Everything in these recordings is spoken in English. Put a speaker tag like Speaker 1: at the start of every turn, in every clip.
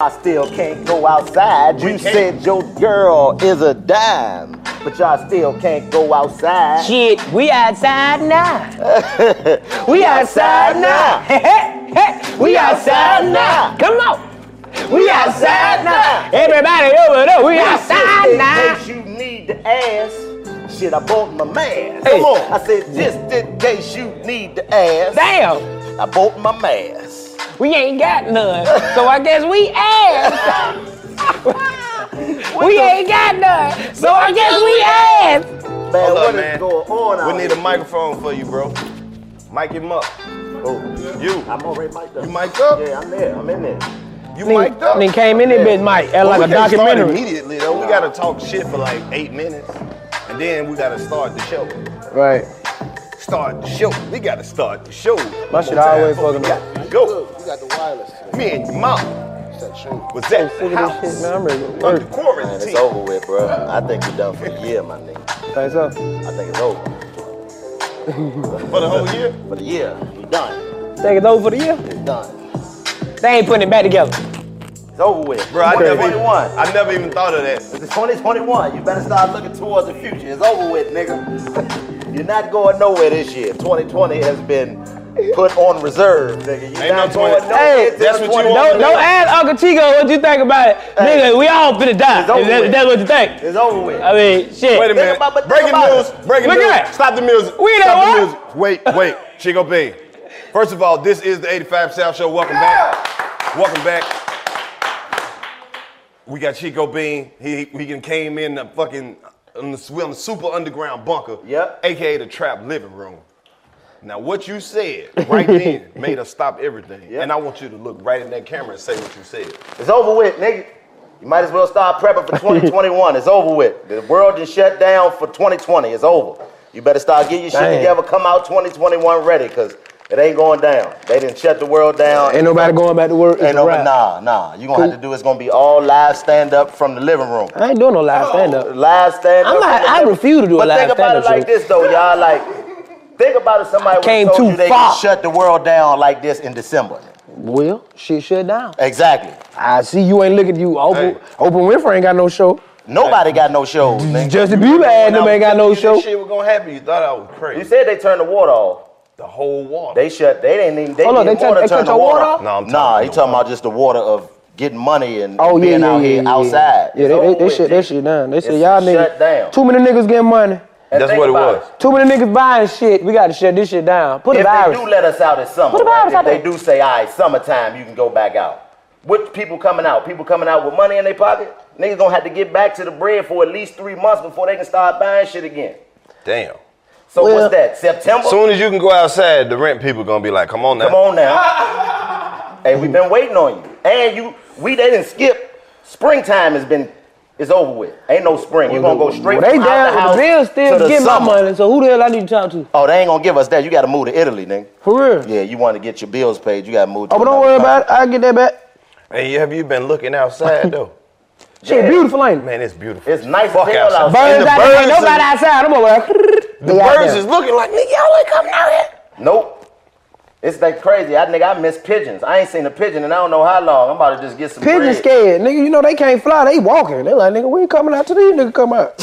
Speaker 1: I still can't go outside. You said your girl is a dime, but y'all still can't go outside.
Speaker 2: Shit, we outside now. we outside now. we outside now. Come on. We outside now. Everybody over there, we outside now.
Speaker 1: Just in case you need the ass. Shit, I bought my mask. Come on. I said, just in case you need the ass.
Speaker 2: Damn,
Speaker 1: I bought my mask.
Speaker 2: we ain't got none. So I guess we ass. we ain't got none. So I guess we
Speaker 1: Man,
Speaker 2: ass.
Speaker 3: Hold
Speaker 1: what
Speaker 3: up,
Speaker 1: is
Speaker 3: man.
Speaker 1: going on out
Speaker 3: We need
Speaker 1: here?
Speaker 3: a microphone for you, bro. Mic him up.
Speaker 1: Oh,
Speaker 3: You.
Speaker 1: I'm already mic'd up.
Speaker 3: You mic'd up?
Speaker 1: Yeah, I'm there. I'm in there.
Speaker 3: You mic'd up.
Speaker 2: Then came in there, bitch, Mike, act like
Speaker 3: we
Speaker 2: a
Speaker 3: can't start
Speaker 2: documentary.
Speaker 3: immediately though. We gotta talk shit for like eight minutes, and then we gotta start the show.
Speaker 4: Right.
Speaker 3: Start the show. We gotta start the show.
Speaker 4: My shit
Speaker 3: One time
Speaker 4: always
Speaker 3: before we
Speaker 4: fucking
Speaker 3: got to Go.
Speaker 4: You got the wireless.
Speaker 3: Me and your mom was
Speaker 4: I'm sick
Speaker 3: at the
Speaker 4: of this shit,
Speaker 3: house
Speaker 4: man. I'm ready to
Speaker 3: under
Speaker 4: work.
Speaker 1: Man,
Speaker 3: quarantine.
Speaker 1: it's over with, bro. I think we done for the year, my nigga.
Speaker 4: Thanks up.
Speaker 1: I think it's over.
Speaker 3: for the whole year.
Speaker 1: For the year, we done.
Speaker 2: Take it over for the year.
Speaker 1: We done.
Speaker 2: They ain't putting it back together.
Speaker 1: It's over with.
Speaker 3: Bro, I never, even,
Speaker 1: 2021.
Speaker 3: I never even thought of that.
Speaker 1: It's 2021. You better start looking towards the future. It's over with, nigga. You're not going nowhere this year. 2020 has been put on reserve, nigga. You're
Speaker 3: Ain't
Speaker 1: not
Speaker 3: no
Speaker 1: going
Speaker 3: 20
Speaker 1: nowhere.
Speaker 3: Hey,
Speaker 1: till
Speaker 3: that's what you
Speaker 1: 2021.
Speaker 3: want
Speaker 2: Don't, don't ask Uncle Chico what you think about it.
Speaker 1: Hey.
Speaker 2: Nigga, we all finna die.
Speaker 1: It's over
Speaker 2: If that-
Speaker 1: with.
Speaker 2: that's what you think.
Speaker 1: It's over with.
Speaker 2: I mean, shit.
Speaker 3: Wait a
Speaker 1: Think
Speaker 3: minute.
Speaker 1: about- but think
Speaker 3: breaking
Speaker 1: about
Speaker 3: news.
Speaker 1: it.
Speaker 3: Breaking
Speaker 2: Look
Speaker 3: news.
Speaker 2: at that.
Speaker 3: Stop the music.
Speaker 2: We know
Speaker 3: Stop
Speaker 2: what?
Speaker 3: the music. Wait, wait. Chico B. First of all, this is the 85 South Show. Welcome back. Welcome back. We got Chico Bean. He he done came in the fucking on the, sw- on the super underground bunker.
Speaker 1: Yep.
Speaker 3: AKA the trap living room. Now what you said right then made us stop everything.
Speaker 1: Yep.
Speaker 3: And I want you to look right in that camera and say what you said.
Speaker 1: It's over with, nigga. You might as well start prepping for 2021. it's over with. The world is shut down for 2020. It's over. You better start getting your shit
Speaker 4: Dang.
Speaker 1: together. Come out 2021 ready, cause it ain't going down. They didn't shut the world down.
Speaker 4: Ain't nobody going back to work. It's
Speaker 1: Ain't
Speaker 4: a
Speaker 1: no,
Speaker 4: wrap.
Speaker 1: nah, nah. You gonna have to do. It's gonna be all live stand up from the living room.
Speaker 4: I ain't doing no
Speaker 1: Oh.
Speaker 4: live stand up.
Speaker 1: Live stand up.
Speaker 4: I'm not- I refuse to do a
Speaker 1: but
Speaker 4: live
Speaker 1: think
Speaker 4: stand-up
Speaker 1: about it like
Speaker 4: show.
Speaker 1: this though, y'all. Like, think about it. Somebody
Speaker 4: Came
Speaker 1: would've told
Speaker 4: too
Speaker 1: you they
Speaker 4: far.
Speaker 1: could shut the world down like this in December.
Speaker 4: Well, shit shut down.
Speaker 1: Exactly.
Speaker 4: I see you ain't looking at you. Open,
Speaker 3: Hey.
Speaker 4: Open Winfrey ain't got no show.
Speaker 1: Nobody got no shows, nigga.
Speaker 4: Justin Bieber had
Speaker 3: When
Speaker 4: them
Speaker 3: I
Speaker 4: ain't got
Speaker 3: was telling
Speaker 4: no
Speaker 3: you this
Speaker 4: show.
Speaker 3: shit was gonna happen. You thought I was crazy.
Speaker 1: You said they turned the water off.
Speaker 3: the whole wall.
Speaker 1: They shut. They didn't even. They
Speaker 4: Hold on,
Speaker 1: didn't
Speaker 4: they
Speaker 1: want
Speaker 4: cut-
Speaker 1: to
Speaker 4: they
Speaker 1: turn
Speaker 4: cut
Speaker 1: the
Speaker 4: your
Speaker 1: water.
Speaker 4: water off?
Speaker 3: No, I'm talking
Speaker 1: nah,
Speaker 3: about
Speaker 1: he
Speaker 3: the
Speaker 1: talking
Speaker 3: water.
Speaker 1: about just the water of getting money and
Speaker 4: Oh yeah,
Speaker 1: being
Speaker 4: yeah,
Speaker 1: out
Speaker 4: yeah,
Speaker 1: here
Speaker 4: yeah.
Speaker 1: outside.
Speaker 4: Yeah,
Speaker 1: It's
Speaker 4: they,
Speaker 1: over
Speaker 4: they, they
Speaker 1: with,
Speaker 4: shut that
Speaker 1: G.
Speaker 4: shit down. They said
Speaker 1: It's
Speaker 4: y'all
Speaker 1: shut
Speaker 4: niggas,
Speaker 1: down.
Speaker 4: too many niggas getting money.
Speaker 1: And
Speaker 3: That's
Speaker 1: think
Speaker 3: what it
Speaker 1: about
Speaker 3: was.
Speaker 4: Too many niggas buying shit. We got to shut this shit down. Put a
Speaker 1: If they
Speaker 4: virus.
Speaker 1: do let us out in summer,
Speaker 4: Put a
Speaker 1: right?
Speaker 4: virus out
Speaker 1: if they
Speaker 4: there.
Speaker 1: do say, "All right, summertime, you can go back out." With people coming out, people coming out with money in their pocket, niggas gonna have to get back to the bread for at least three months before they can start buying shit again.
Speaker 3: Damn.
Speaker 1: So
Speaker 4: Well-
Speaker 1: what's that? September?
Speaker 3: Soon as you can go outside, the rent people gonna be like, "Come on now."
Speaker 1: Come on now. hey, we've been waiting on you. And you we they didn't skip. Springtime has been It's over with. Ain't no spring. You're gonna go straight
Speaker 2: Well, they
Speaker 1: from out
Speaker 2: down
Speaker 1: the house
Speaker 2: the bill
Speaker 1: to
Speaker 2: still
Speaker 1: the
Speaker 2: get my
Speaker 1: summer.
Speaker 2: money, so who the hell I need to talk to?
Speaker 1: Oh, they ain't gonna give us that. You gotta move to Italy, nigga.
Speaker 2: For real.
Speaker 1: Yeah, you want to get your bills paid, you gotta move. To
Speaker 2: Oh, but don't worry about it. I'll get that back.
Speaker 5: Hey, have you been looking outside though?
Speaker 2: She beautiful, ain't it?
Speaker 5: Man, it's beautiful.
Speaker 1: It's nice as
Speaker 5: Fuck
Speaker 1: hell
Speaker 5: outside.
Speaker 1: outside.
Speaker 5: And
Speaker 2: Birds
Speaker 5: the
Speaker 2: out there, ain't
Speaker 5: birds
Speaker 2: nobody
Speaker 5: is-
Speaker 2: outside. I'm over there.
Speaker 5: The
Speaker 2: They out
Speaker 5: birds
Speaker 2: there.
Speaker 5: is looking like nigga, y'all ain't coming out here.
Speaker 1: Nope. It's that crazy. I nigga, I miss pigeons. I ain't seen a pigeon and I don't know how long. I'm about to just get some.
Speaker 2: Pigeon
Speaker 1: bread.
Speaker 2: scared, nigga. You know they can't fly. They walking. They like, nigga, we ain't coming out till these nigga come out.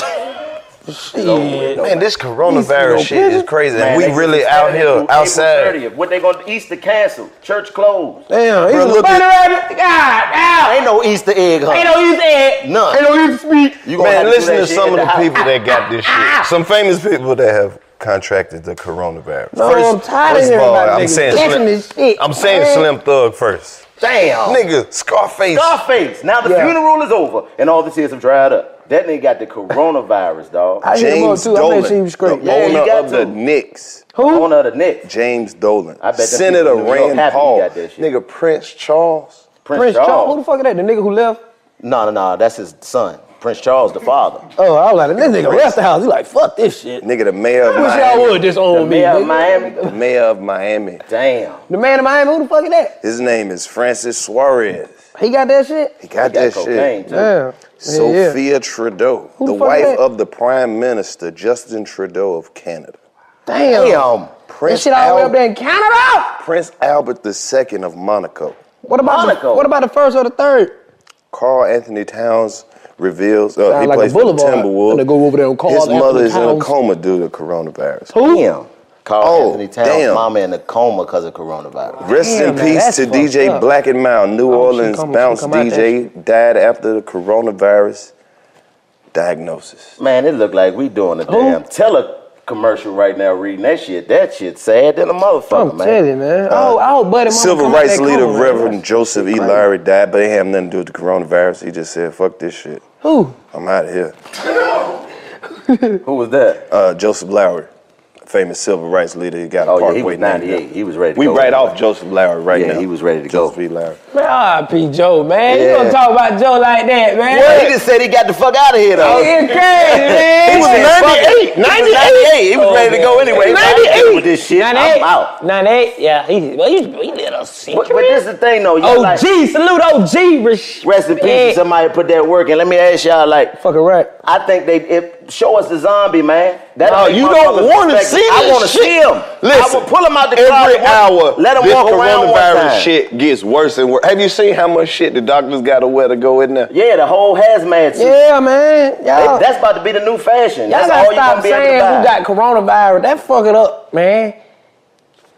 Speaker 2: Shit.
Speaker 5: Man, this
Speaker 2: no
Speaker 5: coronavirus shit is
Speaker 2: pigeon.
Speaker 5: crazy.
Speaker 1: Man,
Speaker 5: and we
Speaker 1: they
Speaker 5: really
Speaker 1: just
Speaker 5: out
Speaker 1: started
Speaker 5: here
Speaker 1: through April
Speaker 5: outside.
Speaker 1: 30th. What they gonna Easter cancel? Church closed.
Speaker 2: Damn, he's a
Speaker 5: look
Speaker 2: bunny
Speaker 5: at-
Speaker 2: rabbit. God, ow.
Speaker 1: Ain't no Easter egg hunt.
Speaker 2: Ain't no use egg.
Speaker 1: None.
Speaker 2: Ain't no use speak.
Speaker 1: You gonna
Speaker 5: Man,
Speaker 1: have to do
Speaker 5: listen
Speaker 1: that
Speaker 5: to
Speaker 1: shit
Speaker 5: some of
Speaker 1: in
Speaker 5: the
Speaker 1: house.
Speaker 5: people that got this shit. Some famous people that have contracted the coronavirus.
Speaker 2: No, I'm tired of
Speaker 5: first
Speaker 2: hearing
Speaker 5: all,
Speaker 2: about
Speaker 5: I'm
Speaker 2: niggas
Speaker 5: saying
Speaker 2: catching
Speaker 5: slim,
Speaker 2: this shit,
Speaker 5: I'm saying
Speaker 2: man.
Speaker 5: Slim Thug first.
Speaker 1: Damn.
Speaker 5: Nigga, Scarface.
Speaker 1: Oh. Scarface. Now the
Speaker 2: Yeah.
Speaker 1: funeral is over and all the tears have dried up. That nigga got the coronavirus, dog.
Speaker 2: I hit him up
Speaker 3: James
Speaker 2: too. I bet she
Speaker 3: Dolan,
Speaker 2: was great.
Speaker 3: the
Speaker 1: Yeah, you
Speaker 3: owner
Speaker 1: got
Speaker 3: of the
Speaker 1: to.
Speaker 3: Knicks.
Speaker 2: Who?
Speaker 1: Owner of the Knicks.
Speaker 3: James Dolan,
Speaker 1: I bet them
Speaker 3: Senator
Speaker 1: people in New York
Speaker 3: Rand
Speaker 1: happy he
Speaker 3: Paul,
Speaker 1: got that shit.
Speaker 3: nigga Prince Charles.
Speaker 1: Prince,
Speaker 2: Prince
Speaker 1: Charles.
Speaker 2: Charles. Who the fuck is that? The nigga who left?
Speaker 1: No, no, no. That's his son, Prince Charles, the father.
Speaker 2: Oh, I was like, this nigga left the house. He like, fuck this shit.
Speaker 3: Nigga, the mayor of
Speaker 2: I wish y'all
Speaker 3: Miami.
Speaker 2: would disown
Speaker 1: The
Speaker 2: me.
Speaker 1: mayor of
Speaker 2: nigga.
Speaker 1: Miami.
Speaker 3: The mayor of Miami.
Speaker 1: Damn.
Speaker 2: The man of Miami, who the fuck is that?
Speaker 3: His name is Francis Suarez.
Speaker 2: He got that shit?
Speaker 3: He got,
Speaker 1: He got
Speaker 3: that
Speaker 1: cocaine
Speaker 3: shit.
Speaker 1: too.
Speaker 2: Yeah. Yeah, yeah.
Speaker 3: Sophia Trudeau,
Speaker 2: Who
Speaker 3: the
Speaker 2: the fuck
Speaker 3: wife
Speaker 2: that?
Speaker 3: of the Prime Minister Justin Trudeau of Canada.
Speaker 2: Damn.
Speaker 1: Damn.
Speaker 2: That
Speaker 3: Prince,
Speaker 2: shit all the way
Speaker 3: Al-
Speaker 2: up there in Canada.
Speaker 3: Prince Albert II of Monaco.
Speaker 2: What about the,
Speaker 1: Monaco.
Speaker 2: what about the first or the third?
Speaker 3: Carl Anthony Towns reveals uh,
Speaker 2: Sound
Speaker 3: he
Speaker 2: like a
Speaker 3: plays for the
Speaker 2: boulevard.
Speaker 3: Timberwolves.
Speaker 2: They go over there and Carl
Speaker 3: His
Speaker 2: Anthony
Speaker 3: mother is in a
Speaker 2: Towns.
Speaker 3: coma due to coronavirus.
Speaker 2: Who?
Speaker 1: Damn. Carl
Speaker 3: Oh,
Speaker 1: Anthony Towns'
Speaker 3: damn.
Speaker 1: mama in a coma because of coronavirus.
Speaker 3: Rest
Speaker 2: Damn,
Speaker 3: in
Speaker 2: man,
Speaker 3: peace
Speaker 2: that's
Speaker 3: to
Speaker 2: fucked
Speaker 3: DJ
Speaker 2: up.
Speaker 3: Black and Mild. New
Speaker 2: Oh, she
Speaker 3: Orleans
Speaker 2: come- she
Speaker 3: bounce
Speaker 2: come out that
Speaker 3: DJ died after the coronavirus diagnosis.
Speaker 1: Man, it look like we doing a damn tele commercial right now reading that shit. That shit sad than a motherfucker,
Speaker 2: I'm
Speaker 1: man. Uh,
Speaker 2: telling you, man. oh, oh, buddy. mama
Speaker 3: Civil
Speaker 2: come out
Speaker 3: rights
Speaker 2: that
Speaker 3: leader
Speaker 2: coma, man.
Speaker 3: Reverend Joseph E. Larry died, but it had nothing to do with the coronavirus. He just said, fuck this shit.
Speaker 2: Who?
Speaker 3: I'm out of here.
Speaker 1: Who was that?
Speaker 3: Uh, Joseph Lowry, famous civil rights leader, he got a
Speaker 1: Oh, yeah,
Speaker 3: parkway
Speaker 1: he was
Speaker 3: named after him.
Speaker 1: 98. He was ready to
Speaker 3: We
Speaker 1: go.
Speaker 3: right off Joseph Lowry right
Speaker 1: Yeah,
Speaker 3: now.
Speaker 1: he was ready to go.
Speaker 3: Joseph E. Lowry.
Speaker 2: Man, R.P. Joe, man. You
Speaker 1: Yeah.
Speaker 2: don't talk about Joe like that, man.
Speaker 1: Well, he just said he got the fuck out of here, though.
Speaker 2: Oh, it's crazy, man.
Speaker 1: He was
Speaker 2: Said,
Speaker 1: 98. 98. He was
Speaker 2: Oh,
Speaker 1: ready to go
Speaker 2: man.
Speaker 1: anyway. He was like, I ain't dealing with this shit. I'm
Speaker 2: 98.
Speaker 1: out.
Speaker 2: 98, yeah. He, well, you, he lit a century.
Speaker 1: But, but this is the thing, though. Y'all like,
Speaker 2: OG, salute OG. Respect.
Speaker 1: rest in peace to somebody put that work in. Let me ask y'all, like,
Speaker 2: Fucking right.
Speaker 1: I think they if, show us the zombie, man. That
Speaker 3: No,
Speaker 1: make
Speaker 3: you
Speaker 1: motherfuckers
Speaker 3: don't wanna
Speaker 1: respect
Speaker 3: see
Speaker 1: it. I
Speaker 3: this
Speaker 1: wanna
Speaker 3: shit.
Speaker 1: see him. I
Speaker 3: Listen,
Speaker 1: will pull him out the car.
Speaker 3: Every
Speaker 1: and
Speaker 3: hour,
Speaker 1: walk- Let him
Speaker 3: this
Speaker 1: walk around one
Speaker 3: coronavirus
Speaker 1: time.
Speaker 3: shit gets worse and worse. Have you seen how much shit the doctors got to wear to go in there?
Speaker 1: Yeah, the whole hazmat suit.
Speaker 2: Yeah, man.
Speaker 1: They-
Speaker 2: Y'all,
Speaker 1: that's about to be the new fashion.
Speaker 2: y'all
Speaker 1: That's
Speaker 2: gotta
Speaker 1: all you
Speaker 2: stop
Speaker 1: gonna be able to
Speaker 2: saying
Speaker 1: buy.
Speaker 2: who got coronavirus. That fuck it up, man.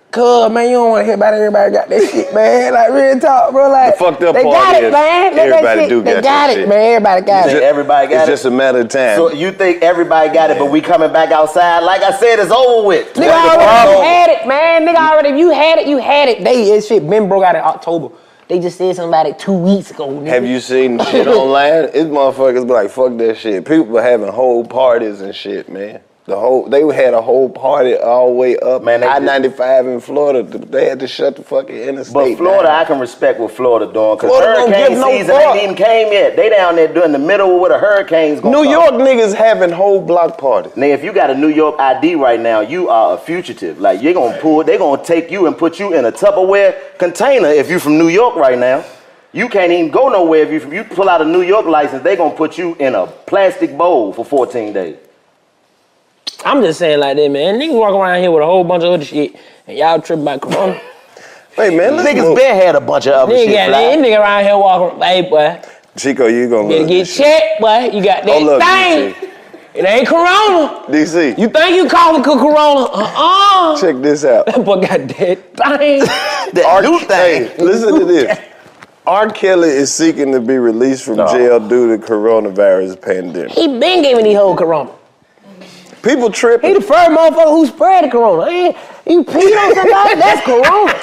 Speaker 2: Cuz, man, you don't want to hear about everybody got that shit, man. Like, real talk, bro. Like,
Speaker 3: The fucked up
Speaker 2: they
Speaker 3: part
Speaker 2: got it,
Speaker 3: is
Speaker 2: man. Let that
Speaker 3: everybody
Speaker 2: shit-
Speaker 3: do
Speaker 2: They
Speaker 3: got
Speaker 2: got
Speaker 3: that
Speaker 2: it,
Speaker 3: shit.
Speaker 2: man. Everybody got
Speaker 1: It's
Speaker 2: it.
Speaker 1: just- Everybody got
Speaker 3: it's
Speaker 1: it.
Speaker 3: just a matter of time.
Speaker 1: so you think everybody got it, but we coming back outside? Like I said, it's over with.
Speaker 2: Nigga already had it, man. Nigga already, if you had it, you had it. They, that shit, Ben broke out in October. They just said something about it two weeks ago. Nigga.
Speaker 3: Have you seen shit online? It's motherfuckers be like, fuck that shit. People having whole parties and shit, man. The whole they had a whole party all the way up man,
Speaker 1: Man, they
Speaker 3: I
Speaker 1: just-
Speaker 3: ninety five in Florida. They had to shut the fucking interstate.
Speaker 1: But Florida,
Speaker 3: down.
Speaker 1: I can respect what Florida doing because
Speaker 3: Florida don't
Speaker 1: hurricane
Speaker 3: give no
Speaker 1: season
Speaker 3: fuck.
Speaker 1: ain't even came yet. They down there doing the middle where the hurricanes going.
Speaker 3: New York niggas having whole block parties.
Speaker 1: Now, if you got a New York ID right now, you are a fugitive. Like you're gonna pull, they gonna take you and put you in a Tupperware container if you from New York right now. You can't even go nowhere if you from, you pull out a New York license. They gonna put you in a plastic bowl for 14 days.
Speaker 2: I'm just saying like that, man. Niggas walk around here with a whole bunch of other shit, and y'all tripping about corona.
Speaker 3: Hey man, let's
Speaker 1: Niggas
Speaker 3: move.
Speaker 1: been had a bunch of other
Speaker 2: nigga,
Speaker 1: shit.
Speaker 2: got
Speaker 1: fly.
Speaker 2: that nigga around here walking, hey boy,
Speaker 3: Chico, you gonna
Speaker 2: better
Speaker 3: love
Speaker 2: get
Speaker 3: this shit.
Speaker 2: checked, boy. You got
Speaker 3: Don't love
Speaker 2: that
Speaker 3: DC.
Speaker 2: thing. It ain't corona.
Speaker 3: DC,
Speaker 2: You think you call it corona? Uh-uh.
Speaker 3: check this out.
Speaker 2: That boy got that thing.
Speaker 1: That
Speaker 3: R-
Speaker 1: new thing.
Speaker 3: Hey, listen to this. R. Kelly is seeking to be released from jail due to coronavirus pandemic.
Speaker 2: he been giving these whole corona.
Speaker 3: People
Speaker 2: He
Speaker 3: tripping.
Speaker 2: the first motherfucker who spread the corona. Ain't- You peed on somebody, that's corona.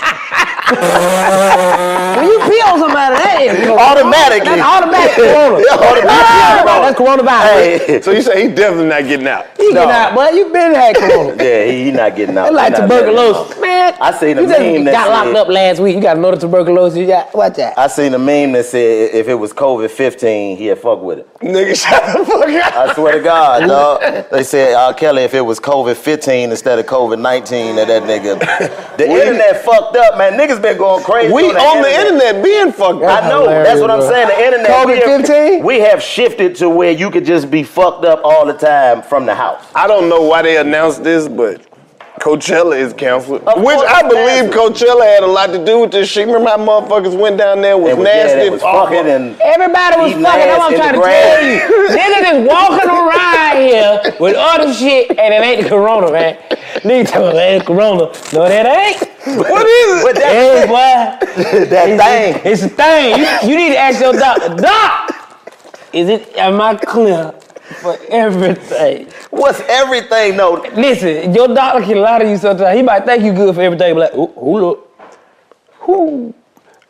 Speaker 2: when you pee on somebody, that is corona.
Speaker 3: Automatically.
Speaker 2: That's automatic corona.
Speaker 3: Yeah, automatic.
Speaker 2: Yeah, right, that's coronavirus.
Speaker 3: Hey, so you say he definitely not getting out.
Speaker 2: You get out, boy. You been had corona.
Speaker 1: Yeah, he, he not getting out.
Speaker 2: It's like
Speaker 1: He not letting him
Speaker 2: tuberculosis.
Speaker 1: out.
Speaker 2: Man,
Speaker 1: I seen a
Speaker 2: you just
Speaker 1: meme that
Speaker 2: got locked
Speaker 1: said-
Speaker 2: up last week. You got another tuberculosis. You got, watch out.
Speaker 1: I seen a meme that said if it was COVID 15, he'd fuck with it.
Speaker 3: Nigga, shut the fuck up.
Speaker 1: I swear to God, dog. They said R. Kelly, if it was COVID 15 instead of COVID 19, that that nigga. The
Speaker 3: We-
Speaker 1: internet fucked up, man. Niggas been going crazy.
Speaker 3: We on the internet being fucked
Speaker 1: I
Speaker 3: up.
Speaker 1: know. That's what I'm saying.
Speaker 2: Hilarious,
Speaker 1: The internet. we have-
Speaker 3: COVID-15?
Speaker 1: We have shifted to where you could just be fucked up all the time from the house.
Speaker 3: I don't know why they announced this, but Coachella is canceled.
Speaker 1: Of
Speaker 3: Which
Speaker 1: course
Speaker 3: I
Speaker 1: it's
Speaker 3: believe
Speaker 1: canceled.
Speaker 3: Coachella had a lot to do with this shit. Remember how motherfuckers went down there was
Speaker 1: It was, yeah,
Speaker 3: nasty,
Speaker 1: they was
Speaker 3: awful.
Speaker 1: fucking and
Speaker 2: Everybody was
Speaker 1: Eating
Speaker 2: fucking.
Speaker 1: ass
Speaker 2: That's what I'm
Speaker 1: in
Speaker 2: trying
Speaker 1: the
Speaker 2: to
Speaker 1: grass.
Speaker 2: tell you. Niggas is walking around here with other shit, and it ain't the corona, man. Niggas tell me it ain't corona. No, that ain't.
Speaker 3: What is it?
Speaker 1: But that,
Speaker 2: Hey, boy.
Speaker 1: that thing.
Speaker 2: It's a thing. You, you need to ask your doctor. Doc, is it? Am I clear for everything?
Speaker 1: What's everything? No,
Speaker 2: Listen, your doctor can lie to you sometimes. He might think you good for everything, but like, ooh, ooh look, who?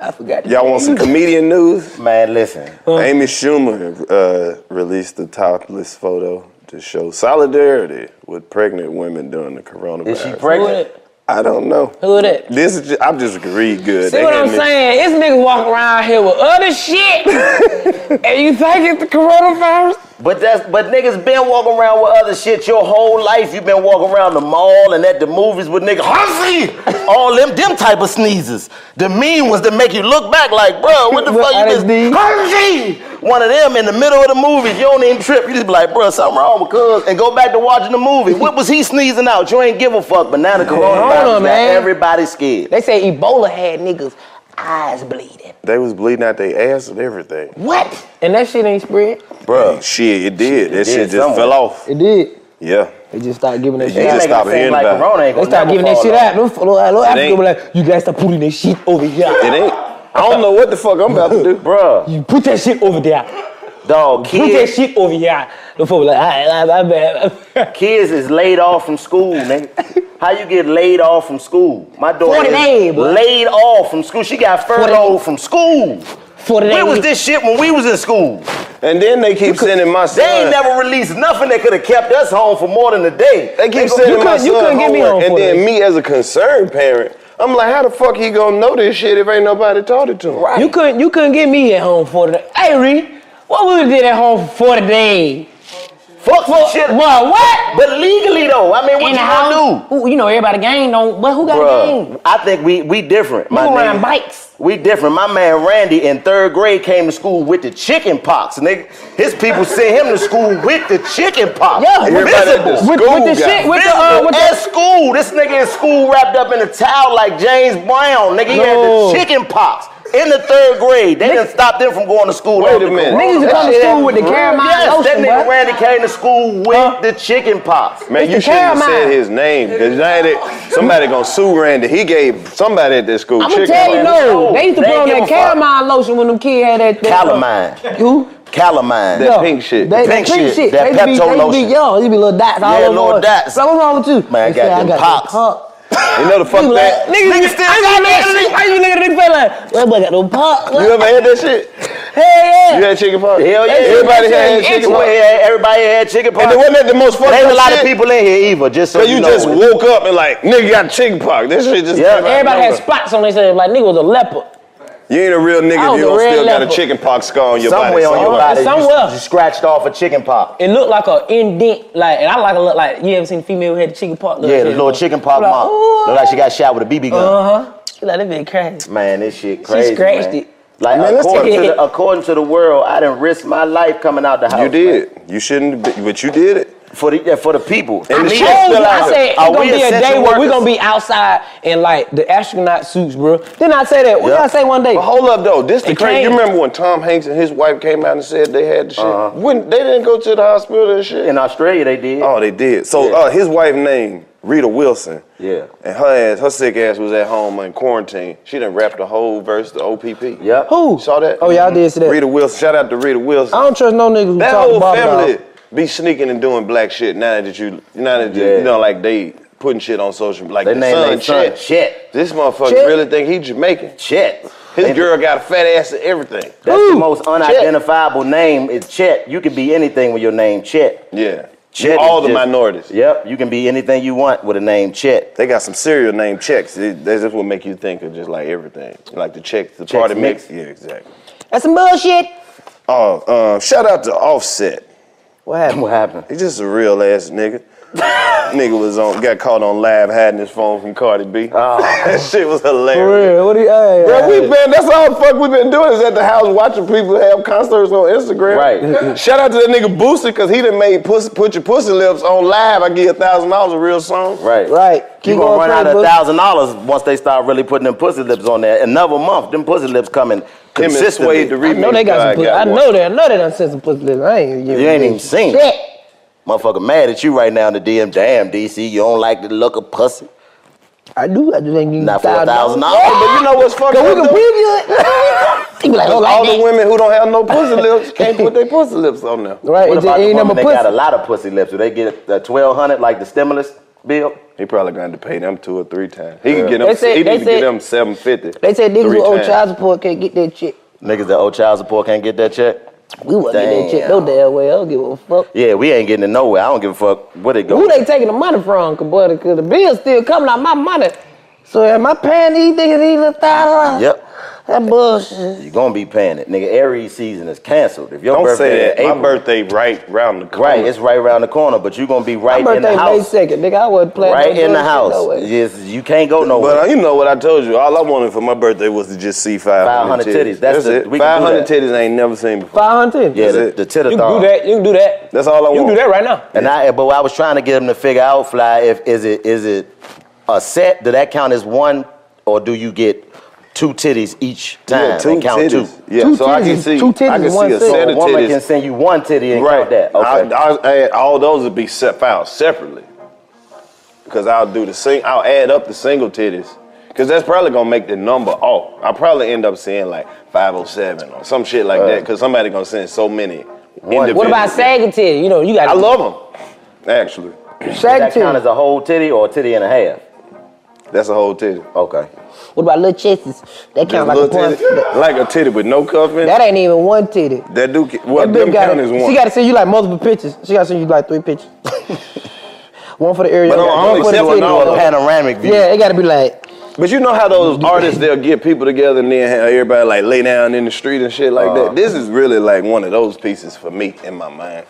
Speaker 2: I forgot.
Speaker 3: Y'all want some comedian news?
Speaker 1: man. Listen,
Speaker 3: Amy Schumer uh, released a topless photo to show solidarity with pregnant women during the coronavirus.
Speaker 1: is she
Speaker 2: Who
Speaker 1: pregnant?
Speaker 2: that?
Speaker 3: I don't know.
Speaker 2: Who that?
Speaker 3: This is just, I'm just gonna read good.
Speaker 2: See
Speaker 3: They
Speaker 2: what
Speaker 3: had
Speaker 2: I'm
Speaker 3: me-
Speaker 2: saying? It's niggas walking around here with other shit, and you think it's the coronavirus?
Speaker 1: But that's but niggas been walking around with other shit your whole life. you been walking around the mall and at the movies with niggas. Hussy! All them them type of sneezes. The mean ones that make you look back like, bruh, what the
Speaker 2: What
Speaker 1: fuck
Speaker 2: are
Speaker 1: you
Speaker 2: they
Speaker 1: just Hussy! One of them in the middle of the movie, you don't even trip. You just be like, bruh, something wrong with cuz and go back to watching the movie. What was he sneezing out? You ain't give a fuck, but now the coronavirus,
Speaker 2: Corona,
Speaker 1: now
Speaker 2: man.
Speaker 1: everybody scared.
Speaker 2: They say Ebola had niggas eyes bleeding.
Speaker 3: They was bleeding out their ass and everything.
Speaker 2: What? And that shit ain't spread.
Speaker 3: Bruh, shit, it did. that
Speaker 1: did
Speaker 3: shit just
Speaker 1: somewhere.
Speaker 3: fell off.
Speaker 2: It did.
Speaker 3: Yeah.
Speaker 2: They just started giving that
Speaker 3: It
Speaker 2: shit
Speaker 3: just
Speaker 1: Y'all
Speaker 3: stop
Speaker 1: making
Speaker 2: out.
Speaker 1: it
Speaker 3: hearing
Speaker 1: seem like
Speaker 3: about it.
Speaker 1: corona ain't
Speaker 2: They
Speaker 1: gonna
Speaker 2: start
Speaker 1: never
Speaker 2: giving that
Speaker 1: fall
Speaker 2: shit
Speaker 1: off.
Speaker 2: out. Them little, little African
Speaker 3: ain't.
Speaker 2: be like, you guys stop putting that shit over here.
Speaker 3: It ain't. I don't know what the fuck I'm about to do.
Speaker 1: Bruh,
Speaker 2: You put that shit over there.
Speaker 1: dog,
Speaker 2: Put that
Speaker 1: kids,
Speaker 2: shit over here. The folk be like, all right, my bad.
Speaker 1: kids is laid off from school, nigga. How you get laid off from school? My daughter
Speaker 2: 40 day,
Speaker 1: is
Speaker 2: boy.
Speaker 1: laid off from school. She got furloughed from school.
Speaker 2: For the
Speaker 1: Where was this shit when we was in school?
Speaker 3: And then they keep sending my
Speaker 1: They
Speaker 3: son.
Speaker 1: ain't never released nothing that could have kept us home for more than a day.
Speaker 3: They keep
Speaker 1: go-
Speaker 3: sending my
Speaker 2: couldn't- you
Speaker 3: son
Speaker 2: couldn't get me
Speaker 3: homework,
Speaker 2: home
Speaker 3: and
Speaker 2: for
Speaker 3: then
Speaker 2: that.
Speaker 3: me as a concerned parent, I'm like, how the fuck he gonna know this shit if ain't nobody taught it to him?
Speaker 2: You couldn't, you couldn't get me at home for the Hey, Ree, what we did at home for 40 days?
Speaker 1: Fuck
Speaker 2: For,
Speaker 1: some shit.
Speaker 2: boy, what?
Speaker 1: But legally though, I mean, what
Speaker 2: In
Speaker 1: you
Speaker 2: the
Speaker 1: gonna
Speaker 2: house? Who, you know, everybody gang don't, but who
Speaker 1: do?
Speaker 2: got a gang?
Speaker 1: Bruh, I think we we different.
Speaker 2: Who
Speaker 1: My
Speaker 2: around
Speaker 1: nigga.
Speaker 2: bikes?
Speaker 1: We different. My man Randy in third grade came to school with the chicken pox, nigga. His people sent him to school with the chicken pox.
Speaker 2: Yeah, with-
Speaker 1: Visible.
Speaker 2: with, with
Speaker 3: School
Speaker 2: the shit,
Speaker 3: guy.
Speaker 2: with the, uh, with the,
Speaker 1: at school, this nigga in school wrapped up in a towel like James Brown. Nigga, he
Speaker 2: No.
Speaker 1: had the chicken pox in the third grade. They didn't stop them from going to school.
Speaker 3: Wait
Speaker 1: after
Speaker 3: a minute.
Speaker 1: corona.
Speaker 2: Niggas
Speaker 3: That
Speaker 2: come to
Speaker 3: shit
Speaker 2: school with the
Speaker 3: happened.
Speaker 2: caramel
Speaker 1: Yes, that
Speaker 2: lotion,
Speaker 1: nigga
Speaker 2: boy.
Speaker 1: Randy came to school with
Speaker 2: Huh?
Speaker 1: the chicken pox.
Speaker 3: Man, you
Speaker 2: the
Speaker 3: shouldn't have
Speaker 2: Caramel.
Speaker 3: said his name, because now that somebody gonna sue Randy. He gave somebody at this school
Speaker 2: I'm gonna
Speaker 3: chicken.
Speaker 2: tell you
Speaker 1: man.
Speaker 2: no.
Speaker 1: No,
Speaker 2: They used to
Speaker 1: they
Speaker 2: put on
Speaker 1: ain't
Speaker 2: that
Speaker 1: give a fuck.
Speaker 2: calamine lotion when them kids had that. that
Speaker 1: Calamine.
Speaker 2: Who?
Speaker 1: Calamine.
Speaker 3: That pink shit.
Speaker 2: They,
Speaker 1: Pink
Speaker 2: that pink
Speaker 1: shit,
Speaker 2: shit.
Speaker 1: that
Speaker 2: they be,
Speaker 1: Pepto
Speaker 2: they
Speaker 1: lotion.
Speaker 2: Be, yo, you be little dots all
Speaker 1: Yeah,
Speaker 2: over.
Speaker 1: little
Speaker 2: us.
Speaker 1: dots.
Speaker 2: So what's wrong with you?
Speaker 1: Man, I
Speaker 2: They say,
Speaker 1: got them
Speaker 2: I
Speaker 1: pops.
Speaker 2: Pump.
Speaker 3: You know the fuck that?
Speaker 2: Niggas,
Speaker 1: still
Speaker 2: I
Speaker 1: eating that
Speaker 2: got that shit. Why you looking at the nigga like, well, boy got no pop.
Speaker 3: You ever had that shit?
Speaker 2: Hell
Speaker 3: You
Speaker 2: yeah.
Speaker 3: had chicken pox?
Speaker 1: Hell yeah.
Speaker 3: Everybody had
Speaker 1: Everybody
Speaker 3: chicken pox.
Speaker 1: had- Everybody had chicken pox.
Speaker 3: And then wasn't that the most fucked
Speaker 1: There ain't a
Speaker 3: up
Speaker 1: lot of
Speaker 3: shit?
Speaker 1: people in here either, just so
Speaker 3: So
Speaker 1: you,
Speaker 3: you
Speaker 1: know.
Speaker 3: just woke up and like, nigga got chicken pox. This shit just came
Speaker 1: Yeah.
Speaker 3: out of
Speaker 2: Everybody had
Speaker 3: nowhere.
Speaker 2: spots on themselves. Like nigga was a leopard.
Speaker 3: You ain't a real
Speaker 2: I
Speaker 3: nigga if
Speaker 2: was
Speaker 3: you
Speaker 2: a
Speaker 3: don't
Speaker 2: red
Speaker 3: still got a
Speaker 2: leopel.
Speaker 3: chicken pox scar on your body.
Speaker 1: Somewhere on your
Speaker 3: somewhere.
Speaker 1: body, you-
Speaker 2: Somewhere.
Speaker 1: You, scratched off a chicken pox.
Speaker 2: It looked like an indent. Like, and I like a look like you ever seen a female who had the chicken pox?
Speaker 1: Yeah, the little chicken pox
Speaker 2: Like,
Speaker 1: mom.
Speaker 2: ooh.
Speaker 1: Look like she got shot with a BB gun.
Speaker 2: Uh huh. She like that bit crazy.
Speaker 1: Man, this shit crazy.
Speaker 2: scratched
Speaker 1: man.
Speaker 2: it.
Speaker 1: Like
Speaker 3: Man, let's
Speaker 1: according,
Speaker 2: take
Speaker 1: to
Speaker 2: it.
Speaker 1: the, according to the world, I didn't risk my life coming out the house.
Speaker 3: You did. You shouldn't, be, but you did it.
Speaker 1: man. for the yeah, for the people.
Speaker 3: And the
Speaker 2: I told
Speaker 3: shit
Speaker 2: you,
Speaker 3: still out
Speaker 2: I
Speaker 3: here.
Speaker 2: said it's
Speaker 1: Are
Speaker 2: gonna
Speaker 1: Oh, we
Speaker 2: be a day
Speaker 1: essential
Speaker 2: where we're
Speaker 1: workers?
Speaker 2: gonna be outside in like the astronaut suits, bro. Then I say that. What did
Speaker 1: Yeah.
Speaker 2: I say one day?
Speaker 3: But hold up though, this the
Speaker 2: It
Speaker 3: crazy. You
Speaker 2: came.
Speaker 3: remember when Tom Hanks and his wife came out and said they had the shit? When they didn't go to the hospital and shit.
Speaker 1: In Australia, they did.
Speaker 3: oh, they did. So
Speaker 1: Yeah.
Speaker 3: uh, his wife named Rita Wilson.
Speaker 1: Yeah.
Speaker 3: And her ass, her sick ass was at home in quarantine. She done rapped the whole verse to OPP.
Speaker 1: Yep.
Speaker 2: Who?
Speaker 3: Saw that?
Speaker 2: Oh, y'all did see that.
Speaker 3: Rita Wilson. Shout out to Rita Wilson.
Speaker 2: I don't trust no niggas who
Speaker 3: That
Speaker 2: talk
Speaker 3: whole
Speaker 2: about
Speaker 3: family be sneaking and doing black shit now that you now that you,
Speaker 1: Yeah.
Speaker 3: you know like they putting shit on social like
Speaker 1: They
Speaker 3: the
Speaker 1: named their
Speaker 3: son,
Speaker 1: son
Speaker 3: Chet.
Speaker 1: Chet.
Speaker 3: This motherfucker
Speaker 2: Chet?
Speaker 3: really think he Jamaican.
Speaker 1: Chet.
Speaker 3: His girl got a fat ass and everything.
Speaker 1: That's the most unidentifiable name is Chet. You can be anything with your name Chet.
Speaker 3: Yeah.
Speaker 1: Chet
Speaker 3: all the
Speaker 1: is just-
Speaker 3: minorities.
Speaker 1: Yep, you can be anything you want with a name Chet.
Speaker 3: They got some cereal name checks. It, that's just what make you think of just like everything. Like the checks, the
Speaker 1: Chex
Speaker 3: party mix.
Speaker 1: Mix.
Speaker 3: Yeah, exactly.
Speaker 6: That's some bullshit.
Speaker 3: Oh, uh, shout out to Offset.
Speaker 6: What happened?
Speaker 1: What happened?
Speaker 3: He's just a real ass nigga. nigga was on, got caught on live hiding his phone from Cardi B. that shit was
Speaker 2: For
Speaker 3: hilarious.
Speaker 2: real, what do you? Hey,
Speaker 3: Bro,
Speaker 2: hey.
Speaker 3: we been, that's all the fuck we been doing is at the house watching people have concerts on Instagram.
Speaker 1: Right.
Speaker 3: Shout out to that nigga Booster, cause he done made pussy, Put Your Pussy Lips on live. I give you a thousand dollars a real song.
Speaker 1: Right.
Speaker 2: Right.
Speaker 1: You
Speaker 2: Keep
Speaker 1: gonna
Speaker 2: on
Speaker 1: run out
Speaker 2: playing,
Speaker 1: of
Speaker 2: Boosie.
Speaker 1: thousand dollars once they start really putting them pussy lips on there. Another month, them pussy lips coming
Speaker 3: Him and
Speaker 1: consistently.
Speaker 3: Suede, the
Speaker 2: I
Speaker 3: remix
Speaker 2: know they got
Speaker 3: guy
Speaker 2: some pussy. I
Speaker 3: got one.
Speaker 2: know they. I know they done sent some pussy. lips. I ain't.
Speaker 1: You ain't even seen it. Motherfucker mad at you right now in the DM. Damn, DC, you don't like the look of pussy.
Speaker 2: I do. I just ain't getting
Speaker 1: Not for a thousand
Speaker 3: Oh,
Speaker 1: dollars.
Speaker 3: but you know what's fucked
Speaker 2: Cause we
Speaker 3: up?
Speaker 2: can
Speaker 3: though?
Speaker 2: preview it. He be like, oh, like
Speaker 3: all
Speaker 2: that.
Speaker 3: the women who don't have no pussy lips can't put their pussy lips on there.
Speaker 1: What
Speaker 2: Right. It just
Speaker 1: about the
Speaker 2: ain't
Speaker 1: woman
Speaker 2: number
Speaker 1: that
Speaker 2: pussy.
Speaker 1: got a lot of pussy lips? Do they get uh, twelve hundred like the stimulus bill?
Speaker 3: He probably gonna have to pay them two or three times. He can get them.
Speaker 2: They said-
Speaker 3: he
Speaker 2: they
Speaker 3: need to get
Speaker 2: said-
Speaker 3: them seven fifty.
Speaker 2: They said niggas
Speaker 3: Three
Speaker 2: who owe
Speaker 3: times.
Speaker 2: child support can't get that shit.
Speaker 1: Niggas that owe child support can't get that check.
Speaker 2: We wasn't getting that shit no
Speaker 1: Damn.
Speaker 2: damn way. I don't give a fuck.
Speaker 1: Yeah, we ain't getting it nowhere. I don't give a fuck what it goes.
Speaker 2: Who they taking the money from? Cause, boy, the- cause the bill's still coming out my money. So am I paying these niggas these little thousand dollars?
Speaker 1: Yep.
Speaker 2: That bullshit.
Speaker 1: You're gonna be paying it, nigga. Aries season is canceled. If your
Speaker 3: Don't
Speaker 1: birthday
Speaker 3: say that.
Speaker 1: in April,
Speaker 3: My birthday right round the corner.
Speaker 1: right, it's right around the corner, but you're gonna be right in
Speaker 2: my
Speaker 1: the
Speaker 2: birthday May
Speaker 1: house,
Speaker 2: 2nd, nigga. I wasn't planning
Speaker 1: right
Speaker 2: on
Speaker 1: in
Speaker 2: doing
Speaker 1: the
Speaker 2: shit
Speaker 1: house.
Speaker 2: No way.
Speaker 1: yes, you can't go nowhere.
Speaker 3: But uh, you know what I told you. All I wanted for my birthday was to just see 500
Speaker 1: 500 titties. That's the-
Speaker 3: it.
Speaker 1: we can do
Speaker 3: 500 titties I ain't never seen before.
Speaker 2: 500.
Speaker 1: yeah, the,
Speaker 3: it.
Speaker 1: the titter
Speaker 2: You can do that. You can do that.
Speaker 3: That's all I
Speaker 2: You
Speaker 3: want.
Speaker 2: can do that right now.
Speaker 1: And I, but I was trying to get him to figure out, fly, if is it is it a set? Do that count as one, or do you get two titties each time?
Speaker 3: Yeah, two
Speaker 1: and count
Speaker 3: titties.
Speaker 1: two.
Speaker 3: Yeah,
Speaker 2: Two
Speaker 3: so I can
Speaker 2: titties-
Speaker 3: see.
Speaker 2: two titties,
Speaker 3: I can
Speaker 2: one
Speaker 3: see a
Speaker 2: set.
Speaker 3: set
Speaker 1: A
Speaker 3: of
Speaker 1: woman
Speaker 3: titties.
Speaker 1: can send you one titty and
Speaker 3: Right.
Speaker 1: count that. Okay.
Speaker 3: I, I'll add all those would be set files separately. Cause I'll do the sing. I'll add up the single titties. Cause that's probably gonna make the number off. I'll probably end up seeing like 507 or some shit like that. Cause somebody gonna send so many. Individual.
Speaker 2: What about sagging titty? You know, you got
Speaker 3: I love them. Actually,
Speaker 2: sagging
Speaker 1: that count as
Speaker 2: titty.
Speaker 1: a whole titty or a titty and a half?
Speaker 3: that's a whole titty.
Speaker 1: Okay.
Speaker 2: What about little chesties? That
Speaker 3: Just
Speaker 2: count like a
Speaker 3: little
Speaker 2: point.
Speaker 3: titty, like a titty with no cuff in.
Speaker 2: That ain't even one titty.
Speaker 3: That do. Well,
Speaker 2: That bitch
Speaker 3: them
Speaker 2: gotta-
Speaker 3: count as one.
Speaker 2: She got to send you like multiple pictures. She got to send you like three pictures. one for the area.
Speaker 3: But I'm
Speaker 2: one
Speaker 3: only
Speaker 2: for the
Speaker 3: selling
Speaker 2: titty.
Speaker 3: all the
Speaker 1: Panoramic view.
Speaker 2: Yeah, it got to be like.
Speaker 3: But you know how those artists they'll get people together and then have everybody like lay down in the street and shit like
Speaker 1: Uh.
Speaker 3: that. This is really like one of those pieces for me in my mind,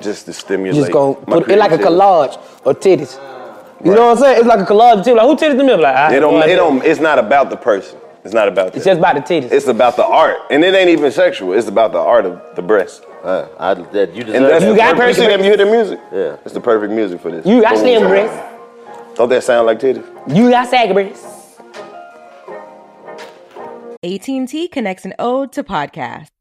Speaker 3: just to stimulate.
Speaker 2: Just gonna
Speaker 3: my
Speaker 2: put it like a
Speaker 3: creativity.
Speaker 2: collage of titties. You know what I'm saying? It's like a collage of titties. Like who titties them? up? Like ah,
Speaker 3: It
Speaker 2: boy,
Speaker 3: don't. It don't. It's not about the person. It's not about.
Speaker 2: It's
Speaker 3: that.
Speaker 2: just about the titties.
Speaker 3: It's about the art, and it ain't even sexual. It's about the art of the breast.
Speaker 1: Uh, I, that, you deserve
Speaker 3: And that's
Speaker 1: that.
Speaker 3: the
Speaker 2: got
Speaker 3: perfect, you see
Speaker 2: perfect-
Speaker 3: them, you hear the music.
Speaker 1: Yeah.
Speaker 3: it's the perfect music for this.
Speaker 2: you got slim breasts.
Speaker 3: Don't that sound like titties?
Speaker 2: You got saggy breasts.
Speaker 7: AT&T connects an ode to podcast.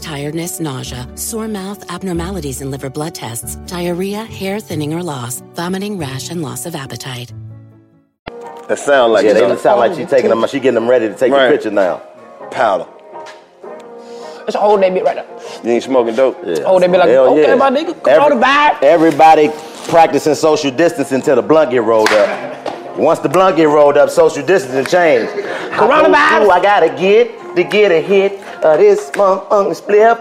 Speaker 8: tiredness, nausea, sore mouth, abnormalities in liver blood tests, diarrhea, hair thinning or loss, vomiting, rash, and loss of appetite.
Speaker 3: That sound like
Speaker 1: yeah, they
Speaker 3: something.
Speaker 1: sound like she taking them. She getting them ready to take the picture now.
Speaker 3: Powder.
Speaker 6: That's a whole day bit right there.
Speaker 3: You ain't smoking dope. Yeah.
Speaker 6: Oh, they be like,
Speaker 1: Hell
Speaker 6: okay,
Speaker 1: yeah.
Speaker 6: my nigga, control the vibe.
Speaker 1: Everybody practicing social distancing until the blunt get rolled up. Once the blunt get rolled up, social distancing change. Oh,
Speaker 6: Coronavirus.
Speaker 1: I gotta get to get a hit of this motherfucking split.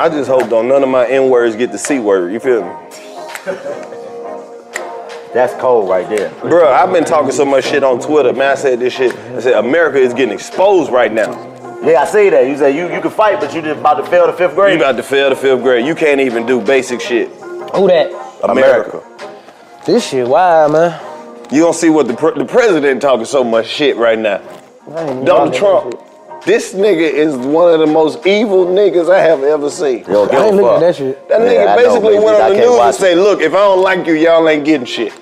Speaker 3: I just hope don't none of my N words get the C word. You feel me?
Speaker 1: That's cold right there.
Speaker 3: Bro, I've been talking so much shit on Twitter. Man, I said this shit. I said America is getting exposed right now.
Speaker 1: Yeah, I see that. You say you, you can fight, but you just about to fail the fifth grade.
Speaker 3: You about to fail the fifth grade. You can't even do basic shit.
Speaker 6: Who that?
Speaker 3: America.
Speaker 6: This shit wild, man.
Speaker 3: You don't see what the pre- the president talking so much shit right now. Donald Trump. This nigga is one of the most evil niggas I have ever seen.
Speaker 1: Yo, give
Speaker 6: I ain't
Speaker 1: a
Speaker 6: looking
Speaker 1: fuck.
Speaker 6: at that shit.
Speaker 3: That
Speaker 1: Yeah,
Speaker 3: nigga
Speaker 1: I know,
Speaker 3: basically
Speaker 1: baby.
Speaker 3: went
Speaker 1: I
Speaker 3: on the
Speaker 1: can't
Speaker 3: news
Speaker 1: watch
Speaker 3: and say, look, if I don't like you, y'all ain't getting shit.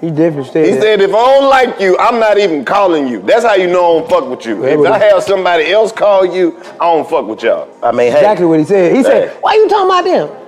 Speaker 6: He different still.
Speaker 3: He said, if I don't like you, I'm not even calling you. That's how you know I don't fuck with you. If I have somebody else call you, I don't fuck with y'all.
Speaker 1: I mean, hey,
Speaker 6: exactly what he said. He said,
Speaker 1: Hey.
Speaker 6: why you talking about them?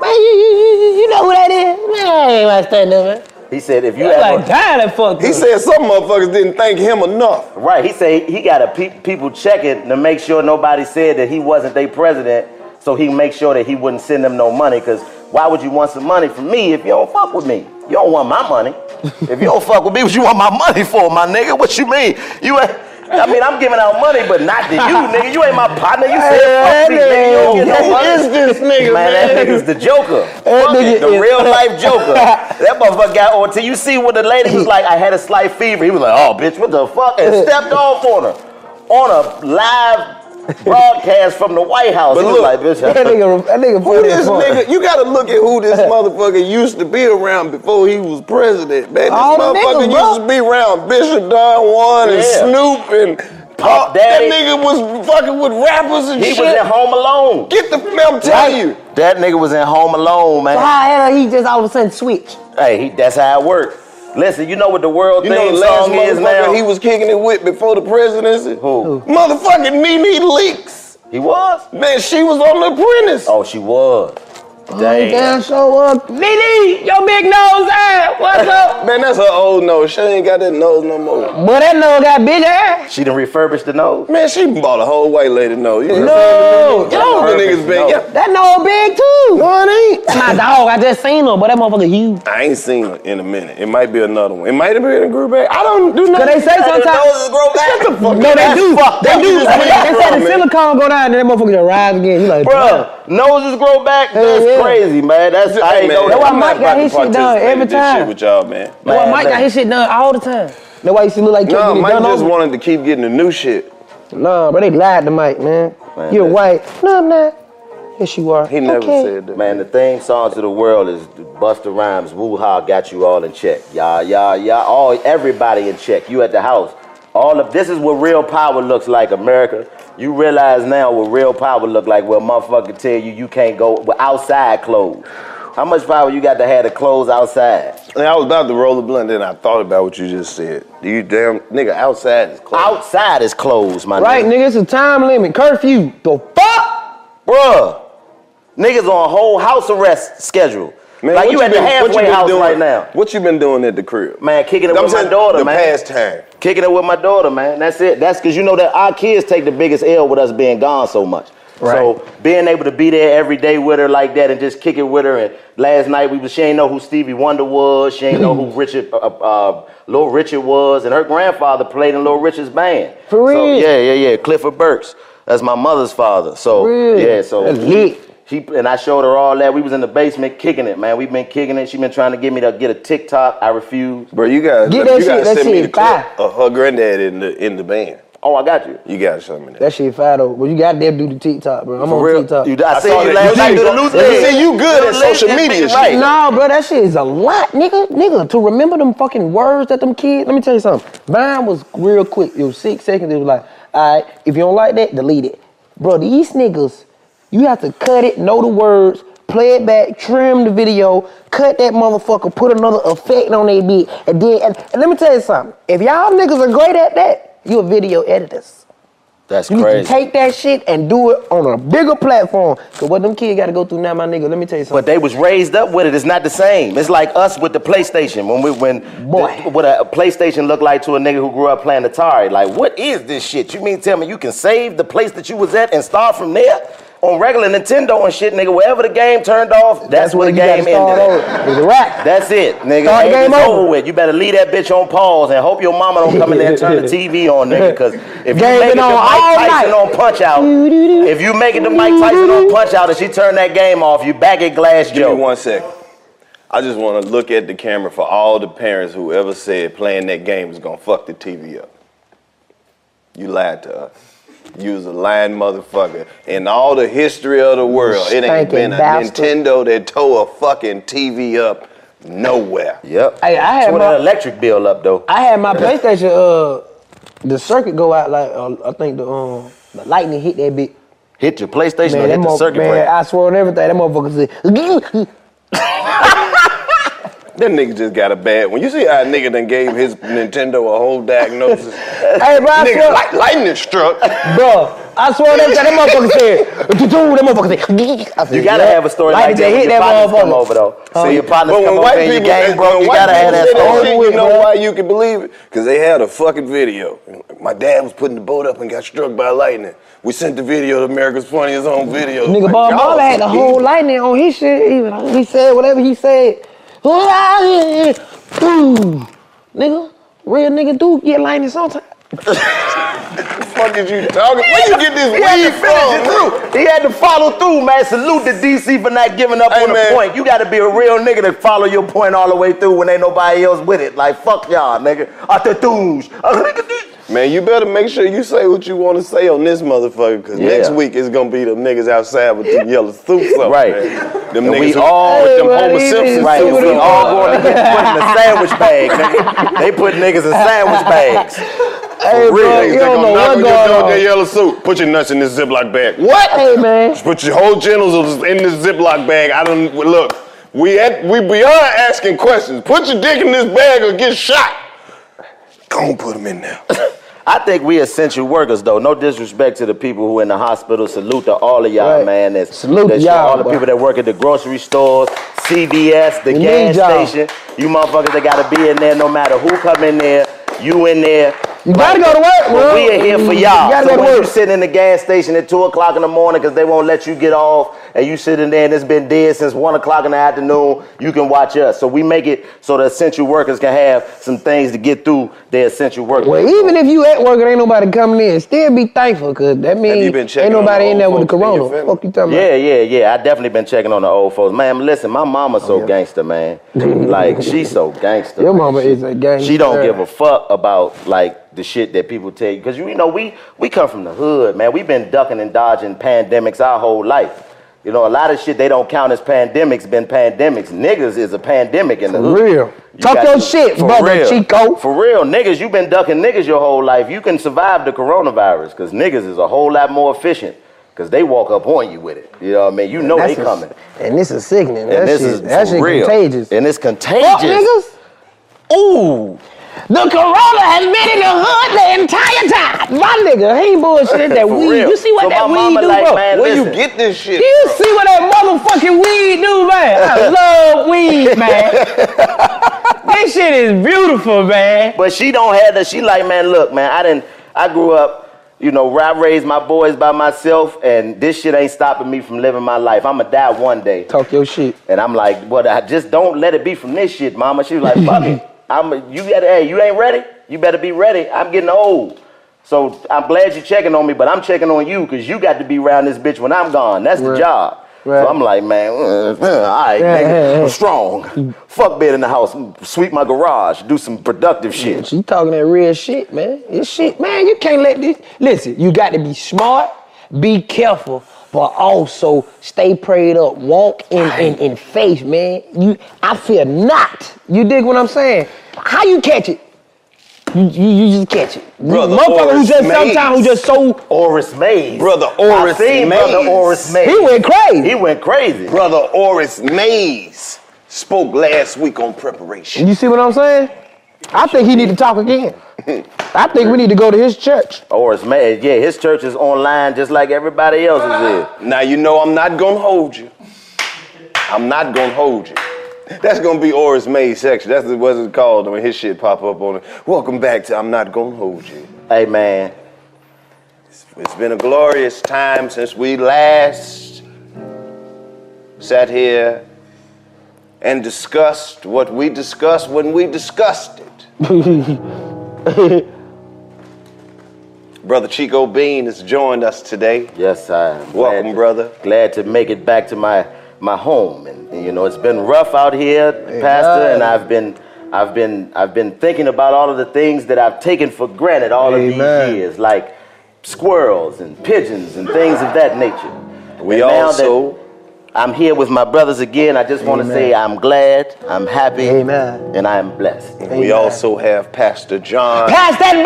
Speaker 6: Man, you, you, you, you know who that is? Man, I ain't about to stand there, man.
Speaker 1: he said if you
Speaker 6: You
Speaker 1: ever
Speaker 6: like, damn, that fuck
Speaker 3: He
Speaker 6: up.
Speaker 3: said some motherfuckers didn't thank him enough.
Speaker 1: Right, he say he got to pe- people check it to make sure nobody said that he wasn't their president, so he make sure that he wouldn't send them no money. Cause why would you want some money from me if you don't fuck with me? You don't want my money. if you don't fuck with me, what you want my money for, my nigga? What you mean? You, ain't- I mean, I'm giving out money, but not to you, nigga. You ain't my partner. You said fuck me, nigga. You don't get no money.
Speaker 6: Who is this nigga,
Speaker 1: Man, that
Speaker 6: man?
Speaker 1: nigga's the Joker.
Speaker 6: That
Speaker 1: Fuck it,
Speaker 6: nigga
Speaker 1: the
Speaker 6: is-
Speaker 1: real life Joker. that motherfucker got on. Till you see what the lady was like, I had a slight fever. He was like, oh, bitch, what the fuck? And stepped off on her on a live broadcast from the White House.
Speaker 3: But
Speaker 1: he
Speaker 3: look,
Speaker 1: was like, bitch,
Speaker 6: That nigga, that nigga
Speaker 3: Who
Speaker 6: funny
Speaker 3: this
Speaker 6: as fuck.
Speaker 3: nigga? You gotta look at who this motherfucker used to be around before he was president. Man, this
Speaker 6: All the
Speaker 3: motherfucker
Speaker 6: niggas, bro.
Speaker 3: used to be around Bishop Don Juan and
Speaker 1: Yeah.
Speaker 3: Snoop and Pop.
Speaker 1: Daddy.
Speaker 3: That nigga was fucking with rappers and
Speaker 1: he was
Speaker 3: shit.
Speaker 1: at home alone.
Speaker 3: Get the man, I'm telling you.
Speaker 1: That nigga was at home alone, man.
Speaker 6: How the hell he just all of a sudden switch?
Speaker 1: Hey, he, that's how it worked. Listen, you know what the world
Speaker 3: You
Speaker 1: theme
Speaker 3: know the last
Speaker 1: song is
Speaker 3: motherfucker
Speaker 1: now?
Speaker 3: he was kicking it with before the presidency?
Speaker 1: Who?
Speaker 3: Motherfucking Nene Leaks.
Speaker 1: He was?
Speaker 3: Man, she was on The Apprentice.
Speaker 1: Oh, she was.
Speaker 3: Oh,
Speaker 1: Damn.
Speaker 6: Damn, show up. Nene, your big nose ass, what's up?
Speaker 3: Man, that's her old nose. She ain't got that nose no more.
Speaker 6: Boy, that nose got big ass.
Speaker 1: She done refurbished the nose.
Speaker 3: Man, she bought a whole white lady nose. You
Speaker 6: No,
Speaker 3: know the
Speaker 6: no.
Speaker 3: niggas been.
Speaker 1: No.
Speaker 3: Yeah.
Speaker 6: That nose big too.
Speaker 3: No, it ain't.
Speaker 6: That's my dog. I just seen him, but that motherfucker huge.
Speaker 3: I ain't seen her in a minute. It might be another one. It might have been a group back. I don't do
Speaker 6: Cause
Speaker 3: nothing.
Speaker 6: they say sometimes.
Speaker 3: Shut the fuck
Speaker 6: No,
Speaker 3: up.
Speaker 6: they do. They
Speaker 3: That's
Speaker 6: do.
Speaker 3: fucked up. That's
Speaker 6: They
Speaker 3: wrong,
Speaker 6: said the
Speaker 3: man.
Speaker 6: silicone go down, and that motherfucker just rise again. You like, bruh.
Speaker 1: Bruh, noses grow back. That's
Speaker 6: yeah.
Speaker 1: crazy, man. That's I
Speaker 3: Hey,
Speaker 1: ain't know
Speaker 3: man,
Speaker 1: that.
Speaker 6: why
Speaker 3: I'm
Speaker 6: Mike got
Speaker 3: not about to
Speaker 6: his shit done
Speaker 3: participate in
Speaker 6: every
Speaker 3: this
Speaker 6: time.
Speaker 3: shit with y'all, man.
Speaker 6: Boy,
Speaker 1: Man,
Speaker 6: Mike got
Speaker 1: man.
Speaker 6: his shit done all the time. That's why you see look like you
Speaker 3: No,
Speaker 6: getting
Speaker 3: Mike
Speaker 6: done
Speaker 3: just
Speaker 6: over.
Speaker 3: wanted to keep getting the new shit.
Speaker 6: Nah, but they lied to Mike, man.
Speaker 1: Man,
Speaker 6: You're
Speaker 1: that-
Speaker 6: white. No, I'm not. Yes, you are.
Speaker 3: He never
Speaker 6: Okay.
Speaker 3: said that.
Speaker 1: Man, the theme song to the world is Busta Rhymes, Woo Ha got you all in check. Y'all, y'all, y'all, all everybody in check. You at the house. All of this is what real power looks like, America. You realize now what real power look like where motherfucker tell you you can't go with outside clothes. How much power you got to have to clothes outside?
Speaker 3: And I was about to roll the blunt, then I thought about what you just said. You damn nigga outside is closed.
Speaker 1: Outside is closed, my
Speaker 6: Right,
Speaker 1: nigga.
Speaker 6: nigga, it's a time limit, curfew. The fuck?
Speaker 1: Bruh, niggas on whole house arrest schedule. like
Speaker 3: what
Speaker 1: you at the
Speaker 3: been- what
Speaker 1: halfway
Speaker 3: been
Speaker 1: house
Speaker 3: doing,
Speaker 1: right now.
Speaker 3: What you been doing at the crib?
Speaker 1: Man, kicking it
Speaker 3: I'm
Speaker 1: with my
Speaker 3: saying
Speaker 1: daughter,
Speaker 3: the
Speaker 1: man.
Speaker 3: past time.
Speaker 1: Kicking it with my daughter, man. That's it. That's because you know that our kids take the biggest L with us being gone so much.
Speaker 6: Right.
Speaker 1: So being able to be there every day with her like that and just kick it with her. And last night we was she ain't know who Stevie Wonder was. She ain't know who Richard, uh, uh, Little Richard was, and her grandfather played in Little Richard's band.
Speaker 6: For
Speaker 1: So,
Speaker 6: real?
Speaker 1: yeah, yeah, yeah. Clifford Burks. That's my mother's father. So
Speaker 6: For real?
Speaker 1: yeah, so
Speaker 6: That's lit.
Speaker 1: she and I showed her all that. We was in the basement kicking it, man. We've been kicking it. She been trying to get me to get a TikTok. I refuse.
Speaker 3: Bro, you gotta
Speaker 6: Get
Speaker 3: you
Speaker 6: that
Speaker 3: gotta
Speaker 6: shit, that
Speaker 3: send me the
Speaker 6: shit
Speaker 3: clip
Speaker 6: fire.
Speaker 3: of her granddad in the in the band.
Speaker 1: Oh, I got you.
Speaker 3: You gotta show me.
Speaker 2: That shit fire though. Well, you gotta damn do the TikTok, bro. I'm
Speaker 3: For
Speaker 2: on
Speaker 3: real?
Speaker 2: TikTok.
Speaker 3: You- I I seen saw you that. last You night do the loose leg. See, you good at social media shit.
Speaker 2: Right. No, bro, that shit is a lot, nigga. Nigga, to remember them fucking words that them kids. Let me tell you something. Mine was real quick. It was six seconds. It was like, all right, if you don't like that, delete it, bro. These niggas, you have to cut it, know the words. Play it back, trim the video, cut that motherfucker, put another effect on that beat, and then and, and let me tell you something. If y'all niggas are great at that, you a video editors.
Speaker 1: That's
Speaker 2: You
Speaker 1: crazy.
Speaker 2: need to take that shit and do it on a bigger platform. Cause what them kids got to go through now, my nigga. Let me tell you something.
Speaker 1: But they was raised up with it. It's not the same. It's like us with the PlayStation. When we when Boy. what a, a PlayStation looked like to a nigga who grew up playing Atari. Like, what is this shit? You mean tell me you can save the place that you was at and start from there? On regular Nintendo and shit, nigga, wherever the game turned off, that's, where the
Speaker 2: you gotta
Speaker 1: game
Speaker 2: start
Speaker 1: ended. at.
Speaker 2: It's a wrap.
Speaker 1: That's it, nigga.
Speaker 2: Start the
Speaker 1: Hey,
Speaker 2: game
Speaker 1: it's
Speaker 2: over.
Speaker 1: over with. You better leave that bitch on pause and hope your mama don't come in there and turn the TV on, nigga. Cause if
Speaker 2: Game
Speaker 1: you make it
Speaker 2: been
Speaker 1: to
Speaker 2: on
Speaker 1: Mike
Speaker 2: all
Speaker 1: Tyson
Speaker 2: night.
Speaker 1: on Punch Out, if you make it to Mike Tyson on Punch Out and she turn that game off, you back at Glass
Speaker 3: Give me
Speaker 1: Joe.
Speaker 3: one second. I just want to look at the camera for all the parents who ever said playing that game is gonna fuck the TV up. You lied to us. You was a lying motherfucker. In all the history of the world, it ain't
Speaker 2: Stinking
Speaker 3: been a
Speaker 2: bastard.
Speaker 3: Nintendo that tore a fucking TV up nowhere.
Speaker 1: Yep.
Speaker 2: Hey, I had
Speaker 1: That's what
Speaker 2: my-
Speaker 1: an electric bill up though.
Speaker 2: I had my PlayStation. Uh, the circuit go out like uh, I think the um the lightning hit that bit.
Speaker 1: Hit your PlayStation or
Speaker 2: that
Speaker 1: hit the
Speaker 2: mother-
Speaker 1: circuit
Speaker 2: man,
Speaker 1: breaker.
Speaker 2: I swear on everything, that motherfucker said.
Speaker 3: That nigga just got a bad one. You see how a nigga done gave his Nintendo a whole diagnosis?
Speaker 2: Hey, bro, I swear-
Speaker 3: nigga, light, lightning struck.
Speaker 2: Bro, I swear on everything, that motherfucker said. "Dude, That motherfucker said. I said,
Speaker 1: You gotta
Speaker 2: "Yup."
Speaker 1: have a story
Speaker 2: Lightning
Speaker 1: like that.
Speaker 2: just
Speaker 1: When
Speaker 2: hit
Speaker 1: your
Speaker 2: that
Speaker 1: partners come
Speaker 2: motherfucker.
Speaker 1: over though. So
Speaker 2: Oh,
Speaker 1: your
Speaker 2: yeah.
Speaker 1: partners
Speaker 3: But
Speaker 1: come
Speaker 3: when
Speaker 1: over
Speaker 3: white
Speaker 1: and
Speaker 3: people,
Speaker 1: your game broke.
Speaker 3: when
Speaker 1: You
Speaker 3: white
Speaker 1: gotta have
Speaker 3: people
Speaker 1: that
Speaker 3: say
Speaker 1: story.
Speaker 3: shit, you know why you can believe it? Because they had a fucking video. My dad was putting the boat up and got struck by lightning. We sent the video to America's Funniest Home Video.
Speaker 2: Nigga,
Speaker 3: Like,
Speaker 2: Bob
Speaker 3: y'all
Speaker 2: Marley had
Speaker 3: some
Speaker 2: the whole
Speaker 3: evil.
Speaker 2: lightning on his shit. He, was- he said whatever he said. Boom. Nigga, real nigga do get lightning sometimes.
Speaker 3: The fuck is you talking? Where you get this weed from?
Speaker 1: He had to follow through, man. Salute to DC for not giving up
Speaker 3: Hey,
Speaker 1: on
Speaker 3: man.
Speaker 1: the point. You got to be a real nigga to follow your point all the way through when ain't nobody else with it. Like fuck y'all, nigga. Out the douche.
Speaker 3: Man, you better make sure you say what you want to say on this motherfucker, cause
Speaker 1: Yeah.
Speaker 3: next week it's gonna be them niggas outside with them yellow suits on.
Speaker 1: Right.
Speaker 3: man. Them
Speaker 1: And
Speaker 3: niggas
Speaker 1: we
Speaker 3: who-
Speaker 1: all-
Speaker 3: with them
Speaker 2: Hey,
Speaker 3: Homer
Speaker 2: buddy,
Speaker 3: Simpson
Speaker 1: Right,
Speaker 3: suits
Speaker 1: we
Speaker 3: on.
Speaker 1: all going to get put in a sandwich bag, nigga. They put niggas in sandwich bags.
Speaker 2: Hey,
Speaker 3: Real
Speaker 2: bro,
Speaker 3: niggas,
Speaker 2: you
Speaker 3: they
Speaker 2: don't
Speaker 3: gonna
Speaker 2: know
Speaker 3: knock
Speaker 2: what
Speaker 3: on your door with
Speaker 2: going
Speaker 3: that
Speaker 2: on.
Speaker 3: yellow suit. Put your nuts in this Ziploc bag.
Speaker 2: What? Hey, man.
Speaker 3: Put your whole genitals in this Ziploc bag. I don't look. We at we beyond asking questions. Put your dick in this bag or get shot. Don't put them in there.
Speaker 1: I think we essential workers though. No disrespect to the people who in the hospital. Salute to all of y'all,
Speaker 2: Right.
Speaker 1: man. That's,
Speaker 2: Salute
Speaker 1: that's
Speaker 2: y'all,
Speaker 1: All the
Speaker 2: bro.
Speaker 1: people that work at the grocery stores, CVS, the
Speaker 2: We
Speaker 1: gas
Speaker 2: need y'all.
Speaker 1: station. You motherfuckers that gotta be in there, no matter who come in there. You in there.
Speaker 2: You gotta go to work,
Speaker 1: But
Speaker 2: bro.
Speaker 1: we are here for
Speaker 2: You
Speaker 1: y'all.
Speaker 2: gotta
Speaker 1: so
Speaker 2: go to
Speaker 1: when you
Speaker 2: work.
Speaker 1: sitting in the gas station at two o'clock in the morning because they won't let you get off, and you sitting there and it's been dead since one o'clock in the afternoon, you can watch us. So we make it so the essential workers can have some things to get through their essential work.
Speaker 2: Well, even if you at work and ain't nobody coming in, still be thankful, cause that
Speaker 3: you
Speaker 2: means
Speaker 3: been checking
Speaker 2: ain't
Speaker 3: on
Speaker 2: nobody
Speaker 3: the
Speaker 2: in there
Speaker 3: old
Speaker 2: with the
Speaker 3: folks in your
Speaker 2: corona.
Speaker 3: family?
Speaker 2: Fuck you talking
Speaker 1: Yeah, yeah, yeah. I definitely been checking on the old folks. Man, listen, my mama's so gangster, man. like she so gangster.
Speaker 2: Oh, Your
Speaker 1: man.
Speaker 2: mama
Speaker 1: She-
Speaker 2: is a gangster.
Speaker 1: She don't give a fuck about like the shit that people tell you. Cause you, you know, we we come from the hood, man. We've been ducking and dodging pandemics our whole life. You know, a lot of shit they don't count as pandemics been pandemics. Niggas is a pandemic in the
Speaker 2: For
Speaker 1: hood.
Speaker 2: real.
Speaker 1: You
Speaker 2: Talk
Speaker 1: got
Speaker 2: your
Speaker 1: to-
Speaker 2: shit,
Speaker 1: for
Speaker 2: brother
Speaker 1: real.
Speaker 2: Chico.
Speaker 1: For real, niggas, you been ducking niggas your whole life. You can survive the coronavirus because niggas is a whole lot more efficient because they walk up on you with it. You know what I mean? You know
Speaker 2: That's
Speaker 1: they
Speaker 2: a-
Speaker 1: coming.
Speaker 2: And this is sickening.
Speaker 1: And
Speaker 2: that
Speaker 1: this
Speaker 2: shit,
Speaker 1: is
Speaker 2: that
Speaker 1: for
Speaker 2: shit
Speaker 1: real.
Speaker 2: contagious.
Speaker 1: And it's
Speaker 2: Fuck
Speaker 1: contagious.
Speaker 2: niggas.
Speaker 1: Ooh.
Speaker 2: The corona has been in the hood the entire time. My nigga, he ain't bullshit. That
Speaker 1: For
Speaker 2: weed.
Speaker 1: real.
Speaker 2: You see what
Speaker 1: So
Speaker 2: that
Speaker 1: my
Speaker 2: weed
Speaker 1: mama
Speaker 2: do,
Speaker 1: like,
Speaker 2: bro?
Speaker 1: man,
Speaker 3: Where you
Speaker 1: listen.
Speaker 3: get this shit?
Speaker 2: you
Speaker 3: from?
Speaker 2: see what that motherfucking weed do, man? I love weed, man. that shit is beautiful, man.
Speaker 1: But she don't have that. She like, man, look, man, I didn't. I grew up, you know, I raised my boys by myself, and this shit ain't stopping me from living my life. I'ma die one day.
Speaker 2: Talk your shit.
Speaker 1: And I'm like, but I just don't let it be from this shit, mama. She was like, fuck it. I'm you gotta hey, you ain't ready? You better be ready. I'm getting old. So I'm glad you're checking on me, but I'm checking on you because you got to be around this bitch when I'm gone. That's the
Speaker 2: Right.
Speaker 1: job. So I'm like, man, uh, all right,
Speaker 2: Yeah, yeah, yeah.
Speaker 1: nigga, I'm strong. Fuck bed in the house, sweep my garage, do some productive shit.
Speaker 2: She talking that real shit, man. It's shit, man. You can't let this. Listen, you got to be smart, be careful, but also stay prayed up. Walk in in, in faith, man. You, I fear not. You dig what I'm saying? How you catch it? You, you, you just catch it. You
Speaker 1: Brother
Speaker 2: motherfucker who
Speaker 1: Oris
Speaker 2: just
Speaker 1: Mays.
Speaker 2: sometimes who just so
Speaker 1: Oris Mays. Brother
Speaker 2: Oris
Speaker 1: I seen Brother
Speaker 2: Mays.
Speaker 1: Oris Mays.
Speaker 2: He went crazy.
Speaker 1: He went crazy.
Speaker 3: Brother Oris Mays spoke last week on preparation.
Speaker 2: You see what I'm saying? I think he need to talk again. I think we need to go to his church.
Speaker 1: Oris Mays, yeah, his church is online just like everybody else's is.
Speaker 3: Now you know I'm not gonna hold you. I'm not gonna hold you. That's gonna be Oris Mays section. That's what it's called when his shit pop up on it. Welcome back to I'm not gonna hold you.
Speaker 1: Hey man,
Speaker 3: It's been a glorious time since we last sat here and discussed what we discussed when we discussed it. Brother Chico Bean has joined us today.
Speaker 1: Yes, I am.
Speaker 3: Welcome,
Speaker 1: to-
Speaker 3: brother.
Speaker 1: Glad to make it back to my my home, and, and, you know it's been rough out here, Pastor, and I've been. I've been I've been thinking about all of the things that I've taken for granted all of
Speaker 2: Amen.
Speaker 1: these years, like squirrels and pigeons and things of that nature.
Speaker 3: We
Speaker 1: And now that
Speaker 3: also
Speaker 1: I'm here with my brothers again. I just want to
Speaker 2: Amen.
Speaker 1: say I'm glad, I'm happy,
Speaker 2: Amen.
Speaker 1: and I am blessed.
Speaker 3: we also have Pastor John
Speaker 2: Pass that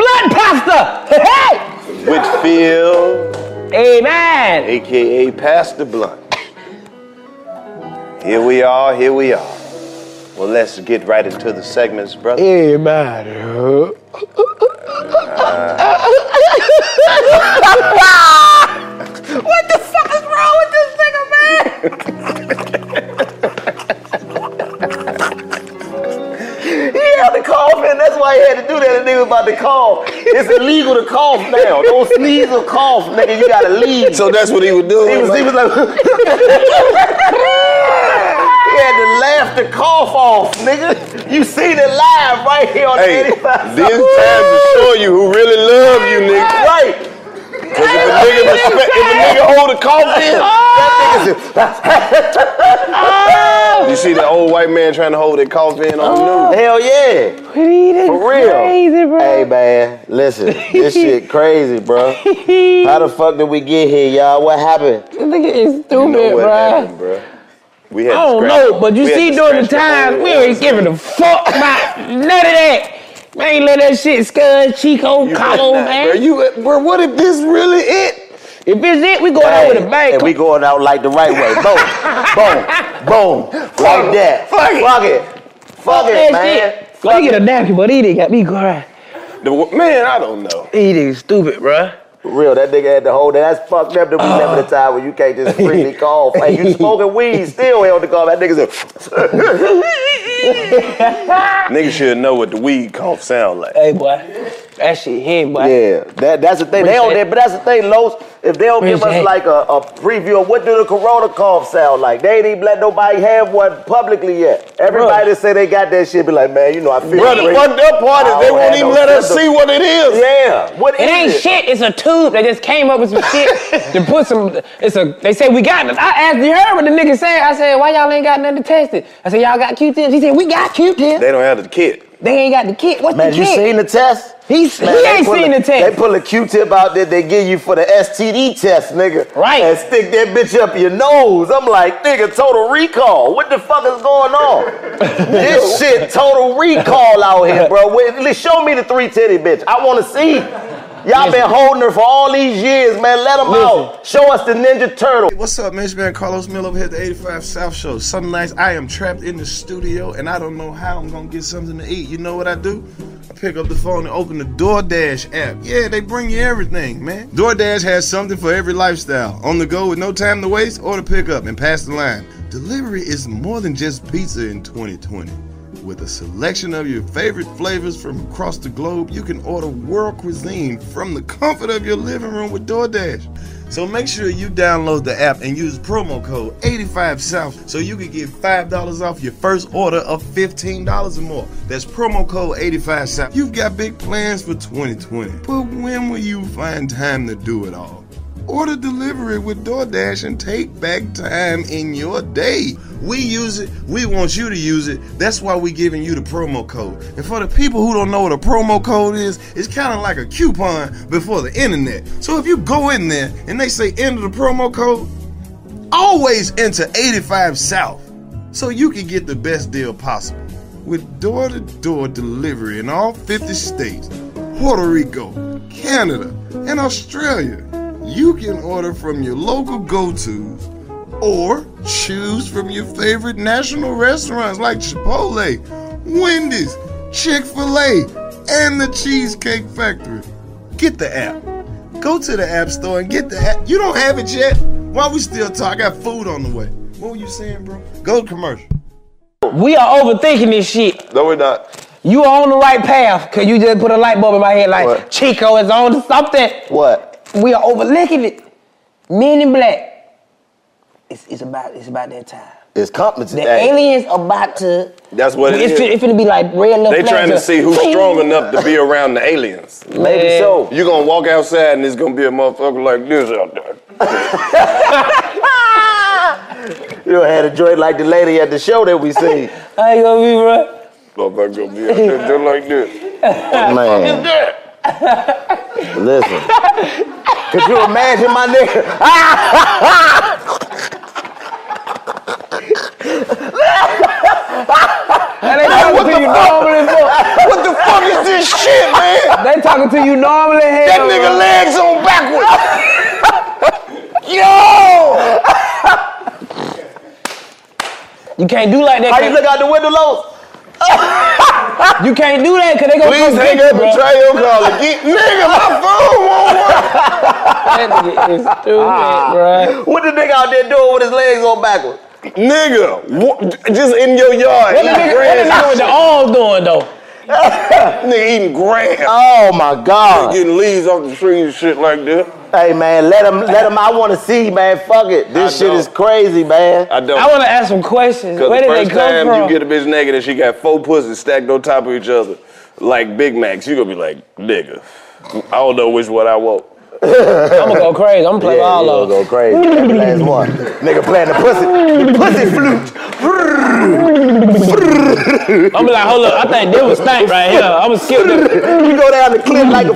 Speaker 2: blood, Pastor.
Speaker 3: Whitfield,
Speaker 2: Hey, amen.
Speaker 3: aka Pastor Blunt. Here we are, here we are. Well, let's get right into the segments, brother.
Speaker 2: Amen. what the fuck is wrong with this nigga, man?
Speaker 1: He had to cough, and that's why he had to do that. The nigga was about to cough. It's illegal to cough now. Don't sneeze or cough, nigga. You gotta leave.
Speaker 3: So that's what he would do.
Speaker 1: he was, he was like, he had to laugh the cough off, nigga. You see it live right here on
Speaker 3: hey,
Speaker 1: 85.
Speaker 3: these times to show you who really love you, nigga.
Speaker 1: Right.
Speaker 3: Because if a nigga respect, if a nigga hold a cough in,
Speaker 1: That nigga's
Speaker 3: you see that old white man trying to hold that cough in on the news.
Speaker 1: Hell yeah. For real. Hey man, listen, this shit crazy, bro. How the fuck did we get here, y'all? What happened?
Speaker 2: This nigga is stupid,
Speaker 3: You know what
Speaker 2: bruh.
Speaker 3: happened, bro? We had
Speaker 2: I
Speaker 3: to
Speaker 2: don't
Speaker 3: scratch-
Speaker 2: know, but you
Speaker 3: we had
Speaker 2: see,
Speaker 3: to
Speaker 2: during the
Speaker 3: scratch
Speaker 2: time,
Speaker 3: whole-
Speaker 2: we ain't giving a fuck about none of that. Man, ain't let that shit scud, Chico,
Speaker 3: You
Speaker 2: Colo,
Speaker 3: better not,
Speaker 2: man.
Speaker 3: bruh. You, bro, what if this really it?
Speaker 2: if it's it, we going out with a bang.
Speaker 1: And we going out like the right way. Boom, boom, boom. Like that.
Speaker 2: Fuck
Speaker 1: Fuck
Speaker 2: it.
Speaker 1: it. Fuck it, man.
Speaker 2: shit. Let me get a napkin, but he didn't got me crying.
Speaker 3: The wo- man, I don't know.
Speaker 2: He did stupid, bruh.
Speaker 1: For real, that nigga had to hold that. That's fucked up that we
Speaker 3: Oh.
Speaker 1: remember the time when you can't just freely cough. Hey, you smoking weed, still held the cough. That nigga said,
Speaker 3: Nigga should know what the weed cough sound like.
Speaker 2: Hey, boy. That shit hit, boy.
Speaker 1: Yeah, that, that's the thing. They don't,
Speaker 2: Where's that?
Speaker 1: but that's the thing, Los. If they don't
Speaker 2: Where's
Speaker 1: give us
Speaker 2: that?
Speaker 1: like a, a preview of what do the corona cough sound like, they ain't even let nobody have one publicly yet. Everybody that say they got that shit be like, man, you know, I feel
Speaker 3: Brother,
Speaker 1: great.
Speaker 3: fucked up part is
Speaker 1: I
Speaker 3: they
Speaker 1: don't
Speaker 3: won't
Speaker 1: have
Speaker 3: even
Speaker 1: no
Speaker 3: let us
Speaker 1: symptoms.
Speaker 3: see what it is.
Speaker 1: Yeah, what
Speaker 2: It
Speaker 1: is
Speaker 2: ain't shit. It's a tube. They just came up with some shit to put some. It's a. They say we got it. I asked you heard what the nigga said. I said why y'all ain't got nothing to test it. I said y'all got Q-tips. He said we got Q-tips.
Speaker 3: They don't have the kit.
Speaker 2: They ain't got the kit. What's
Speaker 1: Man,
Speaker 2: the
Speaker 1: you
Speaker 2: kit?
Speaker 1: seen the test?
Speaker 2: He's-
Speaker 1: Man,
Speaker 2: he
Speaker 1: they
Speaker 2: ain't
Speaker 1: pull
Speaker 2: seen
Speaker 1: a-
Speaker 2: the test.
Speaker 1: They pull a Q-tip out that they give you for the STD test, nigga.
Speaker 2: Right.
Speaker 1: And stick that bitch up your nose. I'm like, nigga, total recall. What the fuck is going on? this shit, total recall out here, bro. Wait, li- show me the three titty bitch. I want to see. Y'all been holding her for all these years, man. Let them out. Show us the Ninja Turtle.
Speaker 9: What's up, man? It's your man Carlos Miller over here at the 85 South Show. Some nights I am trapped in the studio and I don't know how I'm gonna get something to eat. You know what I do? I pick up the phone and open the DoorDash app. Yeah, they bring you everything, man. DoorDash has something for every lifestyle. On the go with no time to waste or to pick up and pass the line. Delivery is more than just pizza in 2020. With a selection of your favorite flavors from across the globe, you can order world cuisine from the comfort of your living room with DoorDash. So make sure you download the app and use promo code 85South so you can get $5 off your first order of $15 or more. That's promo code 85South. You've got big plans for 2020, but when will you find time to do it all? Order delivery with DoorDash and take back time in your day. We use it. We want you to use it. That's why we giving you the promo code. And for the people who don't know what a promo code is, it's kind of like a coupon before the internet. So if you go in there and they say enter the promo code, always enter 85 South so you can get the best deal possible. With door to door delivery in all 50 states, Puerto Rico, Canada, and Australia, you can order from your local go tos or choose from your favorite national restaurants like Chipotle, Wendy's, Chick fil A, and the Cheesecake Factory. Get the app. Go to the app store and get the app. You don't have it yet? Why we still talk? I got food on the way. What were you saying, bro? Go to commercial.
Speaker 2: We are overthinking this shit.
Speaker 3: No, we're not.
Speaker 2: You are on the right path, cause you just put a light bulb in my head like Chico is on to something.
Speaker 3: What?
Speaker 2: We are overlooking it. Men in black. It's, it's about it's about that time.
Speaker 3: It's competent.
Speaker 2: The
Speaker 3: Hey,
Speaker 2: aliens about to
Speaker 3: That's what it
Speaker 2: it's
Speaker 3: is.
Speaker 2: fi- It's gonna be like red little
Speaker 3: They trying to see who's strong enough to be around the aliens.
Speaker 2: Maybe Man. so.
Speaker 3: You gonna walk outside and it's gonna be a motherfucker like this out there.
Speaker 1: You done had a joint like the lady at the show that we seen.
Speaker 2: I ain't gonna be, bro.
Speaker 3: Motherfucker gonna be out there just like this.
Speaker 1: Man. Listen. Could you imagine my nigga?
Speaker 2: they talking to you normally,
Speaker 3: What the fuck is this shit, man?
Speaker 2: They talking to you normally,
Speaker 3: That
Speaker 2: hell.
Speaker 3: nigga
Speaker 2: bro.
Speaker 3: legs on backwards. Yo!
Speaker 2: You can't do like that.
Speaker 1: How
Speaker 2: cause-
Speaker 1: you look out the window, Los?
Speaker 2: You can't do that, cause they gonna
Speaker 3: Please
Speaker 2: come
Speaker 3: hang
Speaker 2: get
Speaker 3: up
Speaker 2: you,
Speaker 3: and
Speaker 2: bro.
Speaker 3: try your call again. Nigga, my phone won't work.
Speaker 2: That nigga is
Speaker 3: Ah.
Speaker 2: stupid, bro.
Speaker 1: What the nigga out there doing with his legs on backwards?
Speaker 3: Nigga, what, just in your yard.
Speaker 2: What the
Speaker 3: eating
Speaker 2: nigga, what the nigga with the
Speaker 3: grass.
Speaker 2: arms doing though?
Speaker 3: Nigga eating grass.
Speaker 1: Oh my
Speaker 2: Uh,
Speaker 1: God.
Speaker 3: Getting leaves off the trees and shit like that.
Speaker 1: Hey man, let him, let him. I want to see, man. Fuck it. This
Speaker 3: I
Speaker 1: shit
Speaker 3: know.
Speaker 1: is crazy, man.
Speaker 3: I don't.
Speaker 2: I wanna ask some questions.
Speaker 3: Cause
Speaker 2: Where
Speaker 3: the
Speaker 2: did
Speaker 3: first
Speaker 2: they come
Speaker 3: time
Speaker 2: from?
Speaker 3: you get a bitch naked and she got four pussies stacked on top of each other, like Big Macs, you gonna be like, nigga, I don't know which one I want.
Speaker 2: I'm gonna go crazy. I'm gonna play
Speaker 1: Yeah,
Speaker 2: all
Speaker 1: you
Speaker 2: of them.
Speaker 1: gonna go crazy. That last one. Nigga playing the pussy, the pussy flute.
Speaker 2: I'm gonna be like, hold up, I think this was stank right here. I'm gonna skip this.
Speaker 1: You go down the cliff like a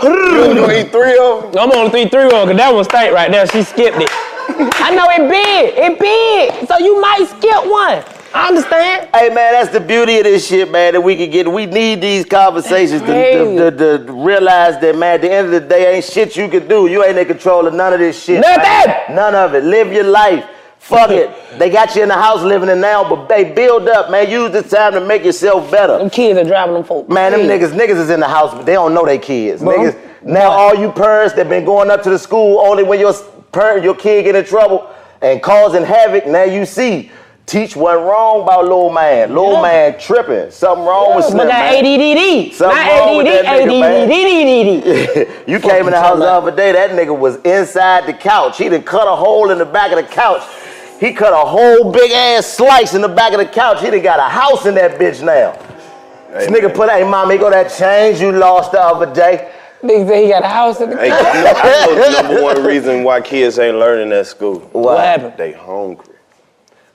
Speaker 1: flute.
Speaker 3: You gonna eat three of them?
Speaker 2: I'm on the three three roll because that one stank right there. She skipped it. I know it big, it big, so you might skip one. I understand.
Speaker 1: Hey man, that's the beauty of this shit, man. That we can get. We need these conversations to, to, to, to realize that, man. At the end of the day, ain't shit you can do. You ain't in control of none of this shit.
Speaker 2: Nothing.
Speaker 1: man. None of it. Live your life. Fuck it. They got you in the house living it now, but they build up, man. Use the time to make yourself better.
Speaker 2: Them kids are driving them folks.
Speaker 1: Man, them
Speaker 2: crazy.
Speaker 1: niggas, niggas is in the house, but they don't know they kids.
Speaker 2: Bro.
Speaker 1: Niggas, now all you parents that been going up to the school only when your s- per, your kid get in trouble and causing havoc. Now you see, teach what wrong about little man. Little man tripping, something wrong with Slim
Speaker 2: But that
Speaker 1: man.
Speaker 2: ADDD, not
Speaker 1: Something wrong with that nigga, man.
Speaker 2: ADDD, ADDD.
Speaker 1: you came in the house the other day. That nigga was inside the couch. He done cut a hole in the back of the couch. He cut a whole big ass slice in the back of the couch. He done got a house in that bitch now. This nigga put, hey, mommy, go that change you lost the other day.
Speaker 2: Nigga said he got a house in the
Speaker 3: Hey, you know, I know the number one reason why kids ain't learning at school.
Speaker 1: What?
Speaker 2: happened?
Speaker 3: They hungry.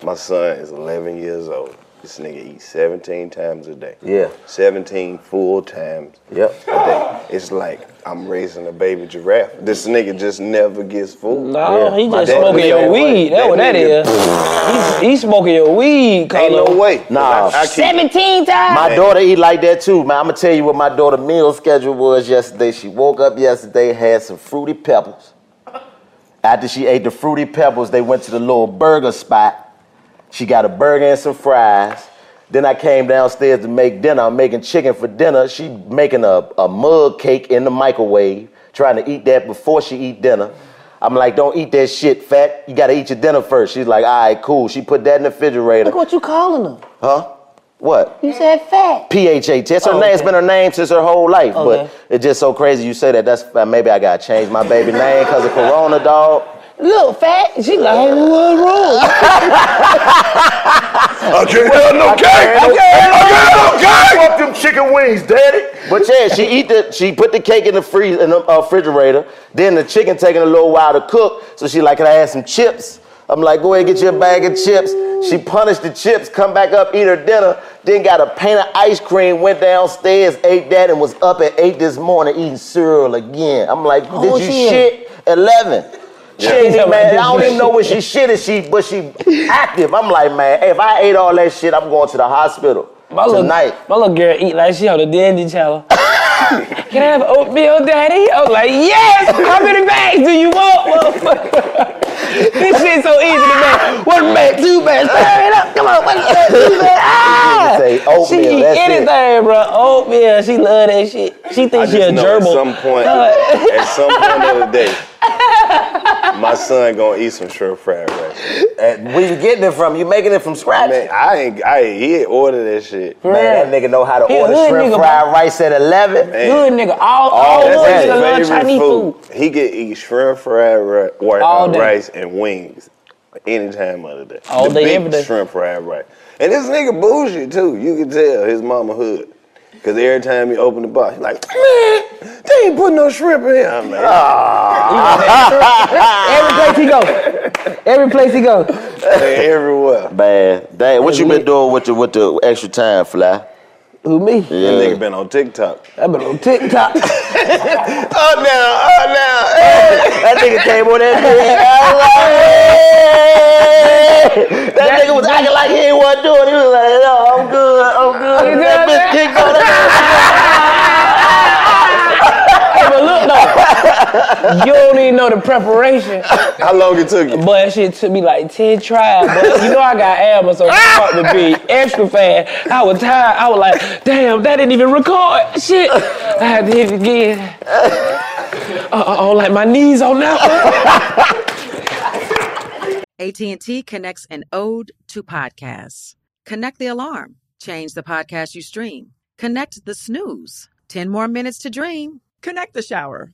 Speaker 3: My son is 11 years old. This nigga eats 17 times a day.
Speaker 1: Yeah.
Speaker 3: 17 full times
Speaker 1: Yep.
Speaker 3: a day. It's like I'm raising a baby giraffe. This nigga just never gets food.
Speaker 2: No, he
Speaker 3: My
Speaker 2: just
Speaker 3: dad
Speaker 2: smoking
Speaker 3: be
Speaker 2: your
Speaker 3: that way.
Speaker 2: weed. That's
Speaker 3: That
Speaker 2: what that
Speaker 3: nigga-
Speaker 2: is. He's, he's smoking your weed,
Speaker 3: Ain't
Speaker 2: Carlo.
Speaker 3: no way.
Speaker 1: Nah.
Speaker 3: I, I keep,
Speaker 2: 17 times.
Speaker 1: My daughter eat like that too, man. I'm gonna tell you what my daughter meal schedule was yesterday. She woke up yesterday, had some fruity pebbles. After she ate the fruity pebbles, they went to the little burger spot. She got a burger and some fries. Then I came downstairs to make dinner. I'm making chicken for dinner. She making a, a mug cake in the microwave, trying to eat that before she eat dinner. I'm like, don't eat that shit, fat. You gotta eat your dinner first. She's like, all right, cool. She put that in the refrigerator.
Speaker 10: Look what you calling her.
Speaker 1: Huh? What?
Speaker 10: You said fat.
Speaker 1: PHAT. It's her
Speaker 10: Oh,
Speaker 1: name. It's
Speaker 10: okay.
Speaker 1: been her name since her whole life.
Speaker 10: Okay.
Speaker 1: But it's just so crazy you say that. That's uh, maybe I gotta change my baby name because of Corona, dog.
Speaker 10: Look, fat. She like, what's wrong?
Speaker 3: I can't have no cake. I can't have no cake.
Speaker 1: Fuck them chicken wings. wings, daddy.
Speaker 3: But
Speaker 1: yeah, she eat the she put the cake in the freeze in the uh, refrigerator. Then the chicken taking a little while to cook, so she like, can I have some chips? I'm like, go ahead and get your bag of chips. She punished the chips, come back up, eat her dinner, then got a pan of ice cream, went downstairs, ate that, and was up at eight this morning eating cereal again. I'm like,
Speaker 11: Oh,
Speaker 1: did you
Speaker 11: she-
Speaker 1: shit? Eleven. She ain't
Speaker 11: Yeah.
Speaker 1: even mad. I don't even know when she shit is she, but she active. I'm like, man, if I ate all that shit, I'm going to the hospital
Speaker 2: My little,
Speaker 1: tonight.
Speaker 2: my little girl eat like she on the dandy channel. Can I have oatmeal, daddy? I was like, yes! How many bags do you want, motherfucker? this shit's so easy to make. One bag, two bags, tear it up. Come on, one bag, two bags. Ah!
Speaker 3: Say oatmeal,
Speaker 2: she eat
Speaker 3: that's it.
Speaker 2: anything, bro. Oatmeal, she love that shit. She
Speaker 3: I
Speaker 2: thinks she
Speaker 3: just
Speaker 2: a
Speaker 3: know
Speaker 2: gerbil.
Speaker 3: At some point,
Speaker 2: Uh,
Speaker 3: at some point of the day, my son gonna eat some shrimp fried rice.
Speaker 1: And where you getting it from? You making it from scratch?
Speaker 3: Man, I ain't, I ain't, he ain't order that shit.
Speaker 1: Man, that nigga know how to
Speaker 3: He a
Speaker 1: order
Speaker 3: hood
Speaker 1: shrimp
Speaker 3: nigga,
Speaker 1: fried rice at 11.
Speaker 3: Man. Hood nigga,
Speaker 2: all,
Speaker 3: Oh, that's his favorite food. He could eat shrimp fried ri- wa-
Speaker 2: All
Speaker 3: uh,
Speaker 2: day.
Speaker 3: rice and wings any time of the day.
Speaker 2: All
Speaker 3: the
Speaker 2: day,
Speaker 3: big
Speaker 2: every day.
Speaker 3: Shrimp fried rice. And this nigga bougie too. You can tell his mama hood. Cause every time he opened the box, he like, man, they ain't put no shrimp in here. I'm like,
Speaker 2: every place he go, every place he go.
Speaker 3: everywhere.
Speaker 1: Man, dang, what you been doing with the with the extra time, fly?
Speaker 2: Who me?
Speaker 1: Yeah.
Speaker 3: That nigga been on TikTok.
Speaker 2: I've been on TikTok.
Speaker 3: Oh no, oh no.
Speaker 1: that nigga came on that bitch. That, nigga was acting like he ain't wasn't doing. it. He was like, no, I'm good, I'm good.
Speaker 2: You
Speaker 1: that
Speaker 2: good,
Speaker 1: bitch
Speaker 2: man?
Speaker 1: kicked on
Speaker 2: Hey, but look though, you don't even know the preparation.
Speaker 3: How long it took you?
Speaker 2: Boy, that shit took me like 10 tries, but you know I got asthma, so it fuck with me extra fast. I was tired. I was like, damn, that didn't even record. Shit. I had to hit it again. Uh-oh, like my knees on that one.
Speaker 12: AT&T connects an ode to podcasts. Connect the alarm. Change the podcast you stream. Connect the snooze. 10 more minutes to dream.
Speaker 13: Connect the shower.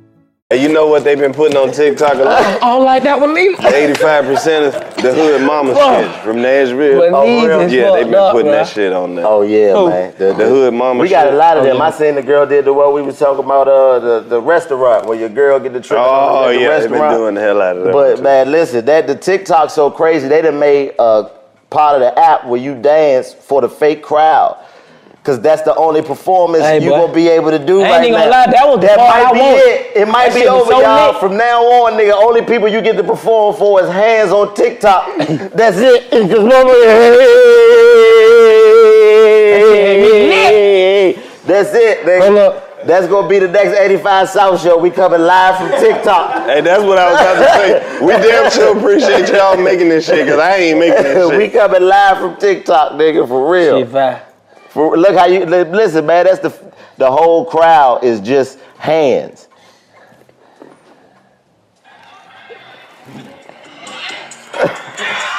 Speaker 3: And you know what they've been putting on TikTok a
Speaker 1: Oh.
Speaker 3: lot?
Speaker 2: I don't Oh, like that one either.
Speaker 3: 85% of the hood mama shit from Nashville.
Speaker 1: But these is
Speaker 3: yeah, they've
Speaker 1: fucked
Speaker 3: been
Speaker 1: up,
Speaker 3: putting that
Speaker 1: bruh.
Speaker 3: shit on there.
Speaker 1: Oh yeah, man.
Speaker 3: The, hood mama
Speaker 1: We got
Speaker 3: shit. Oh,
Speaker 1: a lot of them. I seen the girl did the one we was talking about, uh, the, the restaurant where your girl get the trip.
Speaker 3: Oh,
Speaker 1: at the
Speaker 3: yeah, they been
Speaker 1: restaurant.
Speaker 3: doing the hell out of that.
Speaker 1: But man, listen, that the TikTok so crazy. They done made a part of the app where you dance for the fake crowd. Cause that's the only performance
Speaker 2: Hey,
Speaker 1: you
Speaker 2: boy.
Speaker 1: gonna be able to do
Speaker 2: I ain't
Speaker 1: right
Speaker 2: even gonna
Speaker 1: now.
Speaker 2: lie, that was the part
Speaker 1: might
Speaker 2: I
Speaker 1: be
Speaker 2: wanted.
Speaker 1: it. It might
Speaker 2: That
Speaker 1: be
Speaker 2: shit was
Speaker 1: over,
Speaker 2: so
Speaker 1: y'all.
Speaker 2: lit.
Speaker 1: From now on, nigga, only people you get to perform for is hands on TikTok. that's it. It's just one more. That's it, nigga. That's gonna be the next 85 South Show. We coming live from TikTok.
Speaker 3: Hey, that's what I was about to say. We damn sure appreciate y'all making this shit, cause I ain't making this shit.
Speaker 1: we coming live from TikTok, nigga, for real. For, look how you li- listen, man. That's the the whole crowd is just hands.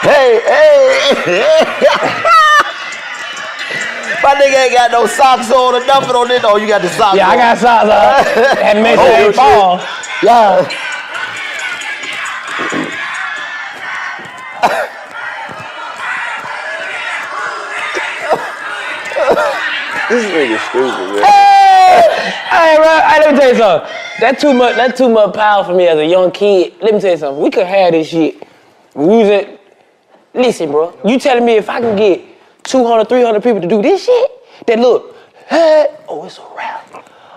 Speaker 1: hey, hey, My nigga ain't got no socks on or nothing on it. Oh, you got the socks
Speaker 6: Yeah, I
Speaker 1: on.
Speaker 6: got socks
Speaker 2: uh,
Speaker 6: on. That makes it ain't fall.
Speaker 1: Yeah.
Speaker 3: This nigga stupid, man.
Speaker 2: Hey, bro, hey, let me tell you something. That too much. That too much power for me as a young kid. Let me tell you something. We could have this shit. We was at, listen, bro. You telling me if I can get 200, 300 people to do this shit? That look. Hey, oh, it's a wrap.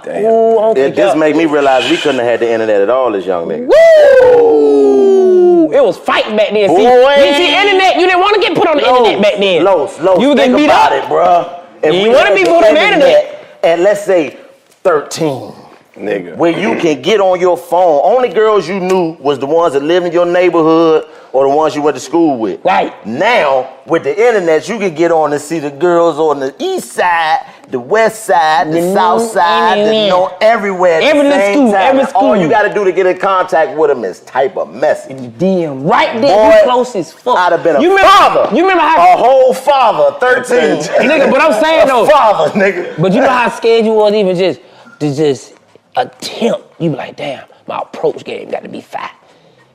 Speaker 2: Damn. Ooh, I don't
Speaker 1: It
Speaker 2: think
Speaker 1: just
Speaker 2: y'all-
Speaker 1: made me realize we couldn't have had the internet at all as young niggas.
Speaker 2: Woo! It was fighting back then. See, you see, internet. You didn't want to get put on the internet back then.
Speaker 1: Los, los,
Speaker 2: You
Speaker 1: think
Speaker 2: getting beat
Speaker 1: about
Speaker 2: up.
Speaker 1: it, bruh. If
Speaker 2: You
Speaker 1: we
Speaker 2: wanna
Speaker 1: had
Speaker 2: be put on the
Speaker 1: At let's say 13,
Speaker 3: nigga,
Speaker 1: where you can get on your phone. Only girls you knew was the ones that lived in your neighborhood or the ones you went to school with. Right. Now with the internet, you can get on and see the girls on the east side, the west side, the
Speaker 2: You
Speaker 1: south
Speaker 2: know
Speaker 1: side, the
Speaker 2: anywhere.
Speaker 1: north, everywhere. At
Speaker 2: Every
Speaker 1: the
Speaker 2: little
Speaker 1: same
Speaker 2: school,
Speaker 1: time.
Speaker 2: every
Speaker 1: And All
Speaker 2: school.
Speaker 1: you gotta do to get in contact with them is type a message.
Speaker 2: DM right there.
Speaker 1: Boy,
Speaker 2: you close as fuck.
Speaker 1: I'd have been a
Speaker 2: you remember,
Speaker 1: father.
Speaker 2: You remember how
Speaker 1: a whole father, thirteen,
Speaker 2: nigga, but I'm saying
Speaker 1: A
Speaker 2: though.
Speaker 1: father, nigga.
Speaker 2: But you know how scared you was even just to just attempt. You be like, damn, my approach game got to be fire.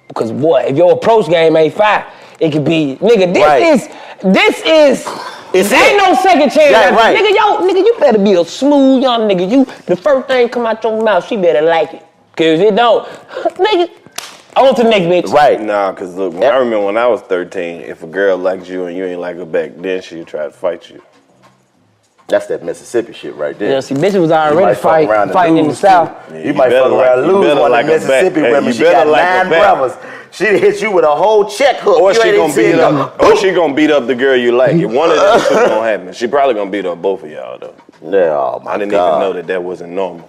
Speaker 2: Because boy, if your approach game ain't fire, it could be nigga. This
Speaker 6: Right.
Speaker 2: is this is.
Speaker 6: It's
Speaker 2: there ain't
Speaker 6: it.
Speaker 2: no second chance.
Speaker 6: Yeah,
Speaker 2: after-
Speaker 6: right.
Speaker 2: Nigga, yo, nigga, you better be a smooth young nigga. You the first thing come out your mouth, she better like it. Cause it don't. nigga, on to the next bitch.
Speaker 1: Right.
Speaker 3: Nah, cause look, when, I remember when I was 13, if a girl liked you and you ain't like her back, then she'd try to fight you.
Speaker 1: That's that Mississippi shit right there.
Speaker 2: Yeah, see, bitch was
Speaker 1: You might
Speaker 2: already
Speaker 1: fuck
Speaker 2: fight,
Speaker 1: around and
Speaker 2: fighting in the
Speaker 1: lose,
Speaker 2: South.
Speaker 1: too. you, might fuck
Speaker 3: better
Speaker 1: around
Speaker 3: like-
Speaker 1: and
Speaker 3: you
Speaker 1: lose
Speaker 3: better
Speaker 1: one
Speaker 3: like
Speaker 1: of
Speaker 3: her
Speaker 1: the
Speaker 3: back.
Speaker 1: Mississippi
Speaker 3: Hey,
Speaker 1: women.
Speaker 3: you
Speaker 1: She
Speaker 3: better
Speaker 1: got
Speaker 3: like her
Speaker 1: nine
Speaker 3: back.
Speaker 1: brothers. She hit you with a whole check hook.
Speaker 3: Or
Speaker 1: Oh, You
Speaker 3: she
Speaker 1: ain't
Speaker 3: gonna
Speaker 1: seen
Speaker 3: beat
Speaker 1: no-
Speaker 3: up. Or she gonna beat up the girl you like. If One of them two gonna happen. She probably gonna beat up both of y'all though.
Speaker 1: Yeah, oh my
Speaker 3: I didn't
Speaker 1: God.
Speaker 3: even know that that wasn't normal.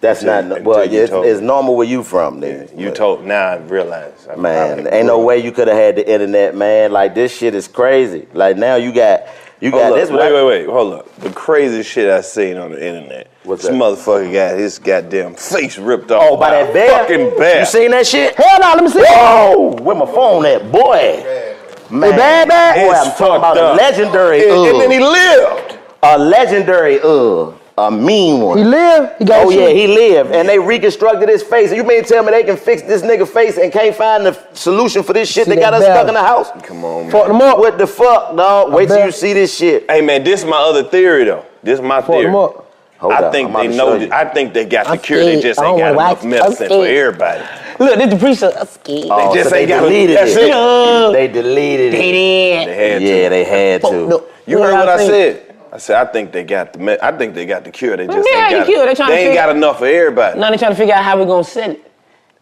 Speaker 1: That's
Speaker 3: Until-
Speaker 1: not
Speaker 3: until
Speaker 1: well.
Speaker 3: you
Speaker 1: Yeah, it's,
Speaker 3: told
Speaker 1: it's
Speaker 3: me.
Speaker 1: normal where you from, nigga.
Speaker 3: You told now I realize. I
Speaker 1: man, ain't no way you could have had the internet, man. Like this shit is crazy. Like now you got you
Speaker 3: Hold
Speaker 1: got
Speaker 3: up,
Speaker 1: this.
Speaker 3: Oh, Wait, wait, wait. Hold up. The craziest shit I seen on the internet. What's this motherfucker got his goddamn face ripped off.
Speaker 1: Oh, by that bear?
Speaker 3: Fucking bear.
Speaker 1: You seen that shit?
Speaker 2: Hell no, let me see.
Speaker 1: Whoa, where my phone at, boy? Man,
Speaker 3: bad, bad?
Speaker 1: Boy,
Speaker 3: It's
Speaker 1: I'm talking about
Speaker 3: fucked
Speaker 1: a
Speaker 3: up.
Speaker 1: legendary.
Speaker 3: And- and
Speaker 1: uh.
Speaker 3: then he lived.
Speaker 1: A legendary, uh, a mean one. He lived. He got. Oh yeah, he lived, and they reconstructed his face. You mean tell me they can fix this nigga face and can't find the f- solution for this shit
Speaker 3: See
Speaker 1: that got
Speaker 3: that
Speaker 1: us stuck
Speaker 3: bell.
Speaker 1: in the house?
Speaker 3: Come on, man.
Speaker 1: Fuck them up. What the fuck, dog? Wait till you see this shit.
Speaker 3: Hey man, this is my other theory though. This is my theory.
Speaker 1: them up. Hold
Speaker 3: I
Speaker 1: up,
Speaker 3: think
Speaker 1: I'm about
Speaker 3: they
Speaker 1: to
Speaker 3: know.
Speaker 1: show you.
Speaker 3: th- I think they got
Speaker 1: I'm
Speaker 3: the cure. They
Speaker 1: scared.
Speaker 3: just
Speaker 1: I
Speaker 3: ain't
Speaker 1: don't
Speaker 3: got
Speaker 1: wanna
Speaker 3: enough
Speaker 1: watch. I'm
Speaker 3: medicine for
Speaker 1: scared.
Speaker 3: everybody.
Speaker 2: Look, this the preacher. I'm scared.
Speaker 1: Oh,
Speaker 3: just
Speaker 1: so
Speaker 3: ain't
Speaker 1: they
Speaker 3: got-
Speaker 1: deleted
Speaker 3: that's
Speaker 1: it.
Speaker 3: it.
Speaker 1: They deleted it.
Speaker 3: They
Speaker 2: did.
Speaker 3: They had
Speaker 1: yeah,
Speaker 3: to.
Speaker 1: they had to.
Speaker 3: You heard what I said. I said I think they got the. Me- I think they got the cure. They
Speaker 2: They
Speaker 3: just
Speaker 2: had
Speaker 3: ain't
Speaker 2: the
Speaker 3: got.
Speaker 2: cure.
Speaker 3: They,
Speaker 2: They tryna
Speaker 3: ain't got
Speaker 2: figure-
Speaker 3: enough for everybody.
Speaker 2: Now they trying to figure out how we gonna sell it.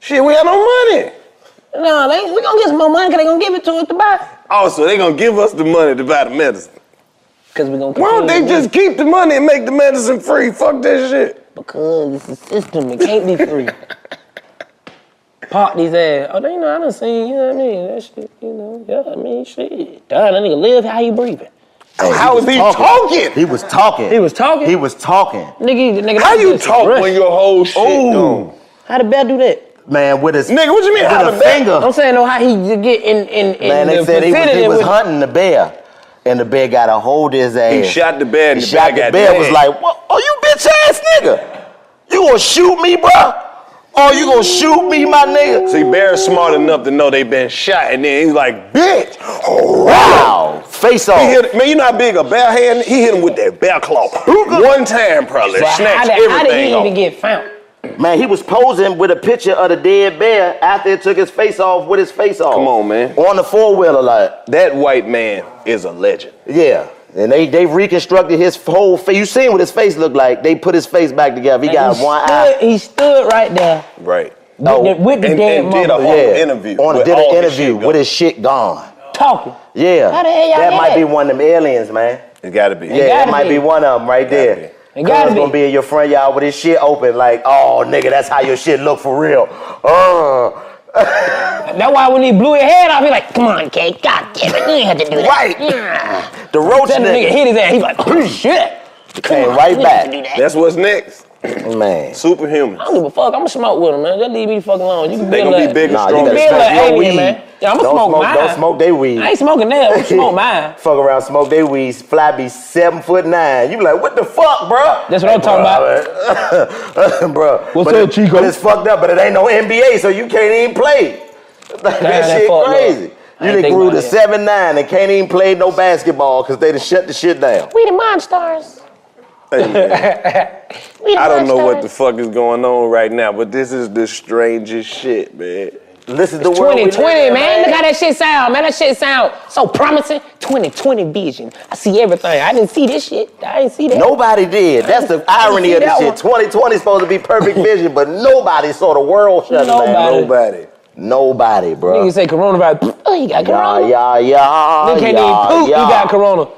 Speaker 3: Shit, we have no money.
Speaker 2: No, they, we gonna get some more money because they gonna give it to us to buy.
Speaker 3: Also, they gonna give us the money to buy the medicine.
Speaker 2: Cause we gonna.
Speaker 3: Why don't they
Speaker 2: continue to
Speaker 3: just keep the money and make the medicine free? Fuck that shit.
Speaker 2: Because it's a system. It can't be free. Pop these ass. Oh, they know I done seen. You know what I mean? That shit. You know. Yeah, I mean shit. Done. That nigga live how you breathing.
Speaker 1: How is he talking? He was talking. He was
Speaker 2: talking.
Speaker 1: He was talking.
Speaker 2: Nigga, nigga.
Speaker 1: How
Speaker 2: that
Speaker 1: you
Speaker 2: bitch is
Speaker 1: talk
Speaker 2: rushed.
Speaker 1: when your whole shit
Speaker 3: gone?
Speaker 2: How the bell do that?
Speaker 1: Man, with his
Speaker 3: nigga, what you mean
Speaker 1: With
Speaker 3: how
Speaker 1: a
Speaker 3: the bell-
Speaker 1: finger?
Speaker 2: I'm saying, no, how he just get in in in
Speaker 1: Man, they
Speaker 2: the
Speaker 1: said he was,
Speaker 2: vicinity
Speaker 1: he was
Speaker 2: with-
Speaker 1: hunting the bear, and the bear got a hold of his ass.
Speaker 3: He shot the bear and
Speaker 1: He
Speaker 3: the
Speaker 1: shot
Speaker 3: bear got
Speaker 1: the bear. Was
Speaker 3: dead.
Speaker 1: like, what? "Are you bitch ass nigga? You gonna shoot me, bruh? Or you gonna shoot me, my nigga?"
Speaker 3: See, Bear's smart enough to know they been shot, and then he's like, "Bitch,
Speaker 1: wow, face off."
Speaker 3: He hit, man, you know how big a bear hand? He hit him with that bear claw one time, probably
Speaker 1: So how
Speaker 3: snatched
Speaker 1: did- how did
Speaker 3: everything
Speaker 1: he
Speaker 3: off.
Speaker 1: even
Speaker 2: get found?
Speaker 1: Man, he was posing with a picture of the dead bear after it took his face off with his face off. Come on,
Speaker 3: man.
Speaker 1: On the four wheeler, like
Speaker 3: that white man is a legend.
Speaker 1: Yeah. And they, they reconstructed his whole face. You seen what his face looked like. They put his face back together. He
Speaker 2: Like,
Speaker 1: got
Speaker 2: he
Speaker 1: one
Speaker 2: stood,
Speaker 1: eye. Oh.
Speaker 2: He stood right there.
Speaker 3: Right.
Speaker 2: With the- with the
Speaker 1: and,
Speaker 2: dead
Speaker 1: and did a
Speaker 2: mother.
Speaker 1: whole
Speaker 2: Yeah.
Speaker 1: interview.
Speaker 2: On-
Speaker 1: with
Speaker 2: did
Speaker 1: did
Speaker 2: an
Speaker 1: an
Speaker 2: interview
Speaker 1: interview with his shit gone.
Speaker 2: Talking.
Speaker 1: Yeah.
Speaker 2: How the hell y'all
Speaker 1: that
Speaker 2: did
Speaker 1: might
Speaker 2: that?
Speaker 1: be one of them aliens, man.
Speaker 3: It gotta be.
Speaker 1: Yeah, it, might be. one of them right there.
Speaker 2: It
Speaker 1: Cuz
Speaker 2: gotta
Speaker 1: gonna be in your friend y'all with his shit open, like, oh nigga, that's how your shit look for real. Uh.
Speaker 2: That's why when he blew his head off, he like, come on, K, God damn it, you ain't have to do that.
Speaker 1: Right. The roach
Speaker 2: That nigga
Speaker 1: nigga.
Speaker 2: hit his ass. He's like, oh shit.
Speaker 1: Came
Speaker 2: on,
Speaker 1: right
Speaker 2: you
Speaker 1: back.
Speaker 2: didn't do that.
Speaker 3: That's what's next.
Speaker 1: Man.
Speaker 3: Superhuman.
Speaker 2: I don't give a fuck. I'ma smoke with him, man. Just leave me the fuck alone. You can
Speaker 3: They
Speaker 2: be
Speaker 3: gonna
Speaker 2: a
Speaker 3: be
Speaker 2: little-
Speaker 3: big and
Speaker 1: Nah, you
Speaker 3: strong.
Speaker 1: gotta
Speaker 2: Be a
Speaker 1: smoke
Speaker 2: little
Speaker 1: your
Speaker 2: alien,
Speaker 1: weed.
Speaker 2: man. Yeah, I'ma
Speaker 1: don't
Speaker 2: smoke
Speaker 1: smoke,
Speaker 2: mine.
Speaker 1: Don't smoke they weed.
Speaker 2: I ain't smoking that. I'ma smoke mine.
Speaker 1: Fuck around, smoke they weed. Fly be seven foot nine. You be like, what the fuck, bro?
Speaker 2: That's what I'm talking
Speaker 1: about, bro.
Speaker 2: What's
Speaker 1: but
Speaker 2: up,
Speaker 1: it,
Speaker 2: Chico?
Speaker 1: But it's fucked up. But it ain't no NBA, so you can't even play. that
Speaker 2: Damn, that
Speaker 1: shit
Speaker 2: fucked up.
Speaker 1: crazy.
Speaker 2: I
Speaker 1: You done
Speaker 2: ain't think
Speaker 1: grew
Speaker 2: about
Speaker 1: to
Speaker 2: that.
Speaker 1: seven nine and can't even play no basketball because they done shut the shit down.
Speaker 10: We the monsters. We the
Speaker 3: I don't know
Speaker 10: monsters.
Speaker 3: what the fuck is going on right now, but this is the strangest shit, man.
Speaker 1: This is
Speaker 3: the
Speaker 10: 2020, man. Look how that shit sound, man. That shit sound so promising. 2020 vision. I see everything. I didn't see this shit. I didn't see that.
Speaker 1: Nobody did. That's the
Speaker 10: I didn't
Speaker 1: irony
Speaker 10: see
Speaker 1: of this
Speaker 10: that
Speaker 1: shit. 2020 is supposed to be perfect vision, but nobody saw the world shut down.
Speaker 2: Nobody.
Speaker 1: Nobody. Nobody, bro.
Speaker 2: Nigga say coronavirus. Oh, you got corona.
Speaker 1: Uh, Yeah, yeah, yeah.
Speaker 2: Nigga can't
Speaker 1: yeah,
Speaker 2: even poop. You
Speaker 1: yeah.
Speaker 2: got corona.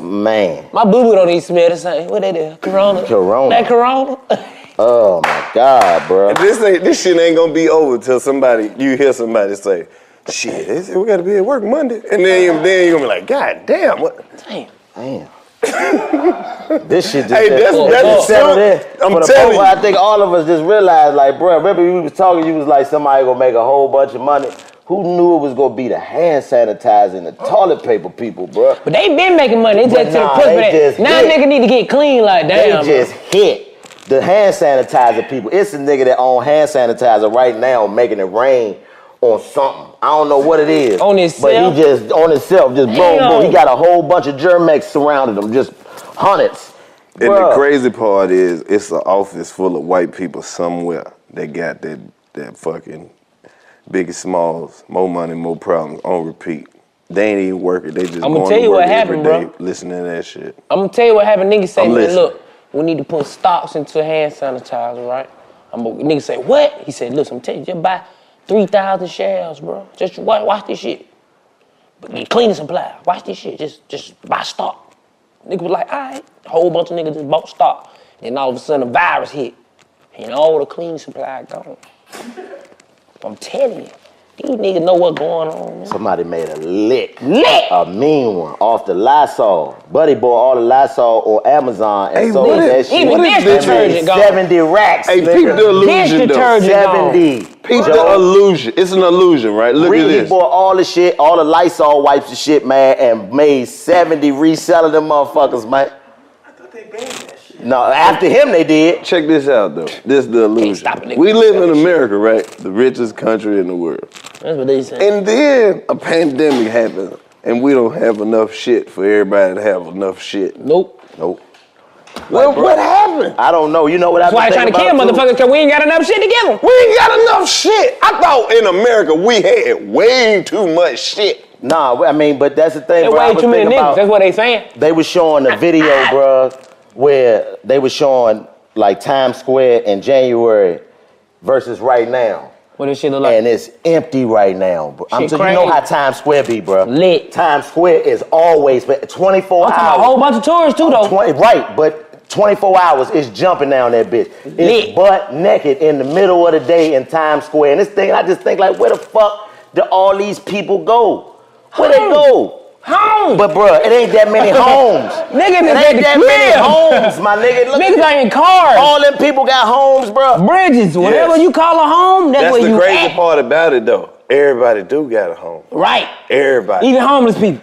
Speaker 1: Man,
Speaker 2: My boo boo don't even smell the same. What they do? Corona.
Speaker 1: Corona.
Speaker 2: That corona.
Speaker 1: oh my God, bro.
Speaker 3: This ain't this shit ain't gonna be over till somebody you hear somebody say, "Shit, it's- we gotta be at work Monday," and then you, then you gonna be like, "God damn, what?"
Speaker 10: Damn.
Speaker 1: Damn. this shit just
Speaker 3: Hey, that's-
Speaker 1: just
Speaker 3: that's the
Speaker 1: settled in.
Speaker 3: truth. I'm
Speaker 1: For the
Speaker 3: telling
Speaker 1: folk,
Speaker 3: you.
Speaker 1: I think all of us just realized, like, bro, remember we was talking, you was like, somebody gonna make a whole bunch of money. Who knew it was gonna be the hand sanitizer and the toilet paper people, bro?
Speaker 2: But they been making money. They
Speaker 1: But
Speaker 2: just to the
Speaker 1: nah,
Speaker 2: push for
Speaker 1: they
Speaker 2: that.
Speaker 1: just
Speaker 2: Now
Speaker 1: hit.
Speaker 2: nigga need to get clean like
Speaker 1: they
Speaker 2: damn.
Speaker 1: just hit the hand sanitizer people. It's a nigga that own hand sanitizer right now making it rain on something. I don't know what it is.
Speaker 2: On
Speaker 1: But
Speaker 2: himself?
Speaker 1: he just on himself, just boom,
Speaker 2: Damn.
Speaker 1: boom. He got a whole bunch of germex surrounded him, just hundreds.
Speaker 3: And
Speaker 1: Bruh.
Speaker 3: the crazy part is, it's an office full of white people somewhere that got that that fucking biggest smalls, more money, more problems on repeat. They ain't even working. They just
Speaker 2: I'ma
Speaker 3: going
Speaker 2: tell
Speaker 3: to
Speaker 2: you what
Speaker 3: work every
Speaker 2: happened,
Speaker 3: day
Speaker 2: bro.
Speaker 3: listening to that shit.
Speaker 2: I'm gonna tell you what happened. Niggas say,
Speaker 3: I'm
Speaker 2: man,
Speaker 3: listening.
Speaker 2: look, we need to put stocks into hand sanitizer, right? I'm gonna, nigga say, what? He said, listen, I'm telling you, just buy 3,000 shells, bro. Just watch, watch this shit. But you clean the supply. Watch this shit. Just, just buy stock. Nigga was like, all right. A whole bunch of niggas just bought stock. Then all of a sudden, a virus hit. And all the clean supply gone. I'm telling you, these niggas know what's going on, man.
Speaker 1: Somebody made a lick.
Speaker 2: Lick!
Speaker 1: A mean one off the Lysol. Buddy bought all the Lysol on Amazon and
Speaker 3: Hey,
Speaker 1: sold
Speaker 3: what
Speaker 1: that
Speaker 3: is-
Speaker 1: shit.
Speaker 3: what is this
Speaker 1: I mean,
Speaker 3: detergent, dog?
Speaker 1: 70 racks.
Speaker 3: Hey,
Speaker 1: nigga.
Speaker 3: peep the illusion, though.
Speaker 1: 70.
Speaker 3: Peep
Speaker 1: Joe.
Speaker 3: the illusion. It's an illusion, right? Look
Speaker 1: Reed,
Speaker 3: at
Speaker 1: He
Speaker 3: this.
Speaker 1: bought all the shit, all the Lysol wipes and shit, man, and made 70 reselling them motherfuckers, man. I thought they banned that shit. No, after him they did.
Speaker 3: Check this out, though. This is the illusion. we live in America, right? The richest country in the world.
Speaker 2: That's what they say.
Speaker 3: And then a pandemic happens, and we don't have enough shit for everybody to have enough shit.
Speaker 2: Nope.
Speaker 1: Nope.
Speaker 3: What, what happened?
Speaker 1: I don't know. You know what
Speaker 3: I
Speaker 2: That's why they trying to kill motherfuckers, because we ain't got enough shit to give them.
Speaker 3: We ain't got enough shit. I thought in America we had way too much shit.
Speaker 1: Nah, I mean, but that's the thing,
Speaker 2: There
Speaker 1: bro. I
Speaker 2: way
Speaker 1: was
Speaker 2: too many
Speaker 1: thinking
Speaker 2: niggas.
Speaker 1: about-
Speaker 2: That's what they saying.
Speaker 1: They was showing a video, bruh, where they was showing like Times Square in January versus right now.
Speaker 2: What this shit look like?
Speaker 1: And it's empty right now. Bro. I'm
Speaker 2: Shit
Speaker 1: telling you know
Speaker 2: crazy.
Speaker 1: how Times Square be, bruh. Lit. Times Square is always but 24
Speaker 2: I'm talking
Speaker 1: hours.
Speaker 2: about a whole bunch of tourists too, though.
Speaker 1: 20, right, but 24 hours it's jumping down that bitch. It's butt naked in the middle of the day in Times Square. And this thing, I just think like, where the fuck do all these people go? Where they go?
Speaker 2: Home.
Speaker 1: But bruh, it ain't that many homes. it
Speaker 2: Nigga, this
Speaker 1: ain't
Speaker 2: ain't
Speaker 1: that
Speaker 2: the
Speaker 1: many
Speaker 2: crib.
Speaker 1: homes, my nigga. Look
Speaker 2: Niggas ain't in cars.
Speaker 1: All them people got homes, bruh.
Speaker 2: Bridges, whatever
Speaker 3: Yes.
Speaker 2: you call a home, that's,
Speaker 3: That's,
Speaker 2: where
Speaker 3: the
Speaker 2: you
Speaker 3: crazy
Speaker 2: at.
Speaker 3: part about it, though. Everybody do got a home.
Speaker 2: Right.
Speaker 3: Everybody.
Speaker 2: Even homeless people.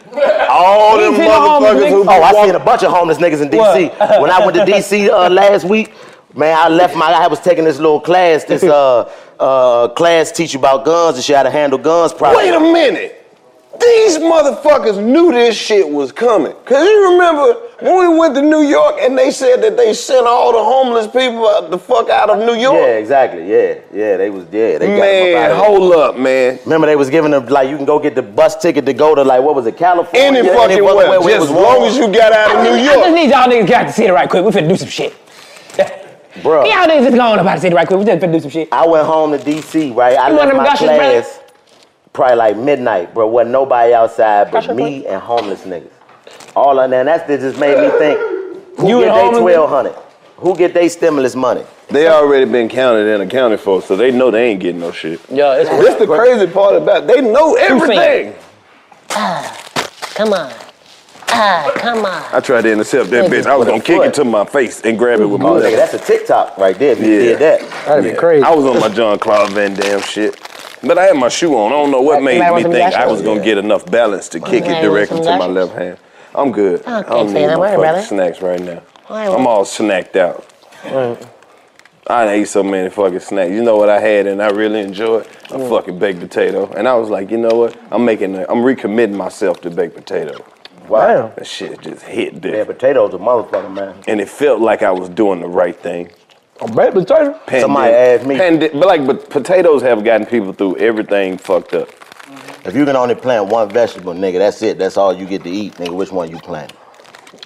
Speaker 3: All
Speaker 2: We
Speaker 3: them
Speaker 2: seen the homeless
Speaker 3: motherfuckers who
Speaker 2: niggas.
Speaker 3: be
Speaker 1: Oh, I
Speaker 3: walking.
Speaker 1: seen a bunch of homeless niggas in DC.
Speaker 2: What?
Speaker 1: when I went to DC uh, last week, man, I left my. I was taking this little class, this uh, uh, class teach you about guns and shit, how to handle guns properly.
Speaker 3: Wait a minute. These motherfuckers knew this shit was coming. Cause you remember when we went to New York and they said that they sent all the homeless people out the fuck out of New York.
Speaker 1: Yeah, exactly. Yeah, yeah, they was yeah, they got
Speaker 3: Man,
Speaker 1: them up out of
Speaker 3: hold
Speaker 1: here.
Speaker 3: up, man.
Speaker 1: Remember they was giving them like you can go get the bus ticket to go to like what was it, California?
Speaker 3: Any fucking
Speaker 1: fucking
Speaker 3: where.
Speaker 1: where it
Speaker 3: Just
Speaker 1: was
Speaker 3: as long
Speaker 1: warm.
Speaker 3: as you got out of New
Speaker 2: I
Speaker 3: York.
Speaker 2: just need y'all niggas get out the city right quick. We finna do some shit.
Speaker 1: Bruh.
Speaker 2: Y'all niggas just go on about the city right quick. We just finna do some shit.
Speaker 1: I went home to DC, right? I
Speaker 2: You one
Speaker 1: left
Speaker 2: of them
Speaker 1: my
Speaker 2: gushers, bruh?
Speaker 1: class probably like midnight, bro. Wasn't nobody outside but
Speaker 2: Gusher
Speaker 1: me and homeless niggas. All of that. That's that just made me think. Who
Speaker 3: You
Speaker 1: get
Speaker 3: at home
Speaker 1: they
Speaker 3: and-
Speaker 1: twelve hundred? Who get they stimulus money?
Speaker 3: They already been counted and accounted for, so they know they ain't getting no shit.
Speaker 1: Yeah, it's
Speaker 3: This the crazy part about they know
Speaker 1: Two fingers.
Speaker 3: everything.
Speaker 10: Come on. Ah, come on.
Speaker 3: I tried to intercept that
Speaker 10: Nigga,
Speaker 3: bitch. I
Speaker 10: with
Speaker 3: was
Speaker 10: a
Speaker 3: gonna kick it to my face and grab it with my
Speaker 1: Ooh,
Speaker 3: left.
Speaker 1: Oh, nigga, that's a TikTok right there. If you did that,
Speaker 3: That'd be crazy. I was on my John Claude Van Damme shit. But I had my shoe on. I don't know what
Speaker 1: Like,
Speaker 3: made
Speaker 1: you might
Speaker 3: me
Speaker 1: want some
Speaker 3: think I
Speaker 1: nachos?
Speaker 3: was gonna get enough balance to kick
Speaker 1: might
Speaker 3: it
Speaker 1: want
Speaker 3: directly to
Speaker 1: some
Speaker 3: my
Speaker 1: nachos?
Speaker 3: left hand. I'm good. I
Speaker 1: Okay,
Speaker 3: don't
Speaker 1: say
Speaker 3: need
Speaker 1: that
Speaker 3: no
Speaker 1: word,
Speaker 3: fucking
Speaker 1: brother.
Speaker 3: snacks right now.
Speaker 1: Why would-
Speaker 3: I'm all snacked out. I done ate so many fucking snacks. You know what I had and I really enjoyed? A
Speaker 1: Mm.
Speaker 3: fucking baked potato. And I was like, you know what? I'm making, a, I'm recommitting myself to baked potato.
Speaker 1: Wow.
Speaker 3: That shit just hit different.
Speaker 1: Man, potatoes a motherfucker, man.
Speaker 3: And it felt like I was doing the right thing.
Speaker 2: Baked potato?
Speaker 1: Somebody asked me.
Speaker 3: Pandi- but like, but potatoes have gotten people through everything fucked up.
Speaker 1: If you can only plant one vegetable, nigga, that's it. That's all you get to eat, nigga. Which one you plant?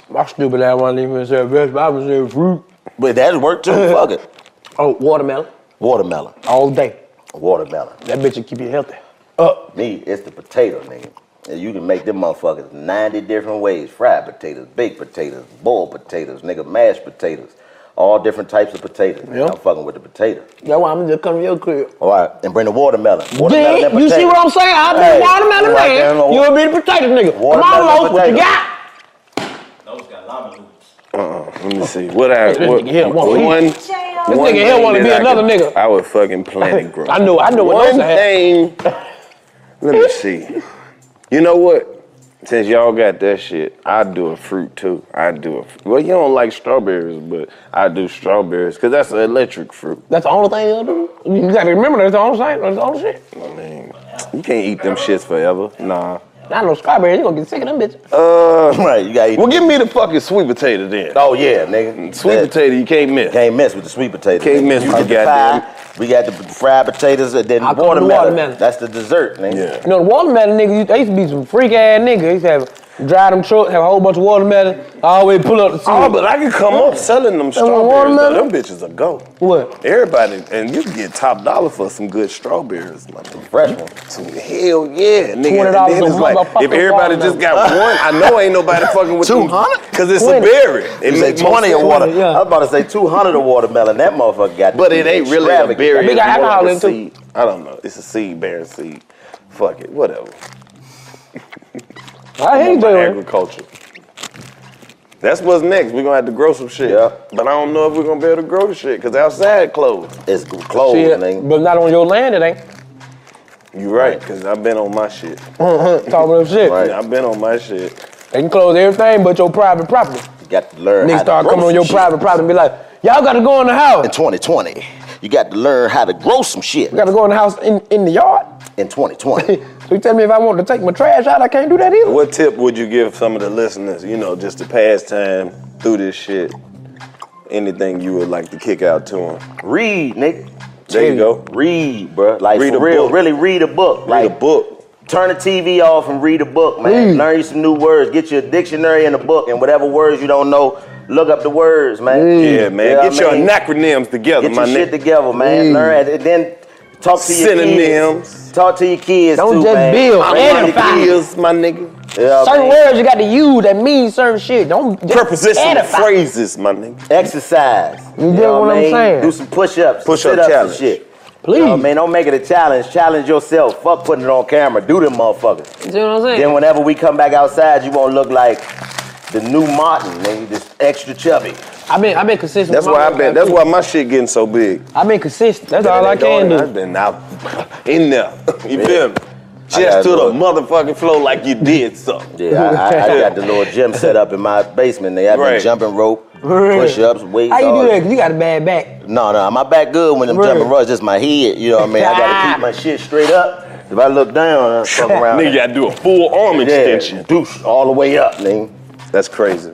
Speaker 2: My stupid ass wasn't even saying vegetable. I was saying fruit.
Speaker 1: But that worked too. Fuck it.
Speaker 2: Oh, watermelon.
Speaker 1: Watermelon.
Speaker 2: All day.
Speaker 1: Watermelon.
Speaker 2: That bitch will keep you healthy.
Speaker 1: Up. Me, it's the potato, nigga. And You can make them motherfuckers 90 different ways. Fried potatoes, baked potatoes, boiled potatoes, nigga, mashed potatoes. All different types of potatoes. man. I'm fucking with the potato.
Speaker 2: That's why I'm just coming to your crib.
Speaker 1: All right, and bring the watermelon. Watermelon
Speaker 2: Bitch,
Speaker 1: and
Speaker 2: you see
Speaker 1: potato.
Speaker 2: what I'm saying? I've been
Speaker 1: Hey,
Speaker 2: watermelon
Speaker 1: right there in the
Speaker 2: man.
Speaker 1: wa-
Speaker 2: You'll be the potato nigga. Come
Speaker 1: Watermelon
Speaker 2: on, Los, what you
Speaker 1: potato.
Speaker 2: got?
Speaker 3: Uh-uh. Let me see. What I
Speaker 2: This
Speaker 3: what,
Speaker 2: nigga here wanna eat.
Speaker 3: one.
Speaker 2: This nigga here
Speaker 3: thing
Speaker 2: wanna
Speaker 3: that
Speaker 2: be
Speaker 3: I
Speaker 2: another
Speaker 3: could-
Speaker 2: nigga.
Speaker 3: I would fucking plant and grow.
Speaker 2: I know, I know what
Speaker 3: One
Speaker 2: Los had.
Speaker 3: thing. Let me see. You know what? Since y'all got that shit, I do a fruit too. I do a fr- well. You don't like strawberries, but I do strawberries because that's an electric fruit.
Speaker 2: That's the only thing you'll do. You gotta remember that's the only thing. That's the only shit.
Speaker 3: I mean, you can't eat them shits forever. Nah.
Speaker 2: Not no strawberries. You're gonna get sick of them bitches.
Speaker 3: Uh,
Speaker 1: right, you gotta eat
Speaker 3: Well, give me the fucking sweet potato then.
Speaker 1: Oh yeah, nigga.
Speaker 3: Sweet potato, you can't miss.
Speaker 1: Can't miss with the sweet potato.
Speaker 3: Can't
Speaker 1: nigga.
Speaker 3: miss
Speaker 1: You
Speaker 3: with
Speaker 1: got
Speaker 3: the goddamn-
Speaker 1: pie, We got the fried potatoes and then
Speaker 2: come with the
Speaker 1: watermelon.
Speaker 2: watermelon.
Speaker 1: That's the dessert, nigga.
Speaker 2: You know, the watermelon nigga, you- they used to be some freak ass nigga. They used to have dry them trucks, have a whole bunch of watermelon, always pull up the sewer.
Speaker 3: Oh, but I can come up selling them
Speaker 2: Them
Speaker 3: strawberries. Though. Them
Speaker 2: watermelon?
Speaker 3: bitches a go.
Speaker 2: What?
Speaker 3: Everybody, and you can get top dollar for some good strawberries, my nigga. Fresh ones. Hell yeah, nigga. And
Speaker 1: $20
Speaker 3: then
Speaker 1: a
Speaker 3: it's like,
Speaker 1: motherfucking
Speaker 3: if everybody just got
Speaker 1: watermelon.
Speaker 3: one, I know ain't nobody fucking with them.
Speaker 1: 200?
Speaker 3: Because it's a
Speaker 1: 20.
Speaker 3: berry.
Speaker 1: You say
Speaker 3: makes more
Speaker 1: 20 a
Speaker 3: sense.
Speaker 1: water. I was about to say 200 a watermelon. That motherfucker got
Speaker 3: But it ain't really a berry.
Speaker 1: We
Speaker 3: it's
Speaker 1: got
Speaker 3: more of
Speaker 1: alcohol
Speaker 3: a
Speaker 1: in too.
Speaker 3: seed. I don't know. It's a seed, bearing seed. Fuck it, whatever.
Speaker 2: I
Speaker 3: hate agriculture. That's what's next. We're gonna have to grow some shit. Yeah. But I don't know if we're gonna be able to grow the shit, cause outside closed.
Speaker 1: It's closed,
Speaker 2: Shit, But not on your land, it ain't.
Speaker 3: You right, cause I've been on my shit.
Speaker 2: Talking about shit.
Speaker 3: I've been on my shit.
Speaker 2: They can close everything but your private property.
Speaker 1: You got to learn.
Speaker 2: Niggas
Speaker 1: how to
Speaker 2: start
Speaker 1: grow
Speaker 2: coming on
Speaker 1: some
Speaker 2: your
Speaker 1: shit.
Speaker 2: private property and be like, y'all gotta go in the house.
Speaker 1: In 2020, you got to learn how to grow some shit.
Speaker 2: You gotta go in the house in, in the yard.
Speaker 1: In 2020.
Speaker 2: so you tell me if I want to take my trash out, I can't do that either.
Speaker 3: What tip would you give some of the listeners? You know, just to pass time through this shit. Anything you would like to kick out to them?
Speaker 1: Read, nigga.
Speaker 3: There you go.
Speaker 1: Read, bro. Like
Speaker 3: Read
Speaker 1: for
Speaker 3: a
Speaker 1: real,
Speaker 3: book.
Speaker 1: really read a book. Read like, a
Speaker 3: book.
Speaker 1: Turn the TV off and read a book, man. Learn you some new words. Get you a dictionary and a book, and whatever words you don't know, look up the words, man.
Speaker 3: Yeah, man.
Speaker 1: You know
Speaker 3: Get
Speaker 1: what
Speaker 3: your
Speaker 1: mm, I mean?
Speaker 3: acronyms together,
Speaker 1: Get
Speaker 3: my
Speaker 1: your shit
Speaker 3: nigga.
Speaker 1: together, man.
Speaker 3: Mm.
Speaker 1: Learn and then talk to your
Speaker 3: Synonyms.
Speaker 1: kids. Talk to your kids
Speaker 2: Don't
Speaker 1: too,
Speaker 2: just
Speaker 1: man.
Speaker 2: build,
Speaker 1: Talk
Speaker 2: man.
Speaker 1: to your
Speaker 3: kids, my nigga.
Speaker 1: Yeah, man.
Speaker 2: certain words you gotta use that mean certain shit. Don't just
Speaker 3: Prepositional
Speaker 2: edify.
Speaker 3: phrases, my nigga.
Speaker 1: Exercise.
Speaker 2: You get what I'm
Speaker 1: I mean?
Speaker 2: saying?
Speaker 1: Do some push-ups,
Speaker 3: Push-up
Speaker 1: sit-ups
Speaker 3: challenge.
Speaker 1: and shit. Please. You know what I mean? Don't make it a challenge. Challenge yourself. Fuck putting it on camera. Do them motherfuckers.
Speaker 2: You know what I'm saying?
Speaker 1: Then whenever we come back outside, you won't look like the new Martin, nigga, just extra chubby.
Speaker 2: I've been I've been consistent.
Speaker 3: That's why I've been. That's why my shit getting so big.
Speaker 2: I've been consistent. That's all I can do.
Speaker 3: I've been out in there. You
Speaker 1: Yeah.
Speaker 3: feel me?
Speaker 1: I gotta
Speaker 3: Just to
Speaker 1: do
Speaker 3: the
Speaker 1: it.
Speaker 3: motherfucking flow like you did something.
Speaker 1: Yeah, I, I, I got the little gym set up in my basement. Nigga. I've been
Speaker 3: Right.
Speaker 1: jumping rope,
Speaker 2: Right.
Speaker 1: push-ups, weights.
Speaker 2: How
Speaker 1: all
Speaker 2: you do that? 'Cause you got a bad back.
Speaker 1: No, no, my back good when I'm
Speaker 2: Right.
Speaker 1: jumping ropes. Just my head. You know what I mean? I gotta keep my shit straight up. If I look down, I'm fucking around.
Speaker 3: Nigga, I do a full arm extension.
Speaker 1: Deuce all the way up, nigga.
Speaker 3: That's crazy.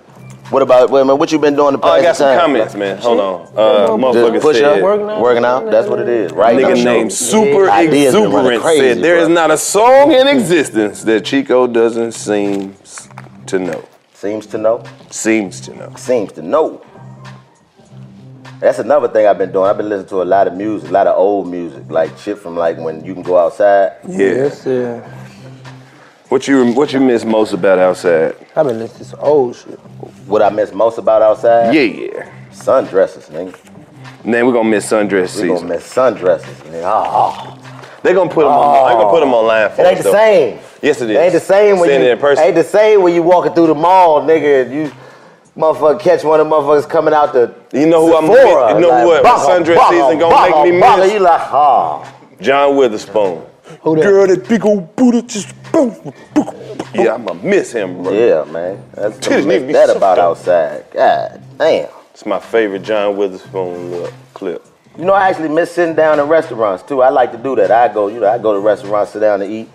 Speaker 1: What about wait, man? What you been doing the
Speaker 3: Oh,
Speaker 1: past
Speaker 3: I got some
Speaker 1: time?
Speaker 3: comments, man. Hold on. Uh, motherfucker
Speaker 1: Just push
Speaker 3: said,
Speaker 1: up, Oh, working out. That's what it is, right?
Speaker 3: Nigga
Speaker 1: Show.
Speaker 3: named Super
Speaker 1: Ideas been running
Speaker 3: Exuberant
Speaker 1: crazy,
Speaker 3: said there
Speaker 1: bro.
Speaker 3: is not a song in existence that Chico doesn't seem s- to know.
Speaker 1: Seems to know.
Speaker 3: Seems to know.
Speaker 1: Seems to know. That's another thing I've been doing. I've been listening to a lot of music, a lot of old music, like shit from like when you can go outside.
Speaker 3: Yeah. Yes,
Speaker 2: yeah.
Speaker 3: What you what you miss most about outside?
Speaker 2: I've been listening to some old shit.
Speaker 1: What I miss most about outside?
Speaker 3: Yeah.
Speaker 1: Sundresses, nigga.
Speaker 3: Man, we're gonna miss sundress season.
Speaker 1: We're gonna miss sundresses, nigga. Ah.
Speaker 3: They gonna put them. On, they gonna put them online for
Speaker 1: It ain't
Speaker 3: us,
Speaker 1: the
Speaker 3: though.
Speaker 1: same.
Speaker 3: Yes, it is.
Speaker 1: It ain't the same when
Speaker 3: Seeing
Speaker 1: you
Speaker 3: it in person.
Speaker 1: ain't the same when you walking through the mall, nigga. and You motherfucker catch one of the motherfuckers coming out the
Speaker 3: You know who I'm gonna
Speaker 1: Sephora,
Speaker 3: miss- you know
Speaker 1: like,
Speaker 3: who what
Speaker 1: baka,
Speaker 3: sundress
Speaker 1: baka,
Speaker 3: season gonna
Speaker 1: baka,
Speaker 3: make me
Speaker 1: baka.
Speaker 3: miss?
Speaker 1: You like ah.
Speaker 3: John Witherspoon. Who that? Girl, that big old booty just. Boom, boom, boom. Yeah, I'ma miss him, bro.
Speaker 1: Yeah, man. That's the
Speaker 3: Titties need to be
Speaker 1: that
Speaker 3: sucked
Speaker 1: about
Speaker 3: up.
Speaker 1: outside. God damn.
Speaker 3: It's my favorite John Witherspoon look, clip.
Speaker 1: You know, I actually miss sitting down in restaurants too. I like to do that. I go, you know, I go to restaurants, sit down to eat.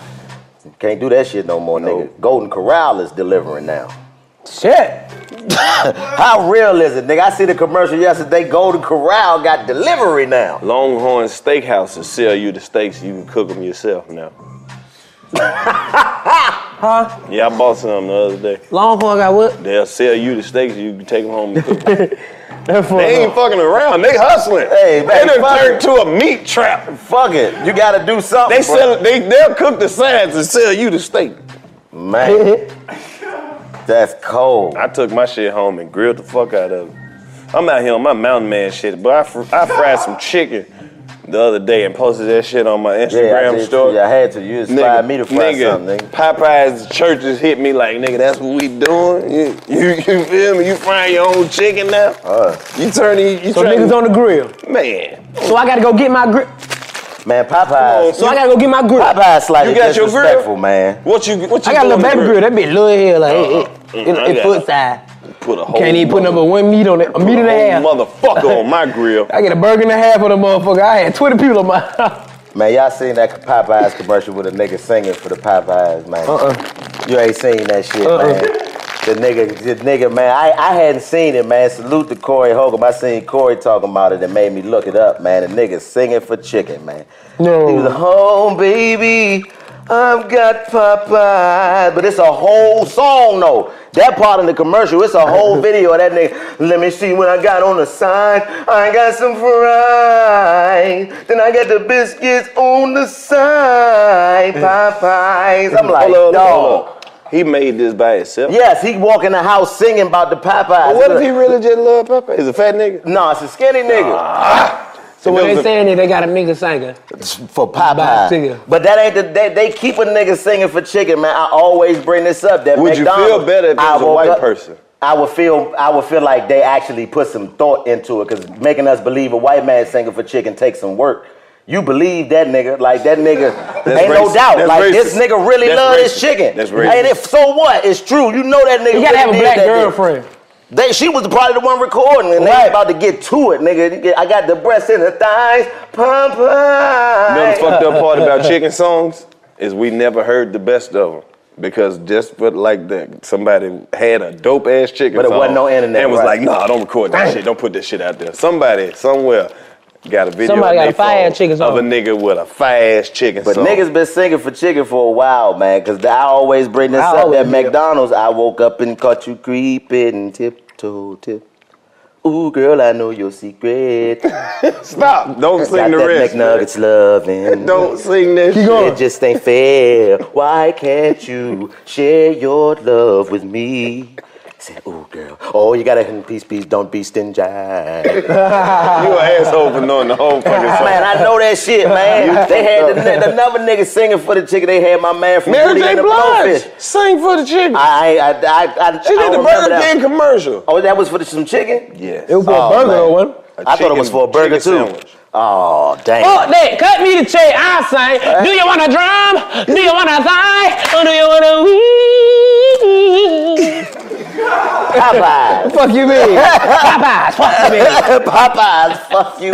Speaker 1: Can't do that shit no more, nigga. Golden Corral is delivering now.
Speaker 2: Shit.
Speaker 1: How real is it, nigga? I see the commercial yesterday. Golden Corral got delivery now.
Speaker 3: Longhorn Steakhouses sell you the steaks. You can cook them yourself now.
Speaker 2: Huh?
Speaker 3: Yeah, I bought some the other day.
Speaker 2: Longhorn got what?
Speaker 3: They'll sell you the steaks. You can take them home and cook 'em.
Speaker 2: Therefore,
Speaker 3: They ain't fucking around. They hustling. Hey,
Speaker 1: man,
Speaker 3: they done
Speaker 1: fuck
Speaker 3: turned
Speaker 1: it.
Speaker 3: to a meat trap.
Speaker 1: Fuck it. You gotta do something.
Speaker 3: They
Speaker 1: bro.
Speaker 3: sell. They they'll cook the sides and sell you the steak.
Speaker 1: Man, that's cold.
Speaker 3: I took my shit home and grilled the fuck out of it. I'm out here on my mountain man shit, but I, fr- I fried some chicken the other day and posted that shit on my
Speaker 1: yeah, I
Speaker 3: Instagram
Speaker 1: did
Speaker 3: story.
Speaker 1: too. I had to. You inspired me to fry
Speaker 3: nigga,
Speaker 1: something, nigga.
Speaker 3: Popeyes churches hit me like, nigga, that's what we doing. You, you, you feel me? You frying your own chicken now?
Speaker 1: Uh.
Speaker 3: you turning, you
Speaker 2: so
Speaker 3: trying-
Speaker 2: niggas on the grill.
Speaker 3: Man.
Speaker 2: So I gotta go get my grill.
Speaker 1: Man, Popeyes.
Speaker 2: So I gotta go get my grill.
Speaker 1: Popeyes slightly
Speaker 2: You got your grill?
Speaker 1: disrespectful, man.
Speaker 3: What you? What
Speaker 2: I got a little baby grill. That bitch little here, like it, it,
Speaker 3: Mm, I
Speaker 2: it, it
Speaker 3: got-
Speaker 2: foot size.
Speaker 3: Put a whole
Speaker 2: Can't even put number one meat on it. A meat and a
Speaker 1: Oh,
Speaker 2: half.
Speaker 3: motherfucker on my grill.
Speaker 2: I get a burger and a half on the motherfucker. I had 20 people on my house.
Speaker 1: Man, y'all seen that Popeyes commercial with a nigga singing for the Popeyes, man.
Speaker 2: Uh-uh.
Speaker 1: You ain't seen that shit,
Speaker 2: Uh-uh.
Speaker 1: man. The nigga, the nigga, man, I, I hadn't seen it, man. Salute to Corey Hogan. I seen Corey talking about it and made me look it up, man. The nigga singing for chicken, man.
Speaker 2: No.
Speaker 1: He
Speaker 3: Oh.
Speaker 1: was home, baby. I've got Popeye. But it's a whole song, though. That part of the commercial, it's a whole video of that nigga. Let me see what I got on the side. I got some fries. Then I got the biscuits on the side. Popeyes. I'm like,
Speaker 3: Hold on, hold
Speaker 1: dog.
Speaker 3: on. He made this by himself.
Speaker 1: Yes, he walk in the house singing about the Popeyes.
Speaker 3: But what if he really just love Popeyes? Is a fat nigga?
Speaker 1: No, it's a skinny nigga.
Speaker 2: So
Speaker 1: Ah!
Speaker 2: when
Speaker 1: It
Speaker 2: they
Speaker 1: was a-
Speaker 2: saying that they got a nigga singer.
Speaker 1: for
Speaker 2: Popeye singer.
Speaker 1: Popeye. But that ain't the they, they keep a nigga singing for chicken, man. I always bring this up. That
Speaker 3: Would you feel
Speaker 1: McDonald's,
Speaker 3: better if it
Speaker 1: I
Speaker 3: was a
Speaker 1: woke
Speaker 3: white
Speaker 1: up-
Speaker 3: person?
Speaker 1: I would feel I would feel like they actually put some thought into it, cause making us believe a white man singing for chicken takes some work. You believe that nigga, like that nigga,
Speaker 3: That's
Speaker 1: ain't no
Speaker 3: racist.
Speaker 1: doubt.
Speaker 3: That's
Speaker 1: like this
Speaker 3: racist.
Speaker 1: nigga really
Speaker 3: That's
Speaker 1: love his
Speaker 3: racist.
Speaker 1: chicken.
Speaker 3: That's racist.
Speaker 1: And if so what? It's true. You know that nigga.
Speaker 2: You
Speaker 1: really
Speaker 2: gotta have a
Speaker 1: did
Speaker 2: black
Speaker 1: that nigga.
Speaker 2: girlfriend.
Speaker 1: They, she was probably the one recording, and they about to get to it, nigga. I got the breasts and the thighs, pump
Speaker 3: You know the fucked up part about chicken songs is we never heard the best of them because just but like that somebody had a dope ass chicken
Speaker 1: But it
Speaker 3: song
Speaker 1: wasn't no internet,
Speaker 3: and was
Speaker 1: right?
Speaker 3: like, nah, don't record that shit. Don't put that shit out there. Somebody somewhere got a video
Speaker 1: Somebody
Speaker 3: on
Speaker 1: got
Speaker 3: their
Speaker 1: a fire-ass
Speaker 3: phone
Speaker 1: chicken
Speaker 3: of a nigga with a fire ass chicken
Speaker 1: But
Speaker 3: song.
Speaker 1: niggas been singing for chicken for a while, man. Cause I always bring this
Speaker 3: I
Speaker 1: up
Speaker 3: always
Speaker 1: at
Speaker 3: do.
Speaker 1: McDonald's. I woke up and caught you creeping, tiptoe, tip. Ooh, girl, I know your secret.
Speaker 3: Stop! Don't
Speaker 1: Got
Speaker 3: sing the
Speaker 1: that
Speaker 3: rest.
Speaker 1: McNuggets loving.
Speaker 3: Don't sing that
Speaker 1: Keep
Speaker 3: shit.
Speaker 1: going. It just ain't fair. Why can't you share your love with me? Said, ooh, girl. Oh, you gotta peace, peace. Don't be stingy.
Speaker 3: you an asshole for knowing the whole fucking song.
Speaker 1: Man, I know that shit, man. They had the, the another nigga singing for the chicken. They had my man from
Speaker 3: Mary
Speaker 1: Booty
Speaker 3: J.
Speaker 1: and the
Speaker 3: Blige
Speaker 1: Blowfish.
Speaker 3: sing for the chicken.
Speaker 1: I, I, I, I, I
Speaker 3: She did the Burger King
Speaker 1: commercial. Oh, that was for the, some chicken.
Speaker 3: Yes.
Speaker 1: It was
Speaker 2: for a burger, though, wasn't it?
Speaker 1: I thought it was for a burger too. Oh damn.
Speaker 10: Fuck that. Cut me the check. I say, do you want a drum? Do you want a thigh? Or do you want a wee?
Speaker 1: Popeyes.
Speaker 2: fuck you mean?
Speaker 10: Popeyes. Fuck you mean?
Speaker 1: Popeyes. Fuck you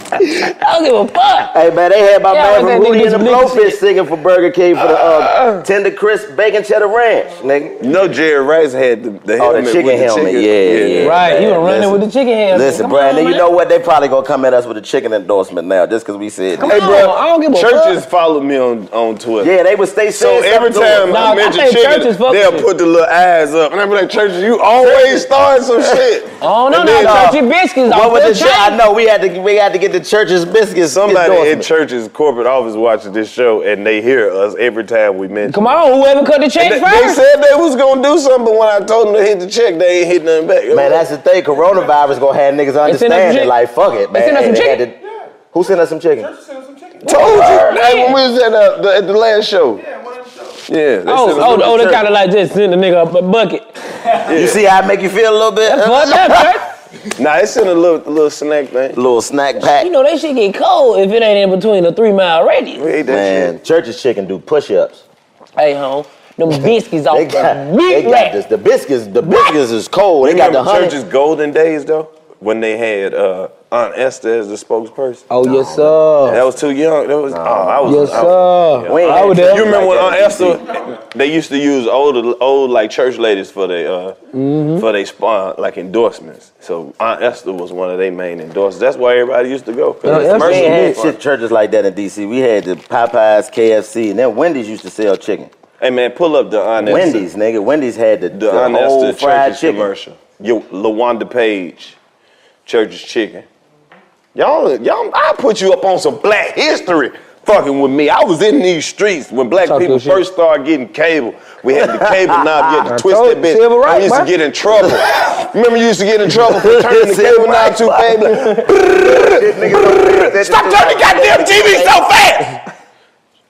Speaker 10: I don't give a fuck.
Speaker 1: Hey man, they had my
Speaker 10: Yeah,
Speaker 1: man
Speaker 10: what's that
Speaker 1: from
Speaker 10: nigga
Speaker 1: Booty and the
Speaker 10: do some nigga
Speaker 1: Blowfish singing for Burger King for the uh, tender crisp bacon cheddar ranch, nigga.
Speaker 3: You know Jerry Rice had the, the
Speaker 1: Oh,
Speaker 3: helmet.
Speaker 1: the chicken
Speaker 3: with the
Speaker 1: helmet,
Speaker 3: chicken.
Speaker 1: yeah, yeah,
Speaker 2: Right, you
Speaker 1: man.
Speaker 2: were running with the chicken hands.
Speaker 1: Listen,
Speaker 2: Come
Speaker 1: Brandon,
Speaker 2: on,
Speaker 1: you know what? They probably gonna come at us with a chicken endorsement now, just because we said.
Speaker 3: hey, bro, churches
Speaker 1: fuck.
Speaker 3: follow me on, on Twitter.
Speaker 1: Yeah, they would stay
Speaker 3: So
Speaker 1: saying
Speaker 3: every
Speaker 1: something to
Speaker 3: time
Speaker 1: us.
Speaker 3: I
Speaker 1: Nah, I
Speaker 3: mention
Speaker 1: think
Speaker 3: chicken,
Speaker 1: churches fuck
Speaker 3: they'll
Speaker 1: with you.
Speaker 3: put the little eyes up, and I be like, "Churches, you always start some shit."
Speaker 10: Oh
Speaker 1: And then, uh, What was the shit? I know we had to we had to get the Church's biscuits.
Speaker 3: Somebody in
Speaker 1: endorsement.
Speaker 3: church's corporate office watches this show and they hear us every time we mention.
Speaker 10: Come on, whoever cut the check
Speaker 3: they, They
Speaker 10: first.
Speaker 3: said they was gonna do something, but when I told them to hit the check, they ain't hit nothing back.
Speaker 1: Man, that's the thing. Coronavirus gonna have
Speaker 3: us
Speaker 1: niggas
Speaker 3: some
Speaker 1: understand it.
Speaker 3: chicken.
Speaker 1: Like, fuck it,
Speaker 3: They
Speaker 1: man.
Speaker 3: sent us some
Speaker 1: And
Speaker 3: chicken.
Speaker 1: had to- Who sent us some chicken?
Speaker 3: Told you. Like, when we was at uh, the, at the last show. Yeah. they
Speaker 10: Oh,
Speaker 3: sent us
Speaker 10: oh,
Speaker 3: to the
Speaker 10: oh, they
Speaker 3: church.
Speaker 10: kind of like just send a nigga up a bucket.
Speaker 1: You see how I make you feel a little bit?
Speaker 10: That's fucked up, right?
Speaker 3: Nah, it's in a little little snack thing.
Speaker 1: Little snack pack.
Speaker 10: You know, they shit get cold if it ain't in between a three mile radius.
Speaker 1: Man, church's chicken do push-ups.
Speaker 10: Hey, home. Them biscuits off
Speaker 1: They got,
Speaker 10: the meat
Speaker 1: they got
Speaker 10: rack.
Speaker 1: this. The biscuits, the biscuits is cold. They
Speaker 3: You
Speaker 1: got the
Speaker 3: remember
Speaker 1: honey.
Speaker 3: church's golden days though, when they had uh, Aunt Esther as the spokesperson.
Speaker 2: Oh yes, sir.
Speaker 3: That was too young. That was oh, I was.
Speaker 2: Yes,
Speaker 3: I was-
Speaker 2: sir.
Speaker 3: yeah.
Speaker 2: We ain't I was had there.
Speaker 3: You remember when Aunt
Speaker 2: church like
Speaker 3: Esther? They used to use old, old like church ladies for their uh,
Speaker 2: Mhm.
Speaker 3: for their spawn like endorsements. So Aunt Esther was one of their main endorsements. That's why everybody used to go. 'cause it's
Speaker 1: we
Speaker 3: mercy
Speaker 1: had
Speaker 3: fun.
Speaker 1: shit churches like that in D.C. We had the Popeyes, KFC, and then Wendy's used to sell chicken.
Speaker 3: Hey man, pull up the Aunt Esther.
Speaker 1: Wendy's, nigga. Wendy's had the, the,
Speaker 3: The Aunt
Speaker 1: whole
Speaker 3: Esther
Speaker 1: fried
Speaker 3: church's
Speaker 1: chicken.
Speaker 3: commercial. Yo, LaWanda Page, Church's Chicken. Y'all, y'all, I put you up on some black history fucking with me. I was in these streets when black
Speaker 1: Talk
Speaker 3: people
Speaker 1: your shit.
Speaker 3: first started getting cable. We had the cable knob, you had
Speaker 1: I
Speaker 3: to twist that
Speaker 1: told you,
Speaker 3: bitch.
Speaker 1: civil rights,
Speaker 3: we used
Speaker 1: man.
Speaker 3: to get in trouble. Remember, you used to get in trouble for turning the
Speaker 1: Civil
Speaker 3: cable knob
Speaker 1: rights,
Speaker 3: too
Speaker 1: man.
Speaker 3: fast.
Speaker 1: Stop turning the goddamn TV so fast!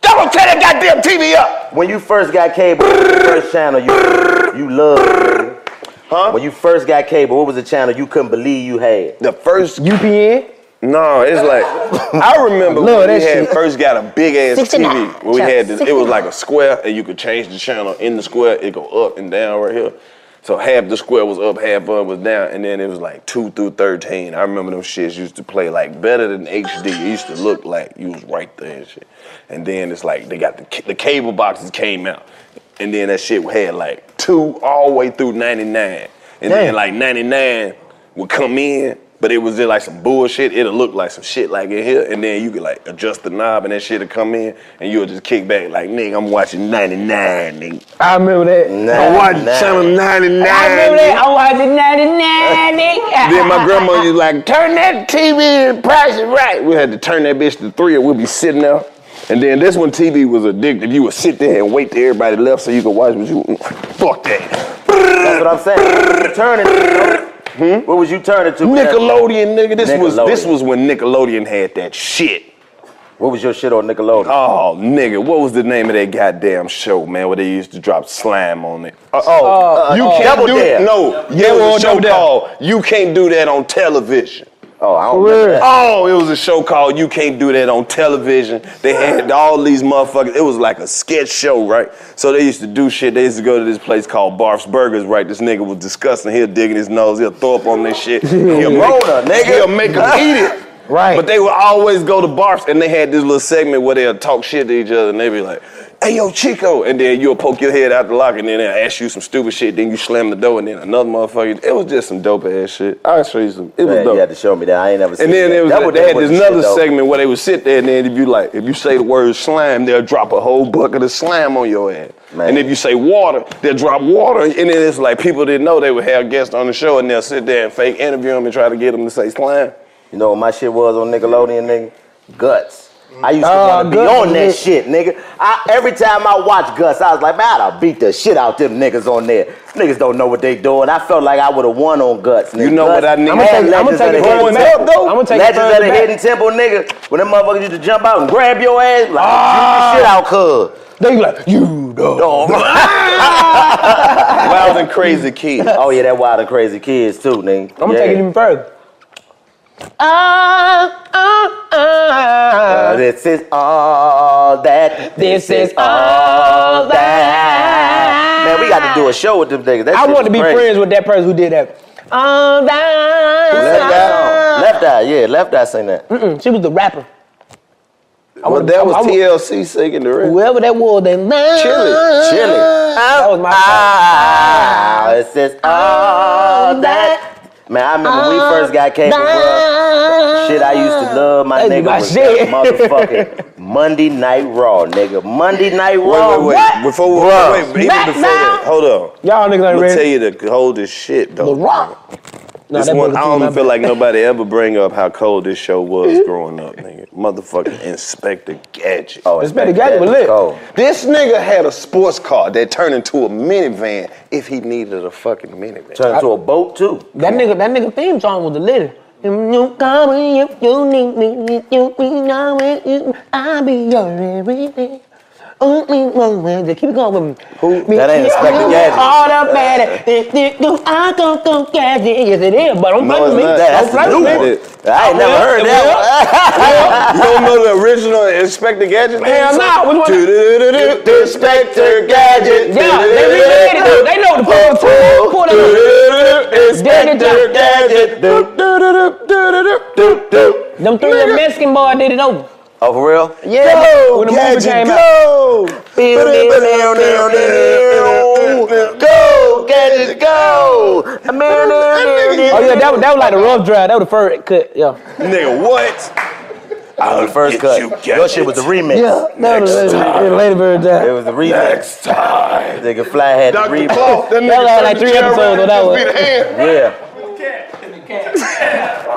Speaker 1: Don't turn the goddamn TV up! When you first got cable, what was the first channel you you loved. Huh? When you first got cable, what was the channel you couldn't believe you had?
Speaker 3: The first
Speaker 1: UPN?
Speaker 3: No, it's like I remember
Speaker 1: Love
Speaker 3: when we
Speaker 1: that
Speaker 3: had
Speaker 1: shit.
Speaker 3: first got a big ass
Speaker 1: 69.
Speaker 3: TV. When we had this, it was like a square, and you could change the channel in the square. It go up and down right here. So half the square was up, half of it was down, and then it was like two through thirteen. I remember them shits used to play like better than HD. It used to look like you was right there and shit. And then it's like they got the ca- the cable boxes came out, and then that shit had like two all the way through ninety nine, and then
Speaker 1: Damn.
Speaker 3: like ninety nine would come in, but it was just like some bullshit. It'll look like some shit like in here, and then you could like adjust the knob, and that shit'll come in, and you'll just kick back like, nigga, I'm watching 99, nigga.
Speaker 10: I remember that.
Speaker 3: I'm watching channel 99.
Speaker 10: I remember that. Oh, I watched the 99, nigga.
Speaker 3: Then my grandma used to like, turn that TV and price it right. We had to turn that bitch to three, and we'd be sitting there. And then that's when TV was addictive. You would sit there and wait till everybody left so you could watch, but you, fuck that.
Speaker 1: That's what I'm saying. Turn it. What was you turning to?
Speaker 3: Nickelodeon, nigga. This was this was when Nickelodeon had that shit.
Speaker 1: What was your shit on Nickelodeon?
Speaker 3: Oh, nigga, what was the name of that goddamn show, man? Where they used to drop slime on it. Uh, oh,
Speaker 1: Uh,
Speaker 3: you
Speaker 1: uh,
Speaker 3: can't
Speaker 1: Double
Speaker 3: do
Speaker 1: Dare.
Speaker 3: that. No,
Speaker 1: Yeah,
Speaker 3: there
Speaker 1: we on
Speaker 3: was a show
Speaker 1: Double Dare.
Speaker 3: called You Can't Do That on Television.
Speaker 1: Oh, I don't
Speaker 3: remember that. Oh, it was a show called You Can't Do That on Television. They had all these motherfuckers. It was like a sketch show, right? So they used to do shit. They used to go to this place called Barf's Burgers, right? This nigga was disgusting. He'll digging his nose. He'll throw up on this shit. He'll
Speaker 1: Rona, nigga.
Speaker 3: He'll make him eat it.
Speaker 2: Right.
Speaker 3: But they would always go to Barf's and they had this little segment where they'll talk shit to each other and they be like, hey, yo, Chico. And then you'll poke your head out the lock and then they'll ask you some stupid shit. Then you slam the door and then another motherfucker. It was just some dope ass shit. I'll show you some. It was
Speaker 1: Man,
Speaker 3: dope.
Speaker 1: you had to show me that. I ain't never seen
Speaker 3: And then
Speaker 1: that.
Speaker 3: it was
Speaker 1: That
Speaker 3: they had
Speaker 1: that
Speaker 3: this
Speaker 1: the shit,
Speaker 3: another
Speaker 1: though.
Speaker 3: segment where they would sit there and then if you like if you say the word slime, they'll drop a whole bucket of slime on your ass. And if you say water, they'll drop water. And then it's like people didn't know they would have guests on the show and they'll sit there and fake interview them and try to get them to say slime.
Speaker 1: You know what my shit was on Nickelodeon, nigga? Guts. I used to
Speaker 3: Oh,
Speaker 1: want to be
Speaker 3: Guts
Speaker 1: on
Speaker 3: was
Speaker 1: that
Speaker 3: lit.
Speaker 1: shit, nigga. I, every time I watch Guts, I was like, man, I'd beat the shit out them niggas on there. Niggas don't know what they doing. I felt like I would have won on Guts, nigga.
Speaker 3: You know
Speaker 1: Guts,
Speaker 3: what I need?
Speaker 1: I'ma take,
Speaker 3: I'ma
Speaker 1: Legends
Speaker 3: take
Speaker 1: of the
Speaker 3: it
Speaker 1: Hidden
Speaker 3: going
Speaker 1: Temple.
Speaker 3: up, though. I'ma take it
Speaker 1: Legends of
Speaker 3: further
Speaker 1: the
Speaker 3: back.
Speaker 1: Hidden Temple, nigga. When them motherfuckers used to jump out and grab your ass, like,
Speaker 3: Ah.
Speaker 1: shoot
Speaker 14: Ah!
Speaker 1: the shit out, cuz.
Speaker 2: They like, you
Speaker 1: dog.
Speaker 3: Wild and crazy kids.
Speaker 1: Oh, yeah, that wild and crazy kids, too, nigga.
Speaker 2: I'm gonna
Speaker 1: yeah.
Speaker 2: take it even further.
Speaker 10: Ah, ah, ah.
Speaker 1: Uh, this is all that. This is all that. Man, we got to do a show with them niggas. That
Speaker 2: I
Speaker 1: shit
Speaker 2: want
Speaker 1: was
Speaker 2: to be
Speaker 1: crazy.
Speaker 2: friends with that person who did that.
Speaker 10: all
Speaker 1: Left
Speaker 10: that.
Speaker 1: eye, left eye, yeah, left eye sing that.
Speaker 10: Mm-mm, she was the rapper.
Speaker 3: Well, that was TLC singing the rest.
Speaker 10: Whoever that was, they love.
Speaker 1: Chili, chili.
Speaker 10: That was my
Speaker 1: Ah, it says all that. Man, I remember when we first got cable, bro. Shit, I used to love my
Speaker 10: That's
Speaker 1: nigga
Speaker 10: my
Speaker 1: was
Speaker 10: shit.
Speaker 1: motherfucking Monday Night Raw, nigga. Monday Night
Speaker 3: Wait,
Speaker 1: Raw.
Speaker 3: wait, wait. Before we
Speaker 1: Bruh.
Speaker 3: wait, even before that, hold on.
Speaker 2: Y'all niggas
Speaker 3: I'm
Speaker 2: ain't
Speaker 3: gonna
Speaker 2: ready.
Speaker 3: tell you the coldest shit though.
Speaker 2: The Rock. Nah,
Speaker 14: this
Speaker 2: that
Speaker 14: one,
Speaker 2: brother
Speaker 14: I
Speaker 2: cool, my
Speaker 14: don't feel
Speaker 2: bad.
Speaker 14: like nobody ever bring up how cold this show was growing up, nigga. Motherfucking Inspector Gadget. Oh,
Speaker 2: Inspector Gadget was lit.
Speaker 14: This nigga had a sports car that turned into a minivan if he needed a fucking minivan.
Speaker 2: Turned into a
Speaker 14: boat too.
Speaker 2: That nigga, that nigga theme song was the litter. If you call me, if you need me, if you be always, I'll be your everything. Only one way to keep it going with me. Who?
Speaker 1: That ain't Inspector Gadget.
Speaker 2: Automatic. I go go gadget. Yes, it is, but don't play with me.
Speaker 14: That's the
Speaker 2: Don't play
Speaker 14: new
Speaker 2: with me.
Speaker 14: one. I ain't never heard that one. You don't know the original Inspector Gadget?
Speaker 2: Hell no, which
Speaker 14: one?
Speaker 2: one-
Speaker 14: Inspector Gadget.
Speaker 2: Yeah, they remade it, though. They know the full tune. Pull that up.
Speaker 14: Inspector Gadget.
Speaker 2: Them three little Mexican boy did it over.
Speaker 14: Oh, for real?
Speaker 2: Yeah,
Speaker 14: Go,
Speaker 2: when the movie
Speaker 14: Gadget,
Speaker 2: came
Speaker 14: go.
Speaker 2: out. Go, Gadget, go! Oh yeah, that was, that was like the rough drive. That was the first cut. Yeah.
Speaker 14: Nigga, what? I was the first cut.
Speaker 1: Your shit was the remix.
Speaker 2: Yeah, that was
Speaker 1: Next
Speaker 2: later,
Speaker 1: time.
Speaker 2: yeah, later bird drive.
Speaker 1: It was the remix. Next time. Nigga Fly had the remix.
Speaker 2: Claw, that nigga That was like turned the three chair episodes around of that and just one. beat a
Speaker 1: Yeah.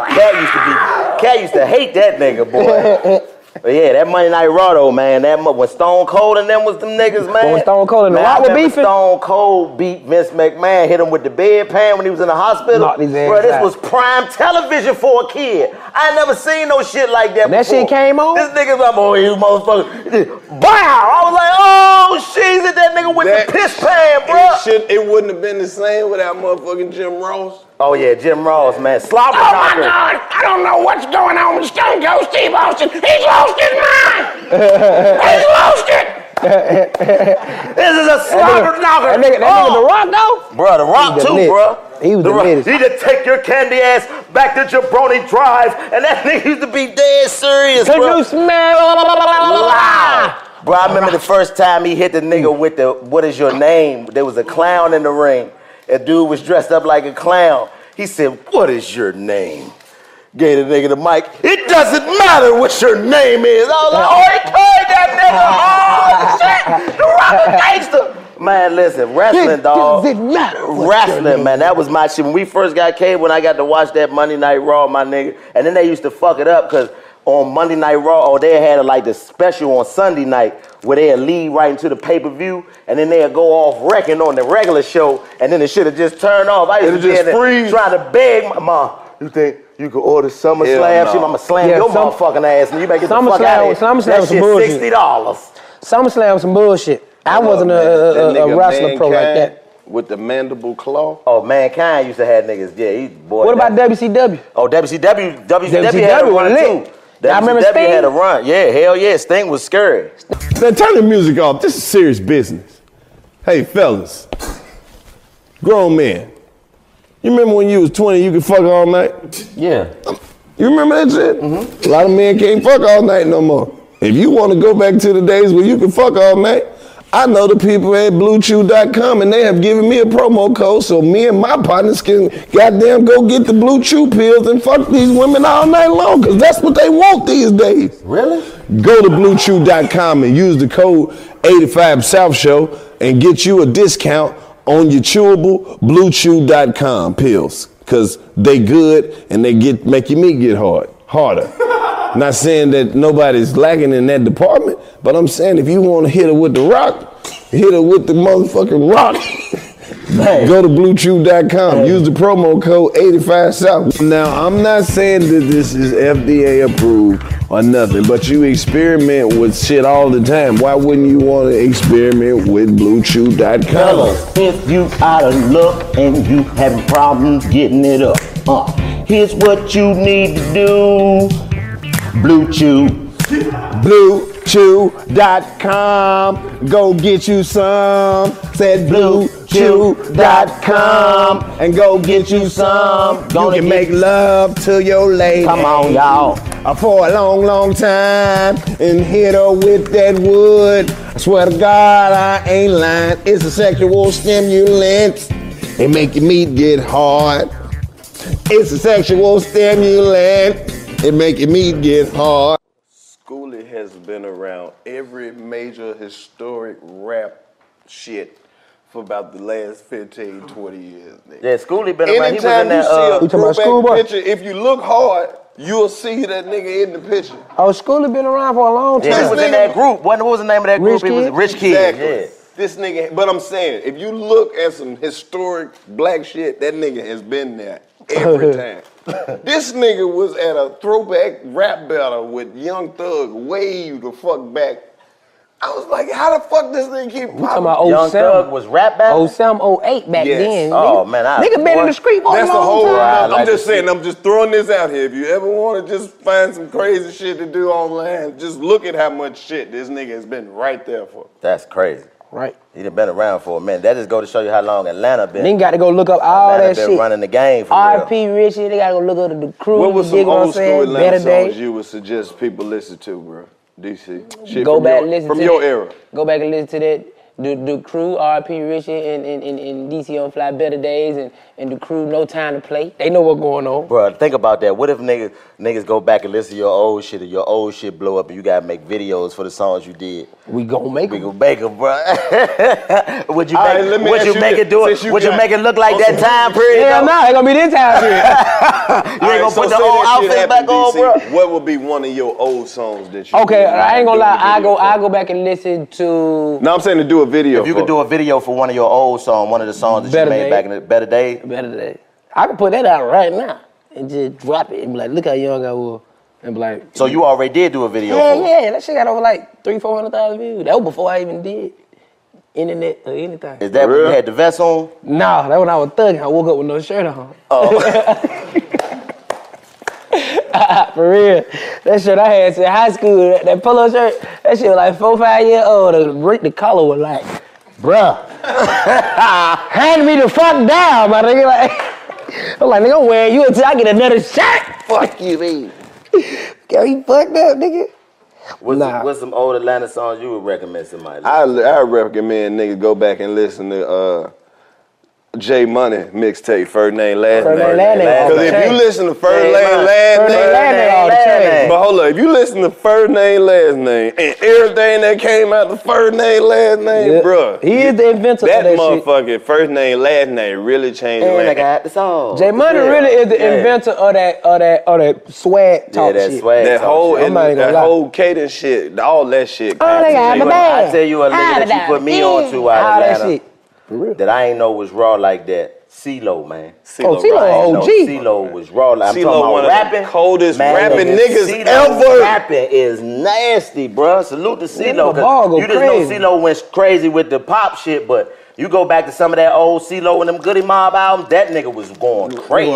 Speaker 1: Cat used to be. Cat used to hate that nigga, boy. But yeah, that Monday Night Raw though, man. That mo- when Stone Cold and them was them niggas, man.
Speaker 2: When Stone Cold and The
Speaker 1: Man, I
Speaker 2: Rock were
Speaker 1: remember
Speaker 2: beefing.
Speaker 1: Stone Cold beat Vince McMahon, hit him with the bedpan when he was in the hospital.
Speaker 2: Knocked his ass
Speaker 1: Bro, this
Speaker 2: out.
Speaker 1: was prime television for a kid. I ain't never seen no shit like that.
Speaker 2: When that shit
Speaker 1: before.
Speaker 2: came on?
Speaker 1: This nigga's like, oh, you motherfucker. Bow! I was like, oh, shit, that that nigga with the piss pan, bro.
Speaker 14: It, should, it wouldn't have been the same without motherfucking Jim Ross.
Speaker 1: Oh yeah, Jim Ross, man. Slobber
Speaker 14: Oh,
Speaker 1: knocker.
Speaker 14: my
Speaker 15: I don't know what's going on with Stone Cold Steve Austin. He's lost his mind.
Speaker 2: He's
Speaker 15: lost it.
Speaker 1: This is a slobber knocker.
Speaker 2: That nigga, that nigga
Speaker 1: Oh.
Speaker 2: the rock though.
Speaker 1: Bro, the rock
Speaker 2: He was
Speaker 1: too,
Speaker 2: the lit.
Speaker 1: bro.
Speaker 2: He was the
Speaker 1: Rock.
Speaker 2: lit.
Speaker 1: Need to take your candy ass back to Jabroni Drive, and that nigga used to be dead serious,
Speaker 2: Could
Speaker 1: bro.
Speaker 2: you smell?
Speaker 1: Bro, I remember the first time he hit the nigga with the "What is your name?" There was a clown in the ring. A dude was dressed up like a clown. He said, "What is your name?" Gave the nigga the mic. It doesn't matter what your name is. I was like, "Oh, he carried that nigga. Oh shit, the rock gangster." Man, listen, wrestling, dog. Wrestling, man. That was my shit. When we first got cable, when I got to watch that Monday Night Raw, my nigga, and then they used to fuck it up because on Monday Night Raw, or they had like the special on Sunday night where they'd lead right into the pay per view, and then they'd go off wrecking on the regular show, and then it should have just turned off. I used
Speaker 14: It'd
Speaker 1: to be
Speaker 14: just
Speaker 1: in there
Speaker 14: freeze.
Speaker 1: trying to beg my mom. You think you could order SummerSlam?
Speaker 14: no.
Speaker 1: Shit, I'ma slam
Speaker 2: Yeah,
Speaker 1: your
Speaker 2: some-
Speaker 1: motherfucking ass, and you better get the fuck out
Speaker 2: SummerSlam,
Speaker 1: of here.
Speaker 2: SummerSlam
Speaker 1: that
Speaker 2: was
Speaker 1: shit
Speaker 2: some bullshit.
Speaker 1: sixty dollars.
Speaker 2: SummerSlam was some bullshit. I wasn't a,
Speaker 15: Uh,
Speaker 14: That
Speaker 2: a, a,
Speaker 14: nigga
Speaker 2: a wrestler pro like
Speaker 14: Mankind
Speaker 2: that.
Speaker 14: With the mandible claw.
Speaker 1: Oh, mankind used to have niggas. Yeah, he boy.
Speaker 2: What about WCW?
Speaker 1: Oh, WCW, WCW, had a
Speaker 2: WCW
Speaker 1: run
Speaker 2: was
Speaker 1: too.
Speaker 2: lit.
Speaker 1: WCW
Speaker 2: I remember Sting.
Speaker 1: had a run. Yeah, hell yeah, Sting was scary.
Speaker 3: Man, turn the music off. This is serious business. Hey, fellas, grown men, you remember when you was 20, you could fuck all night?
Speaker 1: Yeah.
Speaker 3: You remember that shit? A lot of men can't fuck all night no more. If you want to go back to the days where you can fuck all night, I know the people at BlueChew.com and they have given me a promo code so me and my partners can goddamn go get the Blue Chew pills and fuck these women all night long because that's what they want these days.
Speaker 1: Really?
Speaker 3: Go to BlueChew.com and use the code 85SouthShow and get you a discount on your chewable BlueChew.com pills because they good and they get make your meat get hard, harder. Not saying that nobody's lacking in that department, but I'm saying if you want to hit it with the rock, hit it with the motherfucking rock. Go to bluechew.com. Use the promo code 85South. Now, I'm not saying that this is FDA approved or nothing, but you experiment with shit all the time. Why wouldn't you want to experiment with bluechew.com?
Speaker 1: Fellas, if you out of luck and you having problems getting it up, uh, here's what you need to do. Blue Chew.
Speaker 3: Bluechew.com. Go get you some. Said bluechew.com. And go get you some. You can make love to your lady.
Speaker 1: Come on, y'all.
Speaker 3: Uh, For a long, long time. And hit her with that wood. I swear to God, I ain't lying. It's a sexual stimulant. It make your meat get hard. It's a sexual stimulant. It make your meat get hard.
Speaker 14: Schooley has been around every major historic rap shit
Speaker 3: for about the last 15, 20 years. Nigga.
Speaker 1: Yeah, Schooley been around. He was
Speaker 3: Anytime
Speaker 1: in that,
Speaker 3: you see
Speaker 1: uh,
Speaker 3: a
Speaker 1: You talking
Speaker 3: throwback
Speaker 1: about Schoolboy?
Speaker 3: picture, if you look hard, you'll see that nigga in the picture.
Speaker 2: Oh, school has been around for a long time.
Speaker 3: Yeah, he was in that
Speaker 1: group. What, was the name of that
Speaker 2: Rich group? It was Kids? Rich Kids, yeah.
Speaker 3: This nigga, but I'm saying, if you look at some historic black shit, that nigga has been there every time. this nigga was at a throwback rap battle with Young Thug way the fuck back. I was like, how the fuck this nigga keep popping?
Speaker 2: We talking about oh old Sam. Old Sam 08 back
Speaker 3: Yes.
Speaker 2: then.
Speaker 3: Oh,
Speaker 2: nigga,
Speaker 3: man, I-
Speaker 2: nigga been in the street for
Speaker 3: That's
Speaker 2: a
Speaker 3: the
Speaker 2: long
Speaker 3: whole.
Speaker 2: time.
Speaker 3: I'm just saying. I'm just throwing this out here. If you ever want to just find some crazy shit to do online, just look at how much shit this nigga has been right there for.
Speaker 1: That's crazy.
Speaker 2: Right.
Speaker 1: He done been around for a minute. That just go to show you how long Atlanta been.
Speaker 2: Then got to go look up all
Speaker 1: Atlanta
Speaker 2: that
Speaker 1: been
Speaker 2: shit.
Speaker 1: running the game for real.
Speaker 2: R.P. Richie, they got to go look up the crew.
Speaker 3: what was
Speaker 2: you
Speaker 3: some
Speaker 2: dig what I'm
Speaker 3: old school
Speaker 2: saying?
Speaker 3: Atlanta
Speaker 2: Better
Speaker 3: songs
Speaker 2: Days.
Speaker 3: you would suggest people listen to, bro? DC.
Speaker 2: go
Speaker 3: from
Speaker 2: back
Speaker 3: your,
Speaker 2: and listen
Speaker 3: from
Speaker 2: to
Speaker 3: your
Speaker 2: that.
Speaker 3: era.
Speaker 2: Go back and listen to that. The, the crew, R.P. Richie and, and, and, and DC on Fly Better Days, and, and the crew, No Time to Play. They know what's going on.
Speaker 1: Bro, think about that. What if niggas, niggas go back and listen to your old shit and your old shit blow up and you gotta make videos for the songs you did?
Speaker 2: We gonna make
Speaker 1: them. We gonna make them, bro. would you
Speaker 2: All
Speaker 1: make,
Speaker 2: right, let me
Speaker 1: would
Speaker 2: ask
Speaker 1: you
Speaker 2: you
Speaker 1: make
Speaker 2: this,
Speaker 1: it do it?
Speaker 2: since you
Speaker 1: would you
Speaker 2: got-
Speaker 1: make it look like that
Speaker 2: Oh,
Speaker 1: time period?
Speaker 2: Hell
Speaker 1: though?
Speaker 2: no, it gonna be this time period.
Speaker 1: You ain't gonna put the old outfit back on, bro.
Speaker 3: What would be one of your old songs that you?
Speaker 2: Okay,
Speaker 3: would
Speaker 2: I ain't gonna
Speaker 3: do a
Speaker 2: lie. I
Speaker 3: video
Speaker 2: go,
Speaker 3: for?
Speaker 2: I go back and listen to.
Speaker 3: No, I'm saying to do a video.
Speaker 1: If you could do a video for one of your old songs, one of the songs that
Speaker 2: Better
Speaker 1: you made
Speaker 2: Day.
Speaker 1: back in the Better Day.
Speaker 2: Better Day. I can put that out right now and just drop it and be like, look how young I was, and be like.
Speaker 1: So you already did do a video
Speaker 2: Yeah,
Speaker 1: for it.
Speaker 2: yeah, that shit got over like three, four hundred thousand views. That was before I even did internet or anything.
Speaker 1: Is that when you had the vest on?
Speaker 2: Nah, that when I was thugging, I woke up with no shirt on.
Speaker 1: Oh.
Speaker 2: For real, that shirt I had since high school, that, that polo shirt, that shit was like four, five year old. The, re- the collar was like, bruh, hand me the fuck down, my nigga. Like, I'm like, nigga, I'm wearing you until I get another shirt. Fuck you, man. Girl, you fucked up, nigga.
Speaker 1: What's, what's some old Atlanta songs you would recommend somebody?
Speaker 3: I I recommend niggas go back and listen to uh J Money mixtape First Name Last
Speaker 1: First
Speaker 3: Name.
Speaker 1: Name, Last Name,
Speaker 3: Because
Speaker 1: all
Speaker 3: if
Speaker 1: the
Speaker 3: you
Speaker 1: chain.
Speaker 3: listen to First Name
Speaker 1: J Money.
Speaker 3: Last
Speaker 1: First Name, Last Name, all the chain.
Speaker 3: Name, but hold up, if you listen to First Name Last Name and everything that came out the First Name Last Name,
Speaker 2: Yeah.
Speaker 3: bruh,
Speaker 2: he is the inventor
Speaker 3: that,
Speaker 2: of that shit.
Speaker 3: motherfucking First Name Last Name really changed. the
Speaker 2: And I
Speaker 3: land.
Speaker 2: got
Speaker 1: the song.
Speaker 2: J Money really is the
Speaker 3: Yeah.
Speaker 2: inventor of that, of that, of that swag talk
Speaker 3: yeah, that
Speaker 2: shit.
Speaker 3: swag, that whole,
Speaker 2: I'm not even
Speaker 3: that
Speaker 2: gonna lie.
Speaker 3: whole cadence shit, all that shit.
Speaker 2: Oh, they got
Speaker 3: came from J
Speaker 2: the
Speaker 3: Money.
Speaker 2: bag.
Speaker 1: I tell you a
Speaker 2: Ah,
Speaker 1: nigga that
Speaker 2: da,
Speaker 1: you put me
Speaker 2: da,
Speaker 1: on to
Speaker 2: all
Speaker 1: out
Speaker 2: that
Speaker 1: of Atlanta
Speaker 2: shit. that,
Speaker 1: I ain't know was raw like that. CeeLo, man.
Speaker 3: Oh,
Speaker 2: CeeLo
Speaker 1: I ain't know
Speaker 2: OG.
Speaker 1: CeeLo was raw. Like, I'm
Speaker 3: CeeLo
Speaker 1: talking about
Speaker 3: one of the
Speaker 1: rapping.
Speaker 3: coldest
Speaker 1: Man,
Speaker 3: rapping
Speaker 1: nigga,
Speaker 3: niggas
Speaker 1: CeeLo's
Speaker 3: ever.
Speaker 1: Rapping is nasty, bruh. Salute to CeeLo. 'cause
Speaker 2: ball go
Speaker 1: You just
Speaker 2: crazy.
Speaker 1: know CeeLo went crazy with the pop shit, but you go back to some of that old CeeLo and them Goody Mob albums, that nigga was going crazy.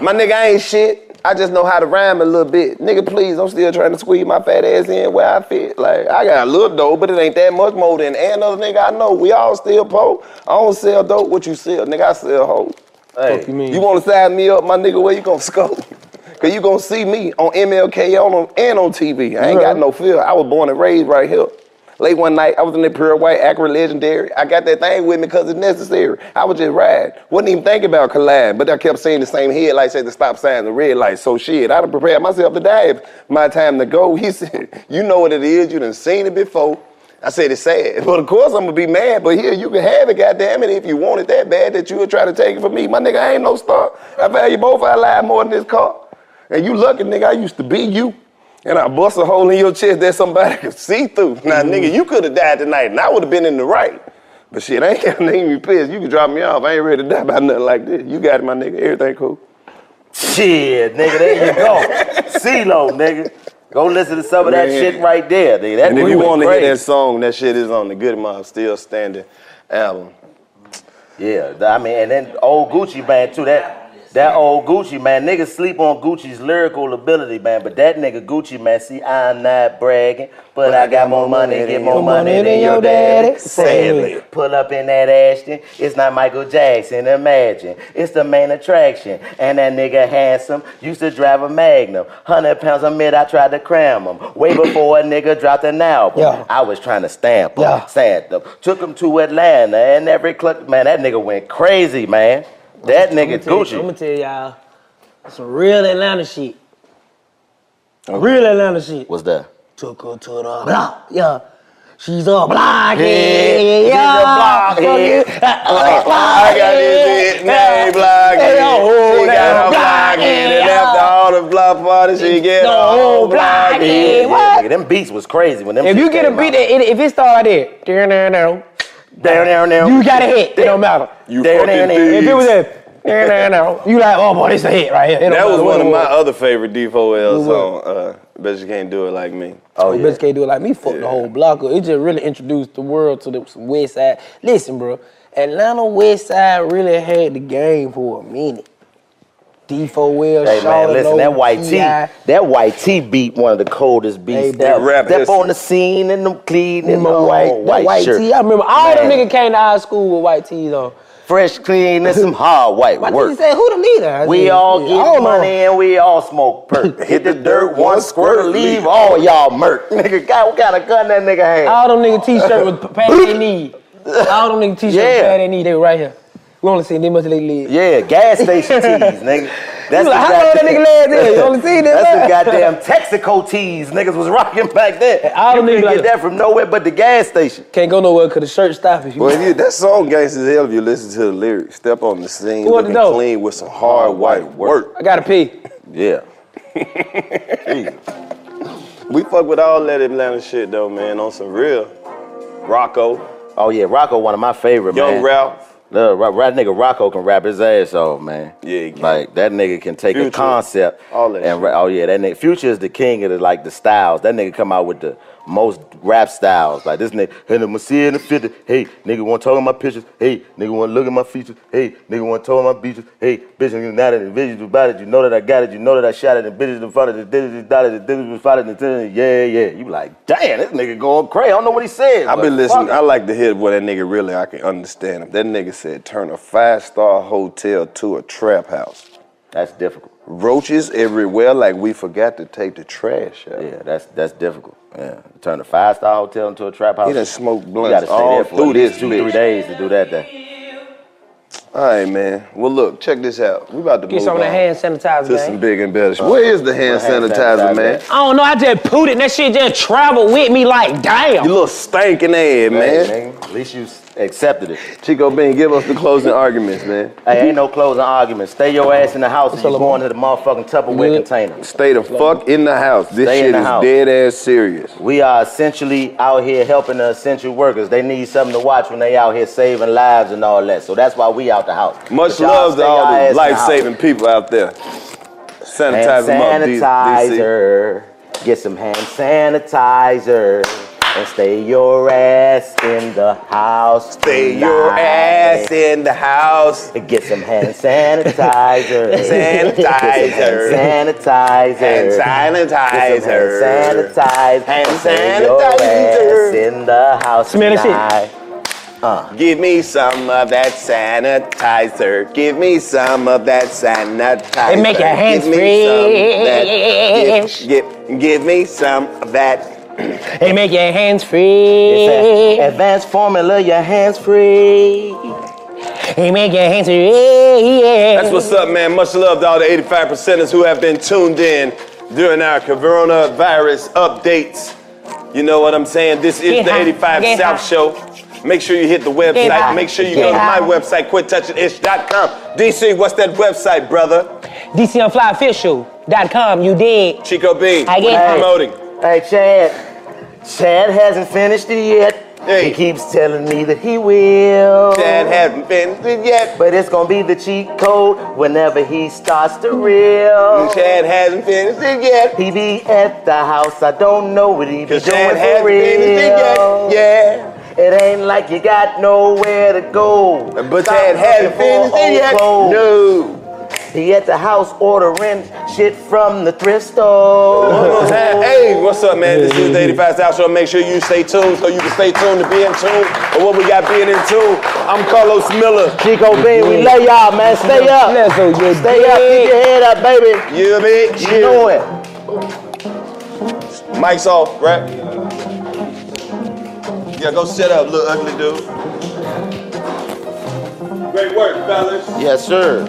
Speaker 3: My nigga, I ain't shit. I just know how to rhyme a little bit. Nigga, please, I'm still trying to squeeze my fat ass in where I fit. Like, I got a little dope, but it ain't that much more than another nigga I know. We all still poor. I don't sell dope what you sell, nigga. I sell hoe.
Speaker 1: Hey.
Speaker 3: you wanna sign me up, my nigga, where you gonna scope? Cause you gonna see me on MLK on, on- and on TV. I ain't got no fear. I was born and raised right here. Late one night, I was in the pure white, Acura legendary. I got that thing with me because it's necessary. I was just ride. Wasn't even thinking about collide, but I kept seeing the same headlights at the stop sign, the red lights. So shit, I done prepared myself to die. If my time to go. He said, You know what it is, you done seen it before. I said it's sad, but of course I'm gonna be mad. But here you can have it, goddamn it, if you want it that bad that you would try to take it from me. My nigga, I ain't no star. I value both our lives more than this car. And you lucky, nigga, I used to be you. And I bust a hole in your chest that somebody could see through. Now, nigga, you could have died tonight, and I would have been in the right. But shit, I ain't, I ain't even pissed. You can drop me off. I ain't ready to die by nothing like this. You got it, my nigga. Everything cool.
Speaker 1: Shit, nigga, there you go. CeeLo, nigga. Go listen to some of that
Speaker 3: Man.
Speaker 1: shit right there, nigga. That
Speaker 3: and if
Speaker 1: we
Speaker 3: you
Speaker 1: went
Speaker 3: want to
Speaker 1: crazy.
Speaker 3: hear that song, that shit is on the Good Mob Still Standing album.
Speaker 1: Yeah, th- I mean, and then old Gucci man too. That that old Gucci man, niggas sleep on Gucci's lyrical ability, man. But that nigga Gucci man, see, I'm not bragging, but, I got more money, get more money, than your daddy. Sadly, pull up in that Ashton. It's not Michael Jackson. Imagine it's the main attraction, and that nigga handsome used to drive a Magnum. Hundred pounds of mid, I tried to cram him. Way before a nigga dropped an album,
Speaker 2: Yeah.
Speaker 1: I was trying to stamp him sand them. Took him to Atlanta, and every club, man, that nigga went crazy, man. That nigga
Speaker 2: I'm gonna
Speaker 1: Gucci.
Speaker 2: tell y'all some real Atlanta shit. Real Atlanta shit.
Speaker 1: What's that?
Speaker 2: Took her to the block. Yeah. She's a blockhead.
Speaker 1: He's a blockhead.
Speaker 2: Uh,
Speaker 1: I got his hit name blockhead. She got her blockhead, and after all the block parties, she get her whole blockhead.
Speaker 2: What?
Speaker 1: Them beats was crazy when them.
Speaker 2: If
Speaker 1: shits
Speaker 2: you get a
Speaker 1: came
Speaker 2: beat,
Speaker 1: out.
Speaker 2: that, it, if it start out there, down, down,
Speaker 1: down, down, down,
Speaker 2: you got a hit. It don't matter.
Speaker 3: You
Speaker 2: Down, down,
Speaker 3: fucking
Speaker 2: down. If it was
Speaker 3: thieves.
Speaker 2: a down, down, down, you like, oh boy, this a hit right here. It don't
Speaker 3: That was
Speaker 2: matter
Speaker 3: one of
Speaker 2: what
Speaker 3: my
Speaker 2: it was.
Speaker 3: other favorite D4L
Speaker 2: What was
Speaker 3: songs. Uh, Bet you can't do it like me.
Speaker 2: Oh, yeah. Bitch can't do it like me. Fuck the whole block up. It just really introduced the world to the some West Side. Listen, bro, Atlanta West Side really had the game for a minute. D4 Wells,
Speaker 1: Hey man, listen, that white tee,
Speaker 2: T.I.
Speaker 1: that white tee beat one of the coldest beats.
Speaker 2: Hey,
Speaker 1: that
Speaker 2: bro. Rap
Speaker 1: Step
Speaker 2: history.
Speaker 1: on the scene in them clean in
Speaker 2: My
Speaker 1: the
Speaker 2: white,
Speaker 1: white,
Speaker 2: that white,
Speaker 1: shirt.
Speaker 2: tee. I remember all them
Speaker 1: Man.
Speaker 2: niggas came to high school with white tees on.
Speaker 1: Fresh, clean, and some hard white
Speaker 2: My
Speaker 1: work.
Speaker 2: teacher said, who the leader? I
Speaker 1: We
Speaker 2: said,
Speaker 1: all
Speaker 2: "Yeah,
Speaker 1: get
Speaker 2: I don't know."
Speaker 1: money and we all smoke perk. Hit the dirt, one squirt, leave all y'all murk. Nigga, God, what kind of gun that nigga had?
Speaker 2: All them nigga t-shirt was past their knee. E. All them nigga t-shirt
Speaker 1: Yeah.
Speaker 2: was past their knee. E. They were right here. We only seen them until they leave.
Speaker 1: Yeah, gas station tees, nigga.
Speaker 2: You like, how long that nigga legs is? You only seen that,
Speaker 1: That's the
Speaker 2: man.
Speaker 1: goddamn Texaco tees niggas was rocking back then.
Speaker 2: All
Speaker 1: you couldn't
Speaker 2: them niggas
Speaker 1: get
Speaker 2: like,
Speaker 1: that from nowhere but the gas station.
Speaker 2: Can't go nowhere because the shirt stopped if you.
Speaker 3: Well, if you, that song gangsta as hell if you listen to the lyrics. Step on the scene,
Speaker 2: Who want
Speaker 3: looking
Speaker 2: to know?
Speaker 3: clean with some hard white work.
Speaker 2: I gotta pee.
Speaker 3: Yeah. Jesus. we fuck with all that Atlanta shit though, man. On some real. Rocco.
Speaker 1: Oh yeah, Rocco, one of my favorite
Speaker 3: Young
Speaker 1: man.
Speaker 3: Ralph.
Speaker 1: Look, Ra- Ra- that nigga Rocco can rap his ass off, man. Yeah, he can. like that nigga can take a
Speaker 3: Future.
Speaker 1: concept all that and ra- oh yeah, that nigga Future is the king of the like the styles. That nigga come out with the most rap styles. Like this nigga, hey, I'ma see in the fifty. Hey, nigga want to talk my pictures. Hey, nigga want to look at my features. Hey, nigga want to talk my beaches. Hey, bitch, you now that the bitches about it, you know that I got it. You know that I shot it. And bitches in front of the digits, the dollars, the digits, the dollars, the digits. Yeah, yeah. You be like, damn, this nigga going crazy. I don't know what he said.
Speaker 3: I've
Speaker 1: but
Speaker 3: been
Speaker 1: fuck
Speaker 3: listening.
Speaker 1: it.
Speaker 3: I like to hear what that nigga really. I can understand him. That nigga said, "Turn a five-star hotel to a trap house."
Speaker 1: That's difficult.
Speaker 3: Roaches everywhere, like we forgot to take the trash out.
Speaker 1: Yeah, that's that's difficult. Yeah, turn a five star hotel into a trap house.
Speaker 3: He done smoked blunts
Speaker 1: You gotta stay
Speaker 3: all
Speaker 1: there for
Speaker 3: through
Speaker 1: at least
Speaker 3: this
Speaker 1: two
Speaker 3: bitch.
Speaker 1: three days to do that. Thing.
Speaker 3: All right, man. Well, look, check this out. We about to
Speaker 2: Get
Speaker 3: move
Speaker 2: some of
Speaker 3: on
Speaker 2: that hand sanitizer,
Speaker 3: to
Speaker 2: man.
Speaker 3: some big and better. shit. Where is the hand sanitizer, man?
Speaker 10: I don't know. I just pooted and that shit just traveled with me like damn.
Speaker 3: You little stinking head, man.
Speaker 1: At least you accepted it.
Speaker 3: Chico Bean, give us the closing arguments, man.
Speaker 1: Hey, ain't no closing arguments. Stay your ass in the house. Or you going to the motherfucking Tupperware container.
Speaker 3: Stay the fuck in the house. This
Speaker 1: Stay in
Speaker 3: shit
Speaker 1: the
Speaker 3: is
Speaker 1: house.
Speaker 3: dead ass serious.
Speaker 1: We are essentially out here helping the essential workers. They need something to watch when they out here saving lives and all that. So that's why we out the house.
Speaker 3: Much
Speaker 1: But y'all
Speaker 3: love to
Speaker 1: stay y'all ass
Speaker 3: all
Speaker 1: in
Speaker 3: the
Speaker 1: the
Speaker 3: life
Speaker 1: house.
Speaker 3: saving people out there. Sanitize them up,
Speaker 1: hand
Speaker 3: D-
Speaker 1: sanitizer. Get some hand sanitizer and stay your ass in the house. Stay
Speaker 3: your ass
Speaker 1: in the house. Get some hand sanitizer.
Speaker 3: Sanitizer.
Speaker 1: Get some hand sanitizer.
Speaker 3: Hand
Speaker 1: Get some
Speaker 3: sanitizer.
Speaker 1: Hand sanitizer.
Speaker 3: Hand
Speaker 1: Stay your
Speaker 3: sanitizer.
Speaker 1: ass in the house
Speaker 3: Smell that shit.
Speaker 1: tonight.
Speaker 3: Give me some of that sanitizer. Give me some of that sanitizer.
Speaker 10: It make your hands
Speaker 3: give me some of that-
Speaker 10: fresh.
Speaker 3: Give, give, give me some of that.
Speaker 10: They make your hands
Speaker 1: It's
Speaker 2: Eh.
Speaker 10: free.
Speaker 1: a advanced formula, your hands free.
Speaker 10: They make your hands free.
Speaker 3: That's what's up, man. Much love to all the 85 percenters who have been tuned in during our coronavirus updates. You know what I'm saying? This is
Speaker 10: Get
Speaker 3: the
Speaker 10: high,
Speaker 3: 85
Speaker 10: get
Speaker 3: South
Speaker 10: high.
Speaker 3: Show. Make sure you hit the website.
Speaker 10: Get high,
Speaker 3: Make sure you
Speaker 10: get
Speaker 3: go to
Speaker 10: high.
Speaker 3: my website, quittouchingish.com. DC, what's that website, brother?
Speaker 10: DCUnflyofficial.com. You did.
Speaker 3: Chico B.
Speaker 10: I
Speaker 3: what
Speaker 10: get
Speaker 3: you promoting.
Speaker 1: Hey, Chad. Chad hasn't finished it yet. He keeps telling me that he will.
Speaker 3: Chad hasn't finished it yet.
Speaker 1: But it's gonna be the cheat code whenever he starts to reel.
Speaker 3: Chad hasn't finished it yet.
Speaker 1: He be at the house. I don't know what he be doing
Speaker 3: Cause Chad hasn't
Speaker 1: for
Speaker 3: finished it yet.
Speaker 1: real.
Speaker 3: Yeah.
Speaker 1: It ain't like you got nowhere to go.
Speaker 3: But
Speaker 1: Stop
Speaker 3: Chad hasn't
Speaker 1: looking for
Speaker 3: finished it yet.
Speaker 1: old clothes.
Speaker 3: No.
Speaker 1: He at the house ordering shit from the thrift store.
Speaker 3: Hey, what's up, man? This is the 85 South Show. Make sure you stay tuned so you can stay tuned to be in tune with what we got being in tune. I'm Carlos Miller.
Speaker 1: Chico Bean, we love y'all, man. Stay up. Stay up. Keep your head up, baby.
Speaker 3: Yeah, bitch.
Speaker 1: You know it.
Speaker 3: Mike's off, right? Yeah, go sit up, little ugly dude. Great work, fellas.
Speaker 1: Yes, sir.